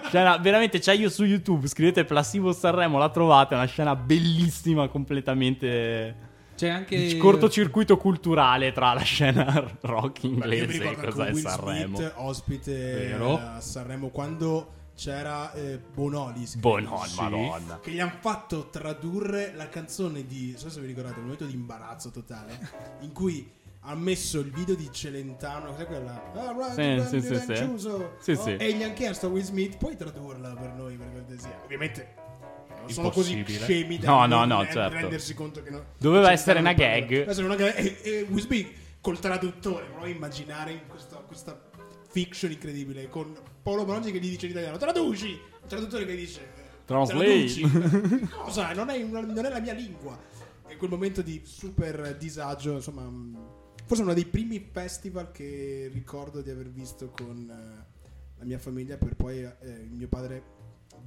Scena, veramente c'è io su YouTube, scrivete Placebo Sanremo, la trovate, è una scena bellissima completamente... C'è anche. di cortocircuito culturale tra la scena rock Beh, io mi inglese e ricordo cosa anche è Will Sanremo. Smith, ospite Vero. eh, a Sanremo quando c'era eh, Bonolis. Bonon, Sì. madonna. Che gli hanno fatto tradurre la canzone di. Non so se vi ricordate, un momento di imbarazzo totale. in cui ha messo il video di Celentano, sai quella? Ah, right, Sì, right, sì, sì, right, sì. chiuso. Sì, sì. E gli hanno chiesto a Will Smith, puoi tradurla per noi, per cortesia. Ovviamente. Non sono Impossibile. così scemi da No, no, non no, re- certo. rendersi conto che no- Cioè, Doveva Celentano essere una non parla. gag. Doveva essere una gag. E, e Will Smith col traduttore, prova a immaginare in questa, questa fiction incredibile con Paolo Bonolis che gli dice in italiano: Traduci! Il traduttore che dice: eh, Translate. traduci. Cosa? Non è, una- non è la mia lingua. E quel momento di super disagio, insomma, mh, forse uno dei primi festival che ricordo di aver visto con eh, la mia famiglia, per poi eh, mio padre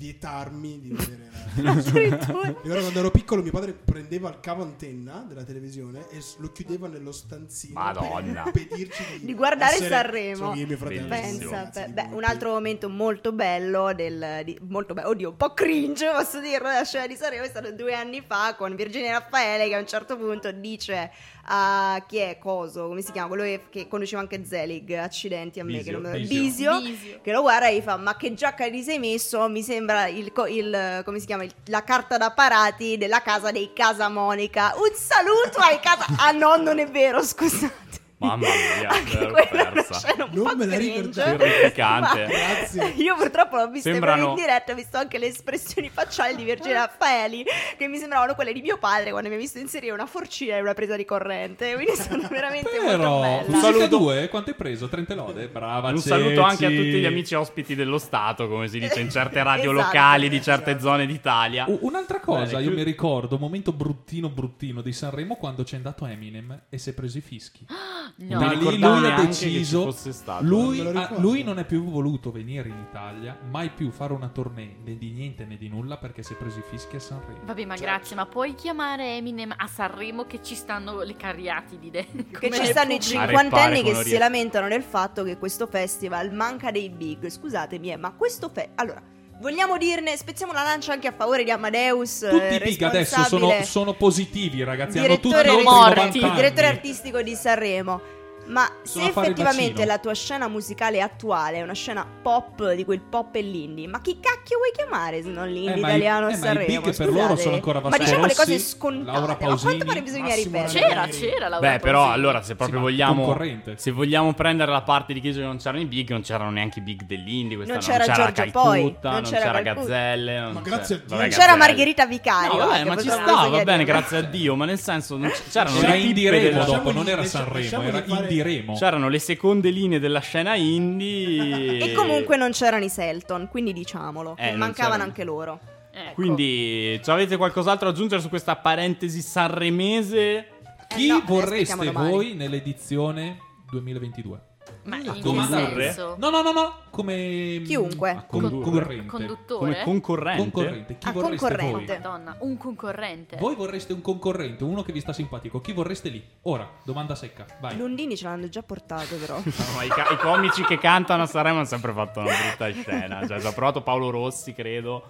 vietarmi di vedere la. Addirittura. Ricordo quando ero piccolo mio padre prendeva il cavo antenna della televisione e s- lo chiudeva nello stanzino Madonna. per impedirci di, Di guardare essere- Sanremo. Solo io e mio fratello. Bellissimo. Pensa, Ragazzi, beh, di beh, molti. un altro momento molto bello, del, di- molto bello, oddio, un po' cringe posso dirlo, la scena di Sanremo è stata due anni fa con Virginia Raffaele che a un certo punto dice a chi è, coso, come si chiama, quello che, che conosceva anche Zelig, accidenti a me, che Bisio, non me- Bisio. Bisio, Bisio. che lo guarda e gli fa, ma che giacca ti sei messo, mi sembra il, co- il, come si chiama, il- la carta da parati della casa dei Casa Monica, un saluto ai Casa, ah no, non è vero, scusate. Mamma mia, Anche l'ero quella è una persa. scena un Non po' me la cringe, ricordavo. Terrificante. ma Grazie. Io purtroppo l'ho vista Sembrano- in diretta, ho visto anche le espressioni facciali di Virginia Raffaeli che mi sembravano quelle di mio padre quando mi ha visto inserire una forcina e una presa di corrente, quindi sono veramente molto Però, bella. un saluto. Due, quanto hai preso? 30 lode? Brava, Un Ceci. saluto anche a tutti gli amici ospiti dello Stato, come si dice in certe radio Esatto. locali di certe zone d'Italia. Uh, U- un'altra cosa, Bene, io chiud- mi ricordo un momento bruttino bruttino di Sanremo quando c'è andato Eminem e si è preso i fischi. Ah, No. Mi Da ricordo- lì ricordavo lui ha neanche deciso, che ci fosse stato. eh. lui, Non me lo ha- ricordo. lui non è più voluto venire in Italia, mai più fare una tournée né di niente né di nulla perché si è preso i fischi a Sanremo. Vabbè, ma grazie, ma puoi chiamare Eminem a Sanremo che ci stanno le cariatidi dentro. Che ci stanno i A repare cinquantenni con che Orietta. si lamentano del fatto che questo festival manca dei big. Scusatemi, eh, ma questo fe... Allora, vogliamo dirne, spezziamo la lancia anche a favore di Amadeus. Tutti eh, i big adesso sono, responsabile- sono positivi, ragazzi. Hanno tutti direttore, oltre i morti, 90 artistico, anni. direttore artistico di Sanremo. Ma Sono se a fare il effettivamente vaccino. la tua scena musicale attuale è una scena pop di quel pop e l'indie, ma chi cacchio vuoi chiamare se non l'indie Eh, ma i- italiano eh, a ma i Sanremo? big per Scusate. loro sono ancora Ma Vasco diciamo le cose Rossi, scontate, Laura ma Pausini, quanto pare bisogna Massimo ripetere? Ranieri. C'era, c'era la Beh, però allora, se proprio ma vogliamo, concorrente. se vogliamo prendere la parte di chi dice che non c'erano i big, non c'erano neanche i big dell'Indy, quest'anno Non c'era Giorgio Calcutta, Poi, non non c'era c'era Calcutta. Gazzelle, non Ma grazie a c'era- Dio. vabbè, Non C'era Gazzelle. Margherita Vicario. No, vabbè, che ma ci potevamo sta, va bisogna bene, dire. grazie a Dio, ma nel senso, non c- Cioè, c'erano Era le Indie tippe Remo della- dopo, Lasciamoli- non era lascia- Sanremo, lasciamoli era fare- Indie Remo. C'erano le seconde linee della scena indie. E comunque non c'erano i Selton, quindi diciamolo, Eh, che non mancavano c'erano. anche loro. Ecco. Quindi, ci avete qualcos'altro da aggiungere su questa parentesi sanremese? Eh Chi no, aspettiamo vorreste domani. voi nell'edizione 2022? Ma in che Comandare? eh? senso? No, no, no, no, come Chiunque. Ah, con- Con- concorrente. Come Conduttore? concorrente? Concorrente. Chi Ah, vorreste concorrente. voi? Madonna, un concorrente. Boh. Voi vorreste un concorrente, uno che vi sta simpatico. Chi vorreste lì? Ora, domanda secca. Vai. L'ondini ce l'hanno già portato, però. No, ma i, ca- i comici che cantano a Sanremo hanno sempre fatto una brutta scena. Cioè, ci ha provato Paolo Rossi, credo.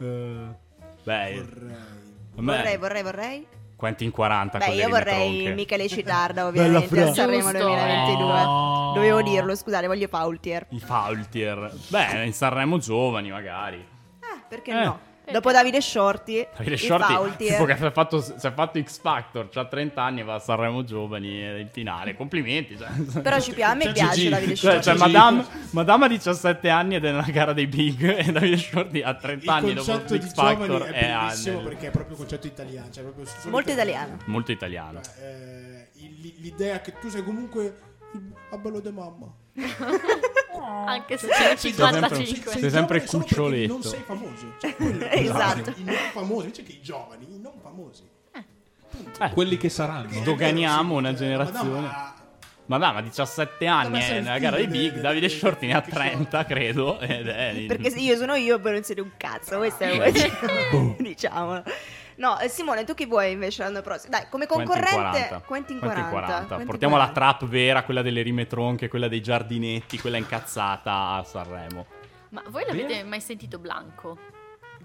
Eh, beh, Vorrei. a me- vorrei, vorrei, vorrei. Quentin 40 Beh, con le io linee vorrei tronche. Michele Citarda, ovviamente. Fra. A Sanremo Giusto. 2022. No. Ah. Dovevo dirlo, scusate, voglio Paultier. I Faultier. Beh, in Sanremo giovani, magari. Ah, perché Eh. no? Dopo Davide Shorty, Davide i Shorty, Paultier. tipo che si è fatto, si è fatto X Factor, ha 30 anni e va a Sanremo giovani e in finale. Complimenti. Cioè, Però ci piace, a me Cioè, piace Gigi. Davide Cioè, Shorty. cioè, Madame, Madame ha 17 anni ed è nella gara dei big e Davide Shorty ha 30 anni il dopo concetto di X giovani Factor è e ha bellissimo perché è proprio un concetto italiano. Cioè proprio solo Molto italiano. molto italiano. Eh, il- l'idea che tu sei comunque il bello de mamma. Anche se c'è Sei- 55. Cioè, Sei sempre giovane solo perché cuccioletto. Non sei famoso. Cioè, quello è Esatto. I non famosi, invece che i giovani, i non famosi. Eh, Quelli che saranno. Doganiamo una Ma no, generazione. ma- Madame ha 17 anni ma sei e il nella gara dei figlio big, del- Davide del- Shorty ne ha del- del- 30, credo. Ed è in- Perché se io sono io, voi non siete un cazzo. Questo è diciamolo. No, eh, Simone, tu chi vuoi invece l'anno prossimo? Dai, come Quentin concorrente, Quentin 40. Quentin Portiamo la 40. trap vera, quella delle rime tronche, quella dei giardinetti, quella incazzata a Sanremo. Ma voi l'avete mai sentito Blanco?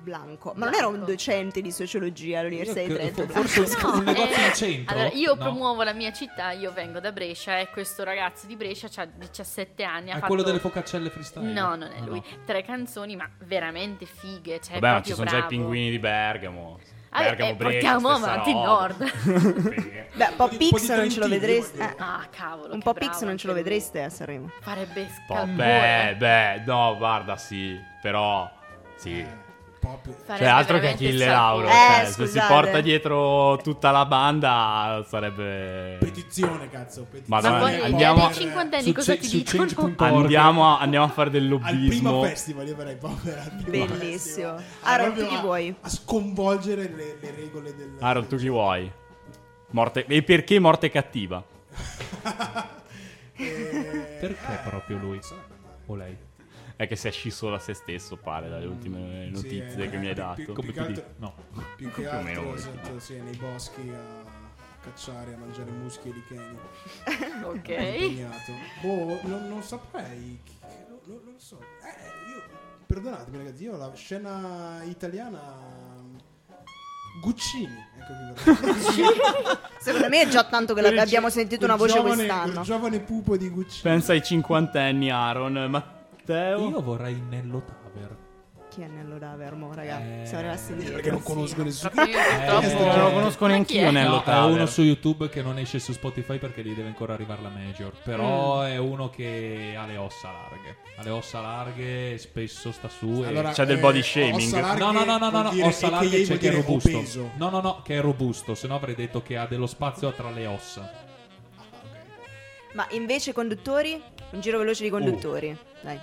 Blanco. Ma non era un Blanco. docente di sociologia all'Università di Io che- Trento? fo- Blanco? forse un- un negozio eh, in centro. Allora, io No. promuovo la mia città, io vengo da Brescia e questo ragazzo di Brescia ha 17 anni. Ha È fatto... Ah, quello delle focaccelle freestyle. No, non è Ah, lui. no. Tre canzoni, ma veramente fighe. Cioè, Vabbè, ma ci proprio sono già i bravo. pinguini di Bergamo. Ah, Bergamo, eh, Brescia, portiamo stessa avanti il roba. nord. Sì. Beh, un po' Un po' di Pix non ce lo Trentino, vedreste. voglio dire. eh, ah, cavolo. un che po' bravo Pix non anche ce lo lui. vedreste a Sanremo. Farebbe Po- scalpore. beh, beh, no, guarda, sì, però Eh, sì. Proprio. Cioè, Farebbe altro che veramente Achille scalpore. Lauro, Eh, cioè, se si scusate. porta dietro tutta la banda sarebbe Petizione, cazzo. Petizione. Madonna, Ma poi eh, andiamo- andiamo... dei cinquantenni Su cosa ce- ti su dicono? change.org. Andiamo a, andiamo a fare del Al primo lobbismo. festival, io verrei povero. al primo Bellissimo. festival. Aaron, Proprio tu chi a- vuoi? A sconvolgere le, le regole del. Aaron, tu chi vuoi? Morte... E perché morte cattiva? Eh, Perché proprio lui? sarebbe male. O lei? È che si è scisso da se stesso, pare, Mm, dalle ultime notizie eh, che mi hai eh, dato. più- Come più tu che dici? altro- No. Più che Più o meno, altro sì. sento, sì, nei boschi a cacciare, a mangiare muschi e licheni. Ah, Ok. Impegnato. Boh, non, non saprei. chi- Non, non- non so. Eh, io, perdonatemi ragazzi, io la scena italiana... Guccini, ecco qui verrà. Secondo me è già tanto che la- abbiamo sentito una voce giovane, quest'anno. Quel giovane pupo di Guccini. Pensa ai cinquantenni, Aaron. Matteo? Io vorrei Nello Taver. Chi è Nello Davermo, raga? Eh, Siamo arrivati Sì, lì. Perché non conosco nessuno. Proprio io eh, purtroppo- Eh, non lo conosco Ma neanch'io, chi è? Nello. No, è Taver. uno su YouTube che non esce su Spotify perché gli deve ancora arrivare la major. Mm. Però è uno che ha le ossa larghe. Ha le ossa larghe, spesso sta su. E... C'è del eh, body shaming. no, no, no, no, no, no, ossa Ossa larghe c'è che è robusto. Obeso. No, no, no, che è robusto. Se no avrei detto che ha dello spazio tra le ossa. Ma invece conduttori? Un giro veloce di conduttori. Dai.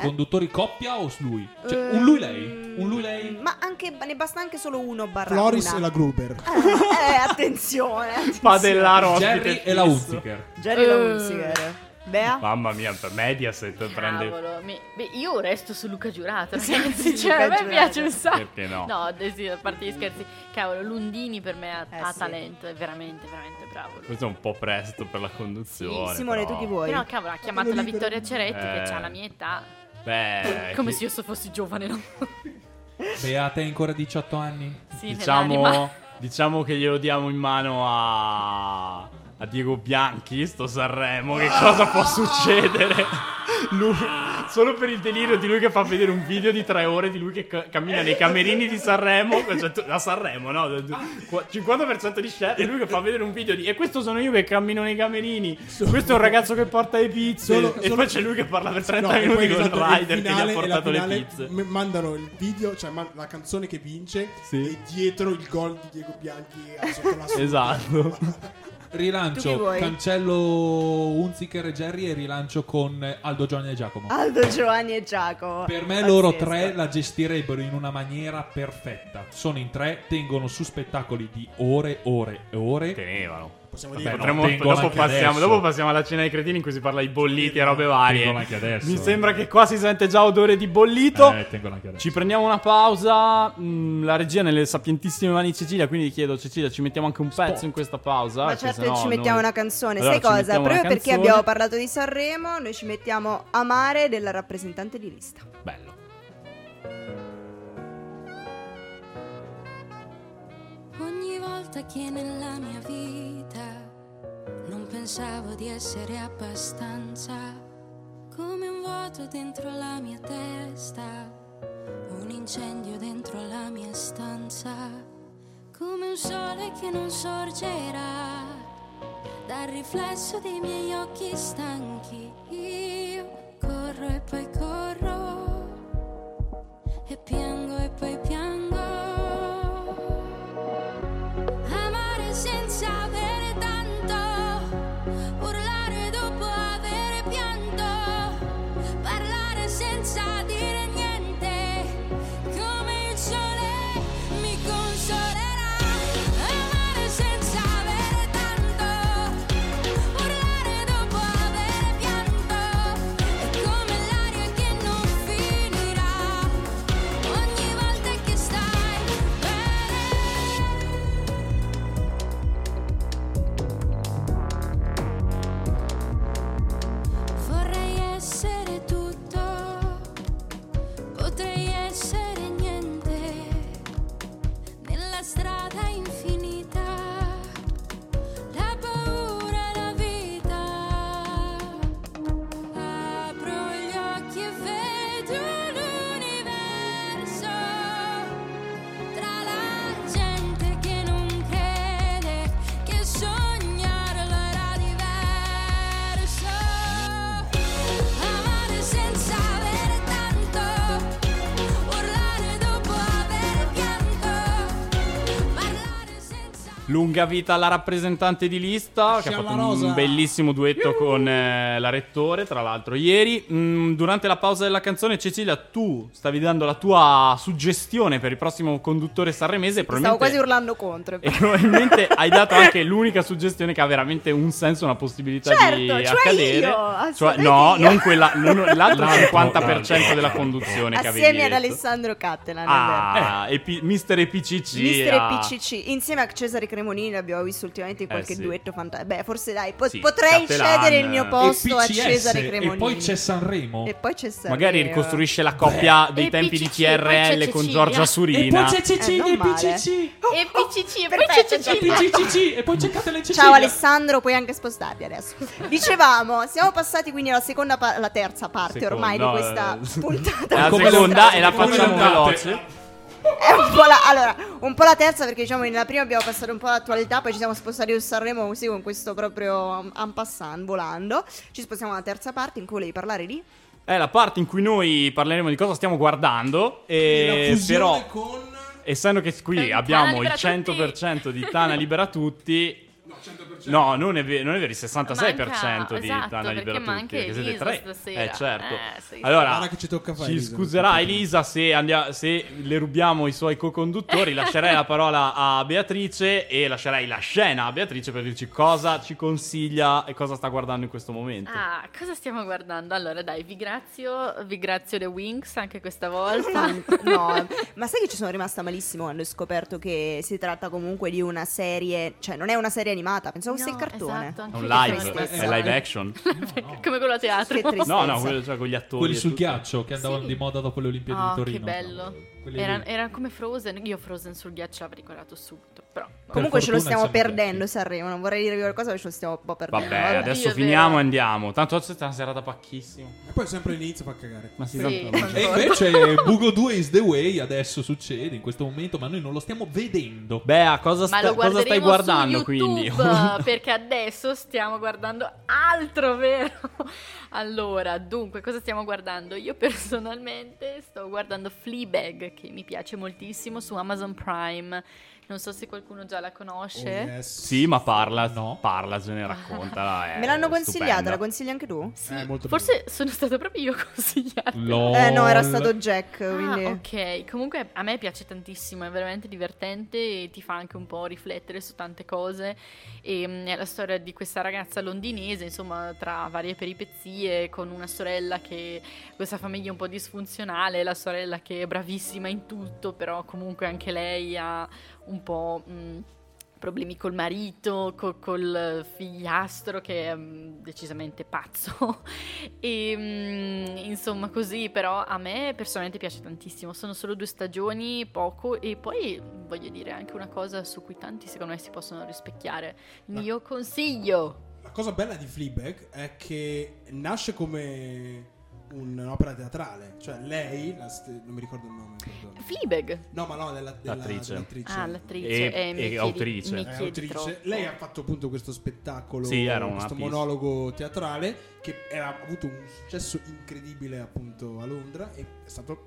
Eh? Conduttori coppia o s- lui? Cioè, Ehm, un lui lei? Un lui lei? Ma anche, ne basta anche solo uno barra Floris una. e la Gruber. Eh, attenzione. attenzione. Padellaro eh. Jerry ospite e la fisso. Hunziker. Jerry la Eh. Hunziker. Bea? Mamma mia, per Mediaset Cioè, prende... Cavolo, mi- beh, io resto su Luca Giurato, ragazzi. sì, cioè, a Luca me Giurato. piace un sacco. Perché no? No, adesso, a parte gli scherzi, cavolo, Lundini per me ha, Eh, ha sì. talento, è veramente, veramente bravo. lui. Questo è un po' presto per la conduzione. Simone, però. tu chi vuoi? Però, cavolo, ha chiamato la libero. Vittoria Ceretti, che Eh. ha la mia età. Beh, Come chi- se io so fossi giovane, no? Bea, te hai ancora 18 anni? sì, diciamo, nell'anima. diciamo che glielo diamo in mano a, a Diego Bianchi, sto Sanremo, che cosa può succedere? Lui- solo per il delirio di lui che fa vedere un video di tre ore di lui che ca- cammina nei camerini di Sanremo, cioè, tu- a Sanremo, no? Qu- 50% di share, e lui che fa vedere un video di... E questo sono io che cammino nei camerini, questo è un ragazzo che porta le pizze, Solo- e solo- poi c'è lui che parla per 30 No, e minuti poi con il esatto, il rider che gli finale- ha portato e la le finale pizze. m- mandano il video, cioè man- la canzone che vince Sì. e dietro il gol di Diego Bianchi a- sotto la sua- Esatto. Tu chi Rilancio, vuoi? cancello Hunziker e Jerry e rilancio con Aldo Giovanni e Giacomo. Aldo, Giovanni e Giacomo. Per me Pazzesco. loro tre la gestirebbero in una maniera perfetta. Sono in tre, tengono su spettacoli di ore, ore e ore. Tenevano. possiamo Vabbè, dire. no. Potremmo- Potremmo- tengono dopo, anche passiamo, adesso. dopo passiamo alla cena dei cretini in cui si parla di bolliti e robe varie. Tengono anche adesso. Mi sembra che qua si sente già odore di bollito. Eh, tengono anche adesso. Ci prendiamo una pausa. mm, la regia nelle sapientissime mani di Cecilia. Quindi chiedo, Cecilia, ci mettiamo anche un pezzo in questa pausa? Ma Che certo sennò ci mettiamo noi- una canzone, Allora, sai ci cosa? mettiamo una Proprio perché canzone. abbiamo parlato di Sanremo, noi ci mettiamo Amare della rappresentante di lista. Bello. Ogni volta che nella mia vita non pensavo di essere abbastanza, come un vuoto dentro la mia testa, un incendio dentro la mia stanza, come un sole che non sorgerà dal riflesso dei miei occhi stanchi. Io corro e poi corro e piango e poi piango. Amare senza avere tanto, urlare dopo avere pianto, parlare senza dire niente, come il sole mi consolerà. Amare senza avere tanto, urlare dopo avere pianto, è come l'aria che non finirà, ogni volta che stai bene. Vorrei essere tutto, potrei essere niente, nella strada infinita, la paura, la vita. Apro gli occhi e vedo l'universo tra la gente che non crede che sognarlo era diverso. Amare senza avere tanto, urlare dopo aver pianto, parlare senza. Lunga vita alla rappresentante di lista, che ha Siamo fatto la un rosa. bellissimo duetto con eh, la rettore, tra l'altro, ieri. Mm, durante la pausa della canzone, Cecilia, tu stavi dando la tua suggestione per il prossimo conduttore sanremese. Stavo probabilmente- quasi urlando contro. E probabilmente hai dato anche l'unica suggestione che ha veramente un senso, una possibilità di Certo, cioè accadere. io, cioè, assolutamente no, io. non quella, non- l'altro L'altro, 50% della l'altro. conduzione che avevi. Assieme ad detto. Alessandro Cattelan. è Ah, EP Mister EPCC. vero. Mister ah. PCC, insieme a Cesare Cremonini l'abbiamo visto ultimamente in Eh, qualche sì. duetto fantastico. Beh, forse dai, po- Sì, potrei Cattelan, cedere il mio eh. posto a EPCS, Cesare Cremonini. E poi c'è Sanremo. E poi c'è Sanremo. ah. Magari ricostruisce la coppia dei E tempi di PCC, poi c'è TRL con Cecilia. Giorgia Surina. Eh, non male. Oh, E PCC, e poi c'è perfetto, Cecilia. già PCCC e poi cercate le Cecilia. Ciao Alessandro, puoi anche spostarti adesso. Dicevamo, siamo passati quindi alla seconda, pa- alla terza parte Seconda, ormai di questa eh. puntata. La Come seconda l'andate, e la come facciamo l'andate. veloce. È un po' la, allora, un po' la terza perché diciamo nella prima abbiamo passato un po' l'attualità, poi ci siamo spostati su Sanremo così con questo proprio um, en passant volando. Ci spostiamo alla terza parte in cui volevi parlare di... È la parte in cui noi parleremo di cosa stiamo guardando. la E fusione però. con. Essendo che qui Tana abbiamo il libera 100% di Tana Libera Tutti. No, 100%. No, non è, ve- non è vero, il 66% Manca- di esatto, Tana perché Libera Tutti. manca perché siete Elisa tre. stasera. Eh, certo. Eh, sì, sì. allora, Guarda che ci tocca fare, Elisa. scuserà Elisa se, andia- se le rubiamo i suoi co-conduttori. lascerai la parola a Beatrice e lascerai la scena a Beatrice per dirci cosa ci consiglia e cosa sta guardando in questo momento. Ah, cosa stiamo guardando? Allora, dai, vi grazio, vi grazio The Wings anche questa volta. No, ma sai che ci sono rimasta malissimo quando ho scoperto che si tratta comunque di una serie, cioè non è una serie animata, pensavo fosse No, il cartone. esatto, È anche un io sono live, rimasta è male. live action. Come quello a teatro. Che tristezza. No, no, quello cioè con gli attori. Quelli e sul tutto. ghiaccio che andavano Sì. di moda dopo le Olimpiadi Oh, di Torino. che bello. Quelli Era, lì. era come Frozen. Io Frozen sul ghiaccio l'avrei guardato subito. Però. boh. Comunque ce lo fortuna stiamo siamo perdendo Sanremo, non vorrei dire qualcosa perché ce lo stiamo un po' perdendo. Vabbè, Eh, Oddio, adesso è finiamo vero. e andiamo. Tanto oggi è stata una serata pacchissima. E poi sempre l'inizio fa cagare. esatto, Ma si Sì, tanto- E invece Bugo 2 is the way adesso succede in questo momento, ma noi non lo stiamo vedendo. Bea, cosa, Ma sta- lo cosa stai guarderemo guardando su quindi? YouTube, perché adesso stiamo guardando altro, vero? Allora, dunque, cosa stiamo guardando? Io personalmente sto guardando Fleabag, che mi piace moltissimo, su Amazon Prime, Non so se qualcuno già la conosce. Oh, yes. Sì, ma parla, No. parla, se ne racconta. Me l'hanno consigliata, la consigliata consigli anche tu? Sì, Eh, molto forse sono stato proprio io a consigliarla. LOL. Eh no, era stato Jack, quindi... Ah, ok. Comunque a me piace tantissimo, è veramente divertente e ti fa anche un po' riflettere su tante cose. E, mm, è la storia di questa ragazza londinese, insomma, tra varie peripezie, con una sorella che questa famiglia è un po' disfunzionale, la sorella che è bravissima in tutto, però comunque anche lei ha un po'... mm, problemi col marito, co- col figliastro che è mm, decisamente pazzo e mm, insomma così però a me personalmente piace tantissimo, sono solo due stagioni, poco e poi voglio dire anche una cosa su cui tanti secondo me si possono rispecchiare, il Ma- mio consiglio. La cosa bella di Fleabag è che nasce come un'opera teatrale. Cioè, lei, la st- non mi ricordo il nome, perdono. Fleabag, No, ma no, della, della- L'attrice. dell'attrice. ah l'attrice, E- eh, mi e chiedi- autrice. mi È chiedi autrice. troppo. Lei ha fatto appunto questo spettacolo, Sì, era una questo piece. monologo teatrale che era- ha avuto un successo incredibile appunto a Londra e è stato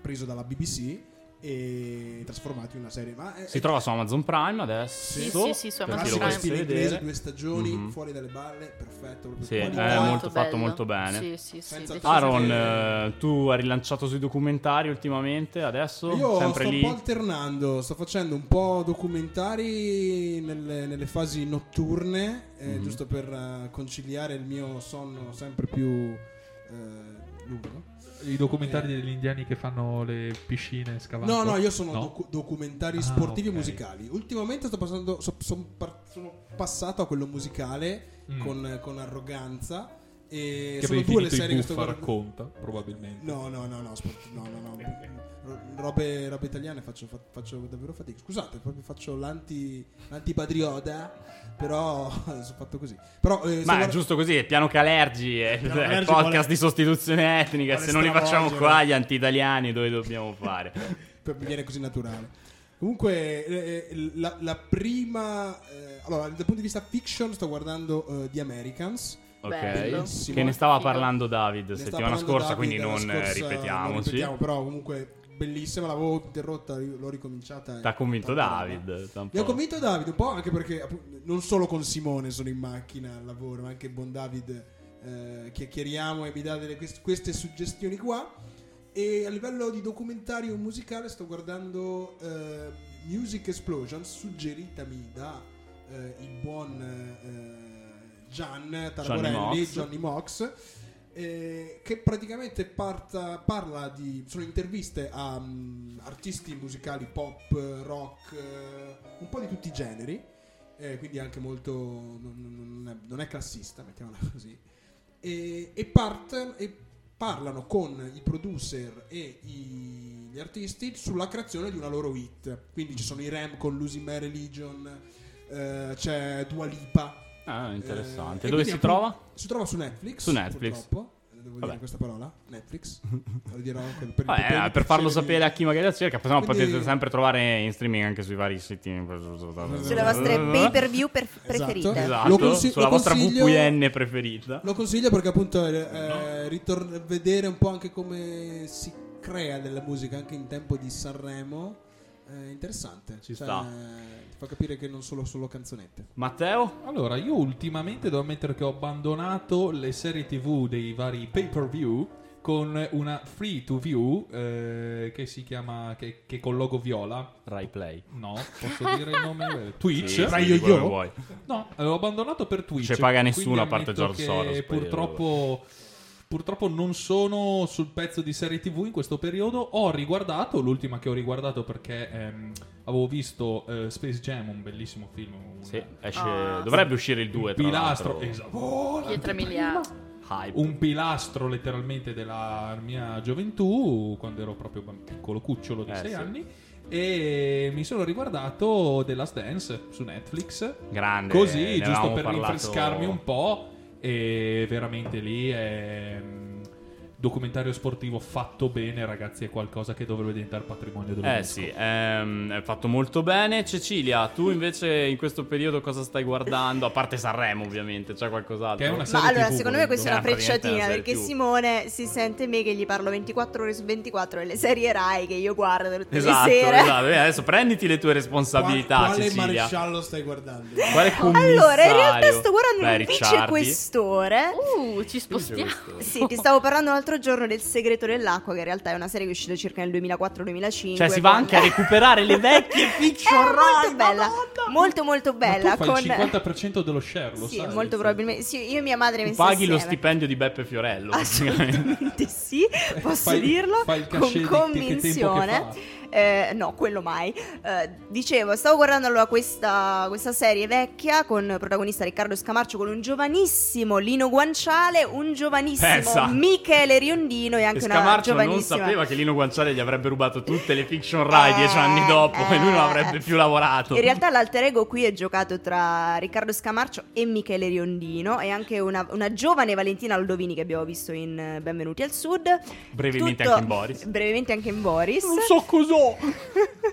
preso dalla BBC e trasformato in una serie. Ma è- Si trova su Amazon Prime adesso. Sì, sì, sì, su Amazon per chi lo Prime. Classico volesse stile inglese, vedere. due stagioni, Mhm. fuori dalle balle, perfetto. proprio Sì, qualità. è molto fatto bello. molto bene. Sì, sì, sì, Senza- decisamente. Aaron, Sì. eh, tu hai rilanciato sui documentari ultimamente, adesso Io Esatto, sempre sto lì. un po' alternando, sto facendo un po' documentari nelle, nelle fasi notturne, eh, Mhm. giusto per eh, conciliare il mio sonno sempre più eh, lungo. I documentari degli indiani che fanno le piscine scavate. No, no, io sono docu- documentari Ah, sportivi ok. e musicali. Ultimamente sto passando, so- son par- sono passato a quello musicale Mm. con, con arroganza. E Che sono avevi due le finito serie in che sto buffa guardando. racconta, probabilmente. No, no, no, no, sport- no, no, no. Ro- Robe, robe italiane faccio, fa- faccio davvero fatica. Scusate, proprio faccio l'anti, l'antipatriota, però sono fatto così. Però, eh, se Ma è guarda- giusto così, è piano Calergi, è, Piano è Calergi podcast vuole- di sostituzione etnica. vuole Se non li facciamo stravolgere. qua, gli anti-italiani, dove dobbiamo fare? per- mi viene così naturale. Comunque, eh, eh, la, la prima... eh, allora, dal punto di vista fiction sto guardando eh, The Americans. Ok, Bello. che ne stava Figo. parlando David Ne settimana stava parlando scorsa, quindi Davide non la scorsa- eh, ripetiamoci. non ripetiamo, però comunque bellissima, l'avevo interrotta, io l'ho ricominciata. T'ha convinto Tanta roba. David. t'ha un Mi ha po'. convinto Davide un po' anche perché appunto, non solo con Simone sono in macchina al lavoro, ma anche buon David eh, chiacchieriamo e mi dà delle quest- queste suggestioni qua. E a livello di documentario musicale sto guardando eh, Music Explosion, suggeritami da eh, il buon eh, Gian Tarborelli, Mox. Johnny Mox. eh, che praticamente parta- parla di sono interviste a mm, artisti musicali pop, rock, eh, un po' di tutti i generi, eh, quindi anche molto non, non- non è, non è classista, mettiamola così e, e part- e parlano con i producer e i- gli artisti sulla creazione di una loro hit. Quindi ci sono i Ram con Losing My Religion, eh, c'è Dua Lipa. Ah, interessante. Eh, e Dove quindi si appunto- trova? Si trova su Netflix. Su Netflix. Purtroppo. Eh, Devo Vabbè. dire questa parola, Netflix. Lo dirò anche per, Vabbè, per- eh, per farlo piacere di- sapere a chi magari la cerca, sennò Quindi- potete sempre trovare in streaming anche sui vari siti. Sulle vostre pay per view per- preferite. Eh? Esatto, Lo consi- sulla lo vostra consiglio- VPN preferita. Lo consiglio perché appunto eh, eh, ritor- vedere un po' anche come si crea della musica anche in tempo di Sanremo è interessante. Cioè, Ci sta. Ti fa capire che non sono solo canzonette. Matteo? Allora, io ultimamente devo ammettere che ho abbandonato le serie tv dei vari pay per view con una free to view eh, che si chiama, che, che con logo viola. Rai Play. No, posso dire il nome? Twitch. Sì, Rai sì, Yo-Yo? quello che vuoi. No, l'ho abbandonato per Twitch. Cioè, paga quindi nessuno a parte ammetto George che Soros, poi- Purtroppo, purtroppo non sono sul pezzo di serie TV in questo periodo. Ho riguardato, l'ultima che ho riguardato perché ehm, avevo visto eh, Space Jam, un bellissimo film. un- Sì, esce- Ah, dovrebbe uscire il 2 un tra pilastro, l'altro. esatto. Oh, Pietra l'anteprima. miliare. Hype. un pilastro letteralmente della mia gioventù, quando ero proprio bamb- piccolo cucciolo di Eh, 6 sì. anni. E mi sono riguardato The Last Dance su Netflix. Grande. Così, ne giusto avevamo per parlato- rinfrescarmi un po', e veramente lì è mm, documentario sportivo fatto bene, ragazzi, è qualcosa che dovrebbe diventare patrimonio dell'UNESCO. Eh sì, ehm, è fatto molto bene. Cecilia, tu invece in questo periodo cosa stai guardando? A parte Sanremo ovviamente, c'è qualcos'altro. Che è una Ma serie allora, TV, secondo me questa è una volendo. Eh, frecciatina praticamente è una perché serie Simone si sente me che gli parlo 24 ore su 24 e le serie Rai che io guardo tutte Esatto, le sere. esatto. Beh, adesso prenditi le tue responsabilità, Quale Cecilia. maresciallo stai guardando? Quale commissario? Allora, in realtà sto guardando Beh, un vice Ricciardi. questore. Uh, ci spostiamo. Sì, ti stavo parlando l'altro giorno del Segreto dell'acqua, che in realtà è una serie che è uscita circa nel 2004-2005. Cioè, si va con- anche a recuperare le vecchie È fiction Rai, molto bella, Madonna. molto molto bella. Ma tu con... fai il 50% dello share, lo sì, sai. molto probabilmente. Sì, io e mia madre messa Paghi lo assieme. stipendio di Beppe Fiorello. praticamente. Assolutamente sì, posso Fai- dirlo fai il cachet con di- che tempo che convinzione. fa. Eh, no, quello mai. Eh, dicevo, stavo guardando allora questa, questa serie vecchia con protagonista Riccardo Scamarcio, con un giovanissimo Lino Guanciale, un giovanissimo Pensa. Michele Riondino e E anche una Scamarcio non giovanissima. sapeva che Lino Guanciale gli avrebbe rubato tutte le fiction Rai Eh, dieci anni dopo e lui non avrebbe eh. più lavorato. In realtà l'alter ego qui è giocato tra Riccardo Scamarcio e Michele Riondino e anche una, una giovane Valentina Aldovini che abbiamo visto in eh, Benvenuti al Sud. Brevemente Tutto- anche in Boris. Brevemente anche in Boris. cos'ho.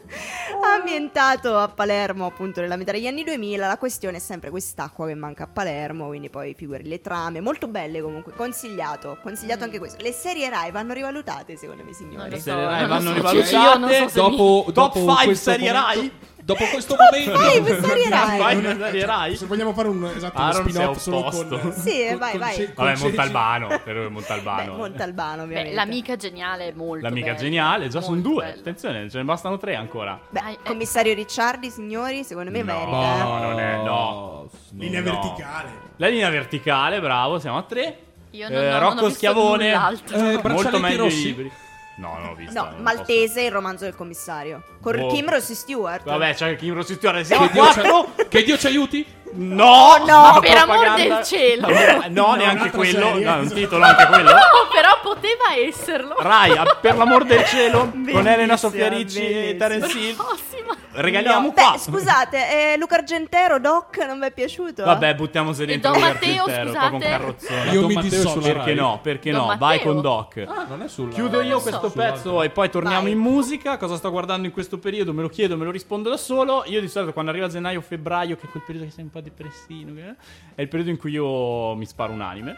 Ambientato a Palermo appunto nella metà degli anni 2000, la questione è sempre quest'acqua che manca a Palermo, quindi poi figuri le trame, molto belle comunque, consigliato, consigliato Mm. anche questo. Le serie Rai vanno rivalutate secondo me Non signori. lo so, Serie non lo Rai vanno so. Cioè, rivalutate. Io non so se mi- dopo, Top Oh, dopo 5 questo serie momento- Rai? Dopo questo five momento... serie Rai. Vai, Non è- serie Rai. Cioè, Se vogliamo fare un esatto uno Aaron, sei spin-off a solo con posto. Sì, con- vai, con vai. ce- con Vabbè, Ceci- Montalbano. Per Montalbano. Beh, Montalbano ovviamente. Beh, l'amica geniale è molto L'amica bella. geniale, già sono Molto due. bella. Attenzione, ce ne bastano tre ancora. Beh, Ah, eh. commissario Ricciardi, signori, secondo me No. merita. eh. No, non è- no. Linea No. verticale. La linea verticale, bravo, siamo a tre. Io non, Eh, no, non ho Rocco visto Schiavone. null'altro. Eh, Molto Braccialetti meglio i rossi. libri. No, non ho visto. No, non posso- Maltese, il romanzo del commissario. Con Boh. Kim Rossi Stewart. Eh, Vabbè, c'è Kim Rossi Stewart, Siamo a Che Dio ci- quattro. Che Dio ci aiuti? No, no, la Oh, per amor propaganda- del cielo. No, no, neanche un'altra quello. serie. No, un titolo anche quello. No, però poteva esserlo. Rai, a- per l'amor del cielo, con Bellissima, Elena Sofia Ricci e bellissima. Terence Hill. Prossima. Regaliamo No. qua. Beh, scusate, eh, Luca Argentero, Doc, non vi è piaciuto? Vabbè, buttiamo se E dentro Don un Matteo, carpintero, scusate? poi con carrozzone. Io Don mi Matteo dissocio. sulla Perché Rai. no? Perché Don no? Vai Matteo? con Doc. Ah, non è sulla Chiudo io so. questo sull'altra. pezzo e poi torniamo Vai. in musica. Cosa sto guardando in questo periodo? Me lo chiedo, me lo rispondo da solo. Io di solito quando arriva gennaio, febbraio, che è quel periodo che sei un po' depressino, che- è il periodo in cui io mi sparo un anime.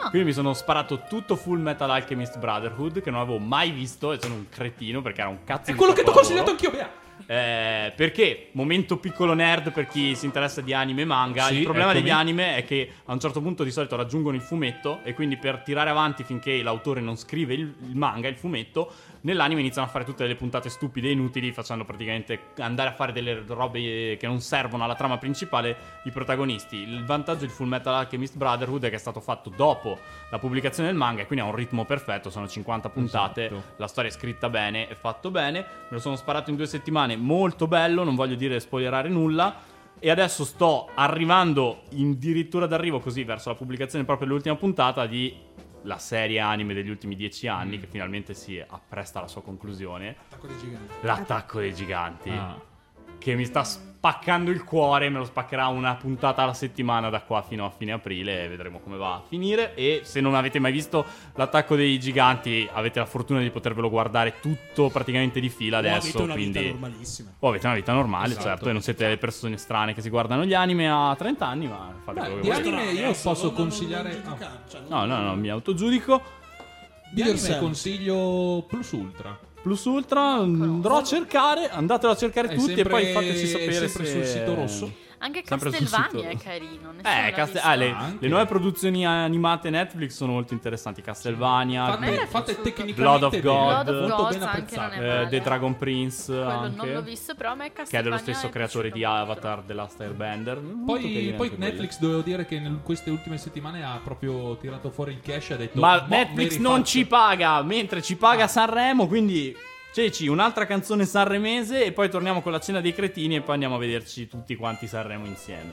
Ah. Quindi mi sono sparato tutto Full Metal Alchemist Brotherhood, che non avevo mai visto e sono un cretino perché era un cazzo È di quello che ti ho capolavoro. consigliato anch'io, Bea. Eh, perché, momento piccolo nerd per chi si interessa di anime e manga, Sì, il problema eccomi. degli anime è che a un certo punto di solito raggiungono il fumetto e quindi per tirare avanti finché l'autore non scrive il, il manga, il fumetto, nell'anime iniziano a fare tutte le puntate stupide e inutili, facendo praticamente andare a fare delle robe che non servono alla trama principale i protagonisti. Il vantaggio di Full Metal Alchemist Brotherhood è che è stato fatto dopo la pubblicazione del manga e quindi ha un ritmo perfetto, sono 50 puntate, Esatto. la storia è scritta bene, è fatto bene, me lo sono sparato in due settimane, molto bello, non voglio dire spoilerare nulla. E adesso sto arrivando addirittura d'arrivo così verso la pubblicazione proprio dell'ultima puntata di la serie anime degli ultimi dieci Mm. anni che finalmente si appresta alla sua conclusione. Attacco dei giganti. L'attacco dei giganti Ah. che mi sta spaccando il cuore, me lo spaccherà una puntata alla settimana da qua fino a fine aprile e vedremo come va a finire e se non avete mai visto l'attacco dei giganti avete la fortuna di potervelo guardare tutto praticamente di fila Avete adesso, una vita quindi normalissima. o avete una vita normale, Esatto. certo, e non siete le persone strane che si guardano gli anime a 30 anni, ma fate Beh, quello di che volete. anime- io Adesso posso non- non- non consigliare- giudicare, cioè, non- No, no, no, mi autogiudico. Di Video anime yourself. consiglio Plus Ultra. Plus Ultra andrò a cercare, andatelo a cercare È tutti e sempre- poi fateci sapere sempre se... sul sito rosso. Anche Sempre sul Castelvania sito. è carino. nessuno l'ha Eh, Castel- visto. ah, le, anche. le nuove produzioni animate Netflix sono molto interessanti. Castlevania, eh, me era The, Fatte, fatte piaciuto. tecnicamente Blood of bene. God. Lord of Molto Gods ben anche non apprezzate. è eh, male. The Dragon Prince, Quello anche, non l'ho visto, però a me che è dello Castlevania stesso è creatore di piaciuto molto. Avatar, The Last Airbender. Molto Poi, carine poi anche quelle. Netflix dovevo dire che in queste ultime settimane ha proprio tirato fuori il cash e ha detto Ma "Mo, me Ah. Netflix rifaccio". non ci paga, mentre ci paga Sanremo, quindi Ceci, un'altra canzone sanremese e poi torniamo con la cena dei cretini e poi andiamo a vederci tutti quanti Sanremo insieme.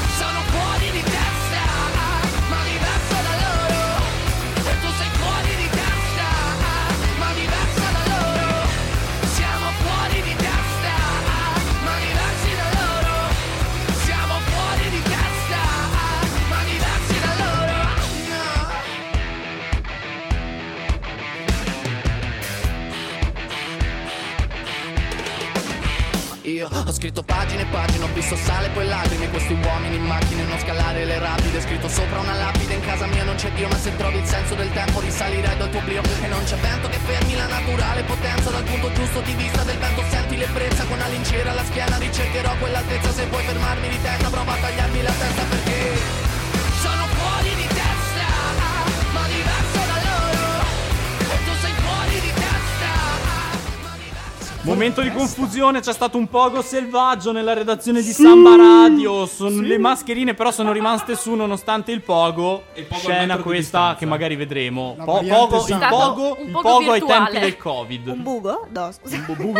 sono fuori di testa Ma diversa da loro E tu sei fuori di testa Ma diversa da loro Siamo fuori di testa Ma diversi da loro Siamo fuori di testa Ma diversi da loro No. Io ho scritto pagine e pagine, ho visto sale e poi lacrime Questi uomini in macchine, non scalare le rapide Scritto sopra una lapide, in casa mia non c'è Dio Ma se trovi il senso del tempo risalirai dal tuo oblio E non c'è vento che fermi la naturale potenza Dal punto giusto di vista del vento senti l'ebbrezza Con una lincera alla schiena ricercherò quell'altezza Se vuoi fermarmi di testa prova a tagliarmi la testa perché Sono fuori di testa, ma diverso da loro E tu sei fuori di testa Momento di confusione, c'è stato un poco selvaggio nella redazione di Samba Radio. Sono- Le mascherine però sono rimaste su nonostante il pogo. E pogo al metro Scena di questa distanza. che magari vedremo. La Po- variante pogo, il Samba. pogo, Un il pogo pogo ai virtuale. tempi del Covid. Un bugo? No, scusa. Bu- Bugo?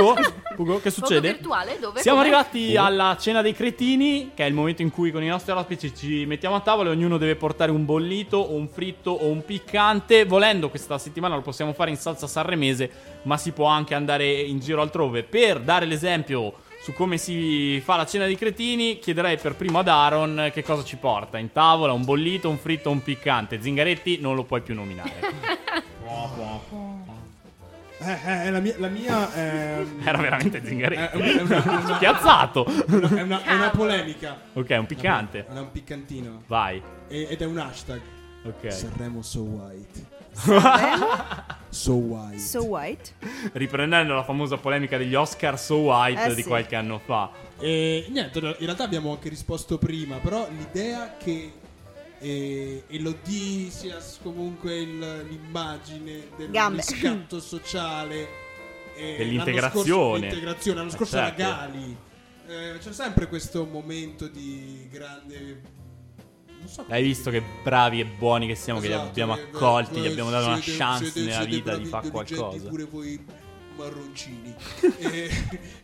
Bugo? Pogo Che succede? virtuale, dove? Siamo Come? arrivati alla cena dei cretini, che è il momento in cui con i nostri ospiti ci mettiamo a tavola e ognuno deve portare un bollito o un fritto o un piccante. Volendo questa settimana lo possiamo fare in salsa sanremese, ma si può anche andare in giro altrove. Per dare l'esempio su come si fa la cena dei cretini, chiederei per primo ad Aaron che cosa ci porta in tavola, un bollito, un fritto o un piccante. Zingaretti non lo puoi più nominare. Eh, eh, la mia, la mia è, Era veramente è Zingaretti. Eh, un- è una, una- Spiazzato! è una- è una polemica. Ok, un piccante. È un piccantino. Vai. E- ed è un hashtag. Ok. Sanremo so white. Sanremo, So white. so white. Riprendendo la famosa polemica degli Oscar So White Eh di sì. qualche anno fa. E niente, in realtà abbiamo anche risposto prima, però l'idea che eh, Elodie sia s- comunque il- l'immagine del Gambe. riscatto sociale eh, Dell'integrazione. l'anno scorso- dell'integrazione, l'anno Eh, scorso certo. la Gali. Eh, c'è sempre questo momento di grande... Non so Hai visto che bravi e buoni che siamo, che li Esatto, abbiamo eh, accolti, gli eh, abbiamo dato una siete- chance siete- nella siete vita di bravi fare intelligenti qualcosa. pure voi marroncini. Eh,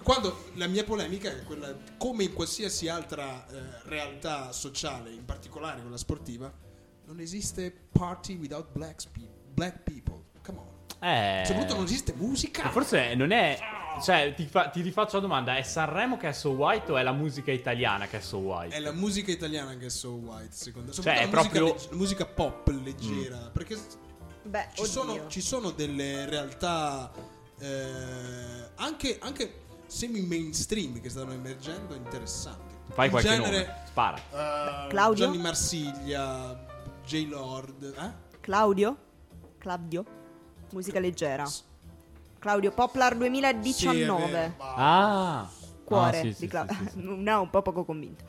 quando la mia polemica è quella, come in qualsiasi altra eh, realtà sociale, in particolare quella sportiva, non esiste party without blacks pe- black people. Come on. Eh. Soprattutto non esiste musica. Ma Forse non è. Cioè, ti, fa- ti rifaccio la domanda: è Sanremo che è So White o è la musica italiana che è So White? È la musica italiana che è so white, secondo me. Cioè, Soprattutto è la musica, proprio- Mm. legge- la musica pop leggera. Perché Beh, ci oddio. sono, ci sono delle realtà eh, anche, anche semi mainstream che stanno emergendo interessanti. Fai In qualche genere, nome. Spara. eh, Claudio? Gianni Marsiglia, J. Lord. Eh? Claudio? Claudio? Musica leggera. Claudio Poplar Sì, è 2019. vero, ma- Ah. Cuore Ah, sì, di sì, sì, Claudio. sì, sì. no, un po' poco convinto.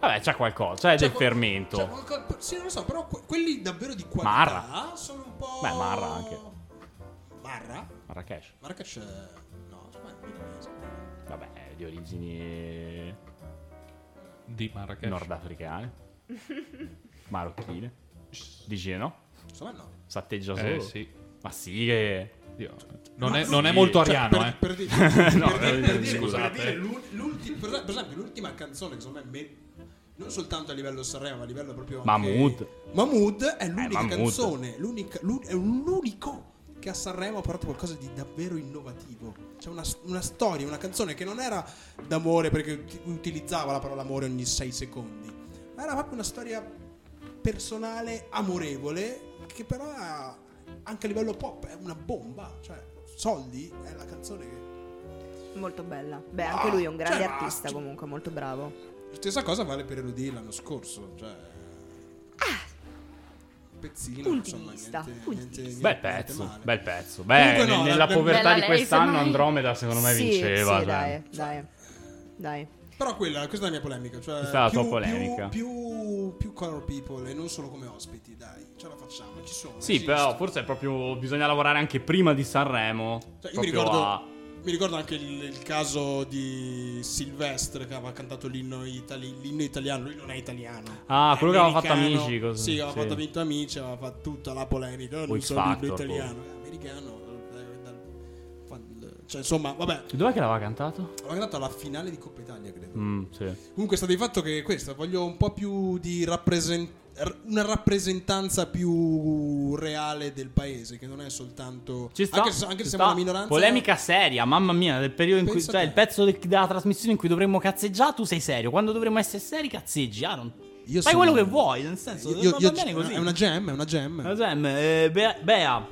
Vabbè, c'è qualcosa. C'è, Cioè, del qual- fermento. cioè, qualco- sì, non lo so, però que- quelli davvero di qualità Marra. sono un po'. Beh, Marra anche. Marra? Marrakesh. Marra che c'è. No, insomma, è milanese. Vabbè, è di origini Di Marrakesh. nordafricane, marocchine. Dici no? Insomma, no. Satteggia solo. Eh sì. Ma sì, che. Dio. Non, è, Ma non è sì. molto Cioè, ariano, per, eh. per dire, per No, dire- per dire- scusate. per dire l'ul- l'ulti- per per esempio, l'ultima canzone che secondo me, me- non soltanto a livello Sanremo, ma a livello proprio anche- Mahmood. Mahmood è l'unica Mahmood. canzone, l'unica, l'u- è un- l'unico che a Sanremo ha portato qualcosa di davvero innovativo. C'è una, una storia, una canzone che non era d'amore perché ut- utilizzava la parola amore ogni 6 secondi, ma era proprio una storia personale, amorevole, che però ha- anche a livello pop è una bomba. Cioè, Soldi è la canzone che Molto bella. Beh, anche lui è un grande Cioè, ma- artista comunque, molto bravo. Stessa cosa vale per Elodie l'anno scorso, cioè... pezzino. Punti Ah! di insomma, vista, niente- punti niente- di vista. niente- Bel niente pezzo, male. bel pezzo. Beh, Comunque no, nella la- povertà di Bella lei, quest'anno semmai. Andromeda secondo me Sì, vinceva. sì, cioè. dai, dai, dai. Però quella, questa è la mia polemica. Cioè Questa è la più, tua polemica. Più, più, più color people e non solo come ospiti, dai. Ce la facciamo, ci sono. Sì, esistono. però forse è proprio bisogna lavorare anche prima di Sanremo. Cioè, io mi proprio ricordo, a- mi ricordo anche il, il caso di Silvestre che aveva cantato l'inno, itali- l'inno italiano. Lui non è italiano. Ah, è quello che aveva fatto americano. Amici, cosa- Sì, aveva sì. fatto vinto Amici, aveva fatto tutta la polemica. "Oh, Non X sono l'inno Factor, boh. italiano, è americano. eh, dal- fa- Cioè, insomma, vabbè, Dov'è che l'aveva cantato? aveva cantato alla finale di Coppa Italia, credo. Mm, sì. Comunque sta di fatto che questa voglio un po' più di rappresen- r- una rappresentanza più reale del paese, che non è soltanto Ci sta, anche se, anche ci se siamo sta. una minoranza Polemica seria, mamma mia, del periodo in cui Pensa cioè te. il pezzo del- della trasmissione in cui dovremmo cazzeggiare, tu sei serio. Quando dovremmo essere seri, cazzeggi, Aaron. Io Fai sono- quello che vuoi, nel senso, Io- va io- bene così. È una gem, è una Ma gem. Sam, eh, Bea, Bea,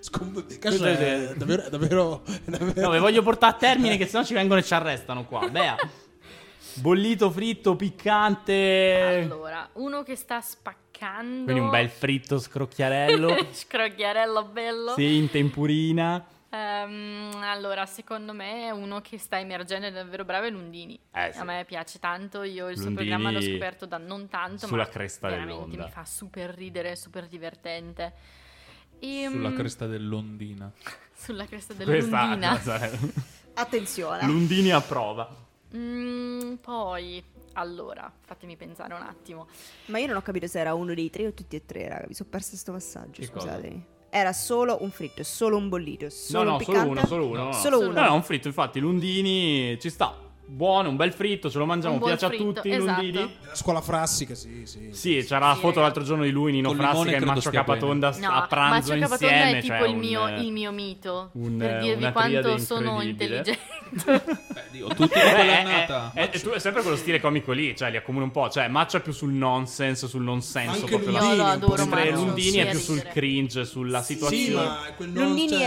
Scom- Sì, Cazzo, sì, è sì. davvero, è davvero, è davvero- no, ve voglio portare a termine che sennò ci vengono e ci arrestano qua. Bea. Bollito fritto piccante. Allora, uno che sta spaccando. Quindi un bel fritto scrocchiarello. Scrocchiarello bello. sì, in tempurina. Ehm, allora, secondo me uno che sta emergendo è davvero bravo è Lundini. Eh, sì. A me piace tanto, io il suo Lundini programma l'ho scoperto da non tanto, sulla ma cresta veramente dell'onda. mi fa super ridere, super divertente. E, Sulla mm, cresta dell'ondina. sulla cresta Questa dell'ondina. Attenzione. Lundini a prova. Mm, poi, allora, fatemi pensare un attimo. Ma io non ho capito se era uno dei tre o tutti e tre, raga. Mi sono persa sto passaggio, Che scusatemi. Era solo un fritto, solo un bollito, solo No, no, un solo piccante. uno, solo uno. no, no. Solo uno. No, no, un fritto, infatti, Lundini ci sta. Buono, un bel fritto, ce lo mangiamo, Un buon piace fritto, a tutti, esatto. Lundini. La scuola frassica, sì, sì. Sì, cioè, c'era la Sì, ragazzi. foto l'altro giorno di lui, Nino Con limone Frassica e credo Maccio stia bene. Capatonda No, a pranzo Macio Capatonda insieme. è tipo cioè, il, mio, un, eh, il mio mito, un, eh, per dirvi una quanto triade sono incredibile. intelligente. tutti Beh, quella è, annata. è- è- è tu- è sempre quello stile comico lì, cioè li accomuna un po'. Cioè, Maccio è più sul nonsense, sul non senso. Anche proprio la- Io Lundini lo un po' adoro, sempre Mentre Macio, Lundini sì, è a più sul ridere. cringe, sulla Sì, situazione. ma quel non- Lundini cioè-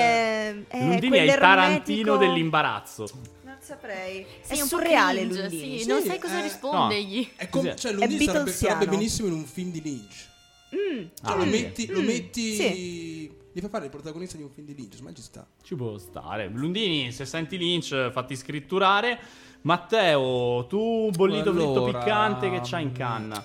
è, Eh, è Lundini è il quell'ermetico- Tarantino dell'imbarazzo. Non saprei. Sì, è un po' surreale cringe, Lundini. sì, non Sì, sai cosa eh, rispondergli. È com- Sì. cioè, Lundini È sarebbe, Beatlesiano. sarebbe benissimo in un film di Lynch. Cioè, Ah, lo sì. metti, lo Mm, metti sì. li fai fare il protagonista di un film di Lynch, ma ci sta. Ci può stare. Lundini, se senti Lynch, fatti scritturare. Matteo, tu bollito fritto Allora, piccante che c'hai in canna.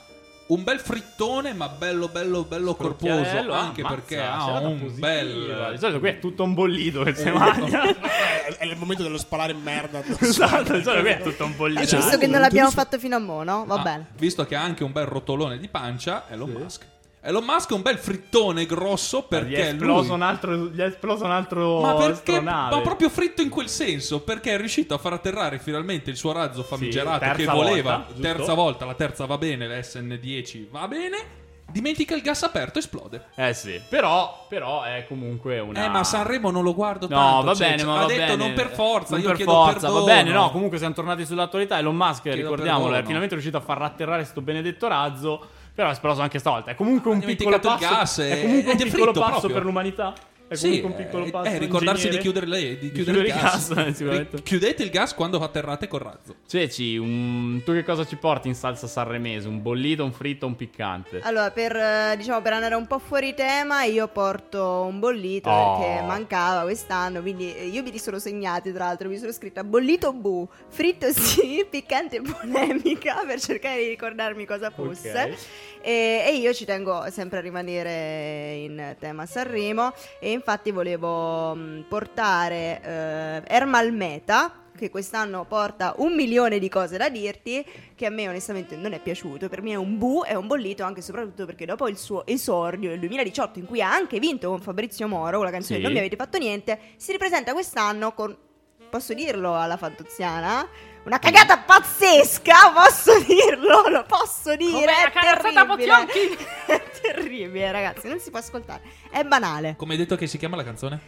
Un bel frittone, ma bello, bello, bello corposo. Scrocchiarello, Anche ammazza, perché ha serata un positiva. Di bel. Eh, solito qui è tutto un bollito che si mangia. è, è il momento dello spalare merda. addosso. esatto, di solito qui è tutto un bollito. Cioè, Visto che uno, non l'abbiamo giusto. fatto fino a mo', no? Va Ah, bene. Visto che ha anche un bel rotolone di pancia, Elon Sì. Musk. Elon Musk è un bel frittone grosso Gli è perché esploso lui... un altro, gli è esploso un altro Ma perché? astronave. Ma proprio fritto in quel senso, perché è riuscito a far atterrare finalmente il suo razzo famigerato terza che voleva. volta, giusto? terza volta, la terza va bene, la SN10 va bene. Dimentica il gas aperto, esplode. Eh sì, però, però è comunque una... Eh, ma Sanremo non lo guardo No, tanto. va cioè, bene, cioè, ma ha va detto bene. non per forza, Non io per chiedo forza, perdono. va bene, no, comunque siamo tornati sull'attualità. Elon Musk, Chiedo ricordiamolo, perdono. è finalmente riuscito a far atterrare sto benedetto razzo, però è esploso anche stavolta. È comunque un Ha piccolo dimenticato passo, il gas e- è comunque un ed è piccolo fritto passo proprio. per l'umanità. È Sì, comunque un piccolo eh, passo. eh, ricordarsi di ingegnere. chiudere, le- di chiudere il gas. eh, sicuramente. Ri- Chiudete il gas quando atterrate col razzo. Ceci, un- tu che cosa ci porti in salsa sanremese? Un bollito, un fritto, un piccante? Allora, per, eh, diciamo, per andare un po' fuori tema, io porto un bollito Oh. perché mancava quest'anno, quindi eh, io me li sono segnati, tra l'altro, mi sono scritta bollito bu, fritto sì, piccante polemica, per cercare di ricordarmi cosa fosse. Ok. E, e io ci tengo sempre a rimanere in tema Sanremo e infatti volevo mh, portare eh, Ermal Meta che quest'anno porta un milione di cose da dirti che a me onestamente non è piaciuto per me è un bu è un bollito anche e soprattutto perché dopo il suo esordio nel 2018 in cui ha anche vinto con Fabrizio Moro con la canzone Sì. Non mi avete fatto niente si ripresenta quest'anno con posso dirlo alla Fantoziana una cagata pazzesca posso dirlo lo posso dire Come la è terribile. carrozzata Pozionchi. È terribile, ragazzi, non si può ascoltare. È banale. Come hai detto che si chiama la canzone?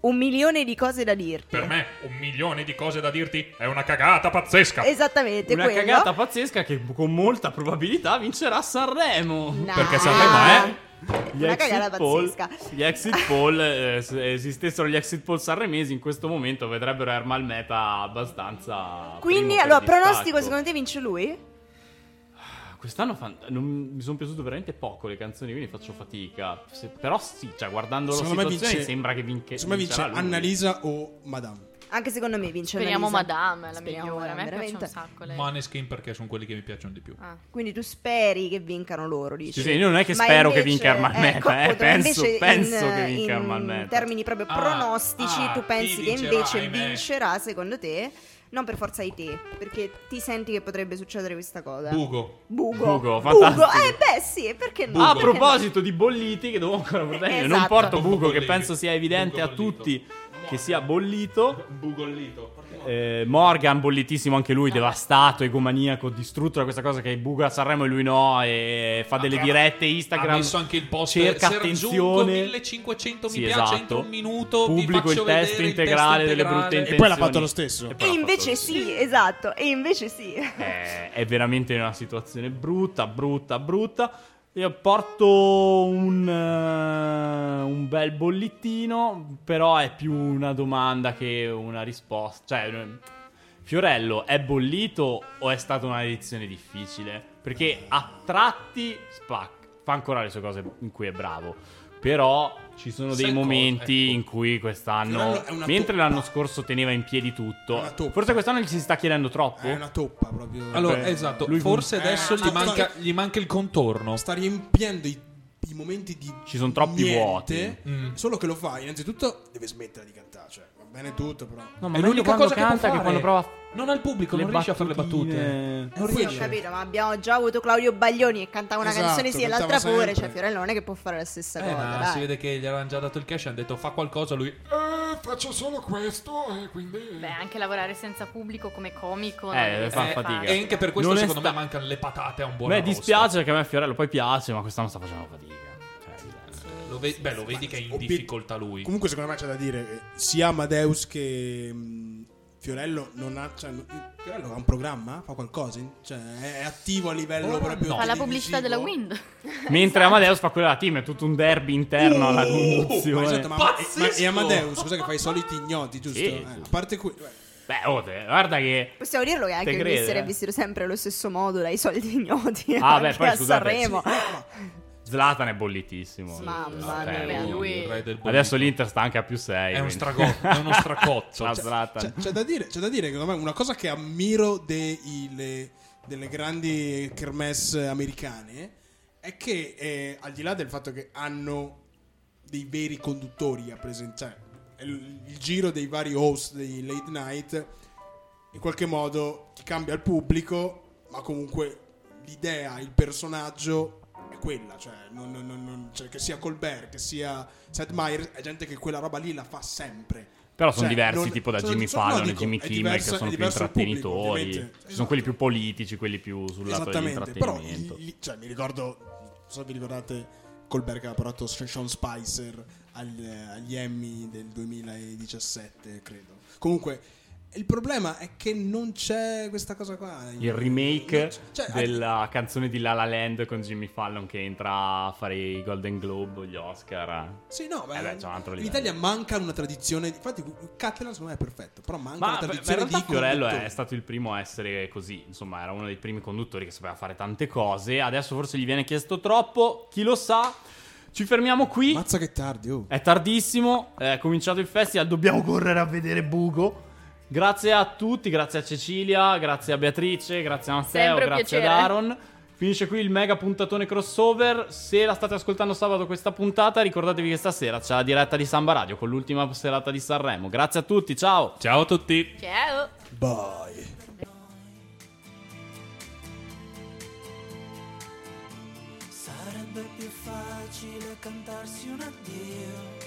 Un milione di cose da dirti. Per me un milione di cose da dirti è una cagata pazzesca. Eh, Esattamente Una quello. cagata pazzesca che con molta probabilità vincerà Sanremo. No. Perché Sanremo Gli Una exit cagata poll- pazzesca. Gli exit poll, eh, se esistessero gli exit poll sanremesi, in questo momento vedrebbero Ermal Meta abbastanza. Quindi, primo per allora, pronostico, distacco. secondo te vince lui? Ah, Quest'anno fan- non- mi sono piaciute veramente poco le canzoni, quindi faccio fatica. Se- però sì, cioè, guardando la Secondo me situazione vince, sembra che vinca. secondo me vince Annalisa o Madame. Anche secondo me vince Speriamo Annalisa. Madame, è la Speriamo migliore. A me Madame, piace un veramente. sacco lei. Maneskin perché sono quelli che mi piacciono di più. Ah. Quindi tu speri che vincano loro, dici? Sì, sì, io non è che Ma spero che invece- vinca Armand Meta, ecco, eh, appunto, penso- invece in- penso che vinca Armand In Meta. termini proprio Ah, pronostici, ah, tu chi pensi che vincerà, invece ahimè. vincerà, secondo te? Non per forza di te, perché ti senti che potrebbe succedere questa cosa. Bugo. Bugo. Bugo, fantastico. Eh beh sì, perché no? Ah, A Perché no? proposito di bolliti, che devo ancora portare, non Esatto. porto Buco buco, che bollito. penso sia evidente Buco a bollito. tutti che sia bollito. Bugollito. Eh, Morgan, bollitissimo anche lui, devastato, egomaniaco, distrutto da questa cosa che buca a Sanremo e lui no, e fa delle Ah, dirette Ha Instagram. messo anche il post cerca "Sergiunco, attenzione. 1500 Sì, mi piace esatto. entro un minuto. vi Pubblico faccio il testo vedere il testo integrale delle integrale". brutte E intenzioni. poi l'ha fatto lo stesso. E poi E l'ha invece fatto lo sì, esatto, e invece sì. Eh, è veramente una situazione brutta, brutta, brutta. Io porto un, eh, un bel bollettino, però è più una domanda che una risposta. Cioè, eh, Fiorello è bollito o è stata una edizione difficile? Perché a tratti spac- fa ancora le sue cose in cui è bravo, però ci sono dei Sai cosa? momenti Ecco. in cui quest'anno, Fiorello è una mentre toppa. l'anno scorso teneva in piedi tutto, È una toppa. forse quest'anno gli si sta chiedendo troppo. È una toppa proprio. Allora, Beh, esatto, lui- forse Eh, adesso gli, sta- manca, sta- gli manca il contorno. sta riempiendo i, i momenti di Ci son troppi niente, vuoti. Mm. solo che lo fa innanzitutto deve smettere di cantare cioè va bene tutto però No, è l'unica cosa che, può canta fare. che quando prova Non al pubblico, non riesce a fare le battute. Eh Non sì, ho riesce. capito, ma abbiamo già avuto Claudio Baglioni che cantava una Esatto, canzone sì e cantava l'altra pure, sempre. cioè Fiorello non è che può fare la stessa Eh, cosa, no, dai. si vede che gli avevano già dato il cash. Hanno detto fa qualcosa. Lui faccio solo questo. E quindi. Beh, anche lavorare senza pubblico come comico. Eh, non è fa facile. fatica. E anche per questo, Non è secondo sta- me, mancano le patate a un buon Beh, arrosto. dispiace perché a me Fiorello poi piace, ma quest'anno sta facendo fatica. Cioè, Lo ve- beh, lo vedi che è in Obi- difficoltà lui. comunque secondo me c'è da dire che sia Amadeus che mh, Fiorello non ha cioè, non- Fiorello ha un programma fa qualcosa cioè è attivo a livello Ora proprio no. Fa la televisivo. pubblicità della Wind. Mentre Amadeus fa quella della team, è tutto un derby interno alla conduzione. Uh, Oh, Ma esatto, ma- ma- Pazzesco! ma- e Amadeus cosa che fa i soliti ignoti giusto Sì. Eh, a parte qui beh, Beh, oh, te- guarda che... Possiamo dirlo che anche il crede, mister eh? è vestito sempre allo stesso modo dai soldi ignoti. Ah, beh, anche poi a scusate, Sanremo. eh, Zlatan è bollitissimo. Mamma Cioè, mia. oh. Lui- Eh, il re del Adesso bollito. l'Inter sta anche a più 6. È, un stragotto, è uno stracotto. La Cioè, Zlatan. C'è, c'è da dire, c'è da dire che secondo me una cosa che ammiro dei- le- delle grandi kermesse americane è che eh, al di là del fatto che hanno dei veri conduttori a presentare il, il giro dei vari host dei late night in qualche modo cambia il pubblico ma comunque l'idea il personaggio è quella cioè, non- non- non- non- cioè, che sia Colbert che sia Seth Meyers è gente che quella roba lì la fa sempre Però sono Cioè, diversi, non- tipo da sono- Jimmy sono- no, Fallon e dico, Jimmy è Kimmel, diverso- che è sono più diverso il pubblico, intrattenitori. ovviamente. Ci sono quelli più Esatto. politici, quelli più sul lato Esattamente, però dell'intrattenimento. il- il- cioè, mi ricordo, non so se vi ricordate Colbert che ha parlato su Sean Spicer al- agli Emmy del 2017, credo. Comunque, il problema è che non c'è questa cosa qua. il remake Non c'è- cioè, della canzone di La La Land con Jimmy Fallon che entra a fare i Golden Globe, gli Oscar. Sì, no, beh, Eh beh, c'è un altro in livello. Italia manca una tradizione. Infatti, Catalan secondo me è perfetto, però manca Ma una beh, in tradizione realtà di Fiorello è conduttori. stato il primo a essere così, insomma era uno dei primi conduttori che sapeva fare tante cose, adesso forse gli viene chiesto troppo, chi lo sa, ci fermiamo qui, Mazza che tardi, oh. è tardissimo, è cominciato il festival, dobbiamo correre a vedere Bugo. Grazie a tutti, grazie a Cecilia, grazie a Beatrice, grazie a Matteo, Sempre un grazie piacere. ad Aaron. Finisce qui il mega puntatone crossover. Se la state ascoltando sabato questa puntata, ricordatevi che stasera c'è la diretta di Samba Radio con l'ultima serata di Sanremo. Grazie a tutti, ciao! Ciao a tutti. Ciao. Bye. Sarebbe più facile cantarsi un addio.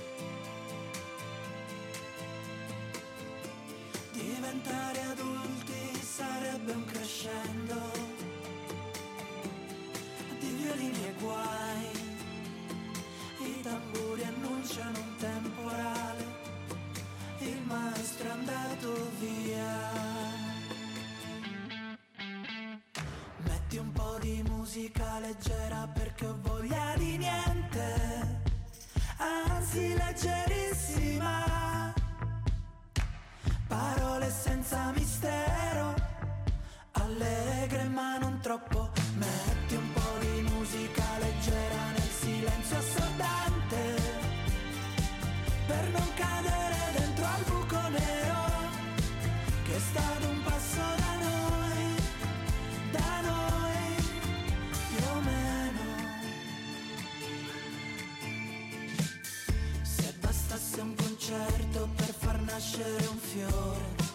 Diventare adulti sarebbe un crescendo di violini e guai. I tamburi annunciano un temporale. Il maestro è andato via. Metti un po' di musica leggera perché ho voglia di niente, anzi leggerissima. Parole senza mistero, allegre ma non troppo. Metti nascere un fiore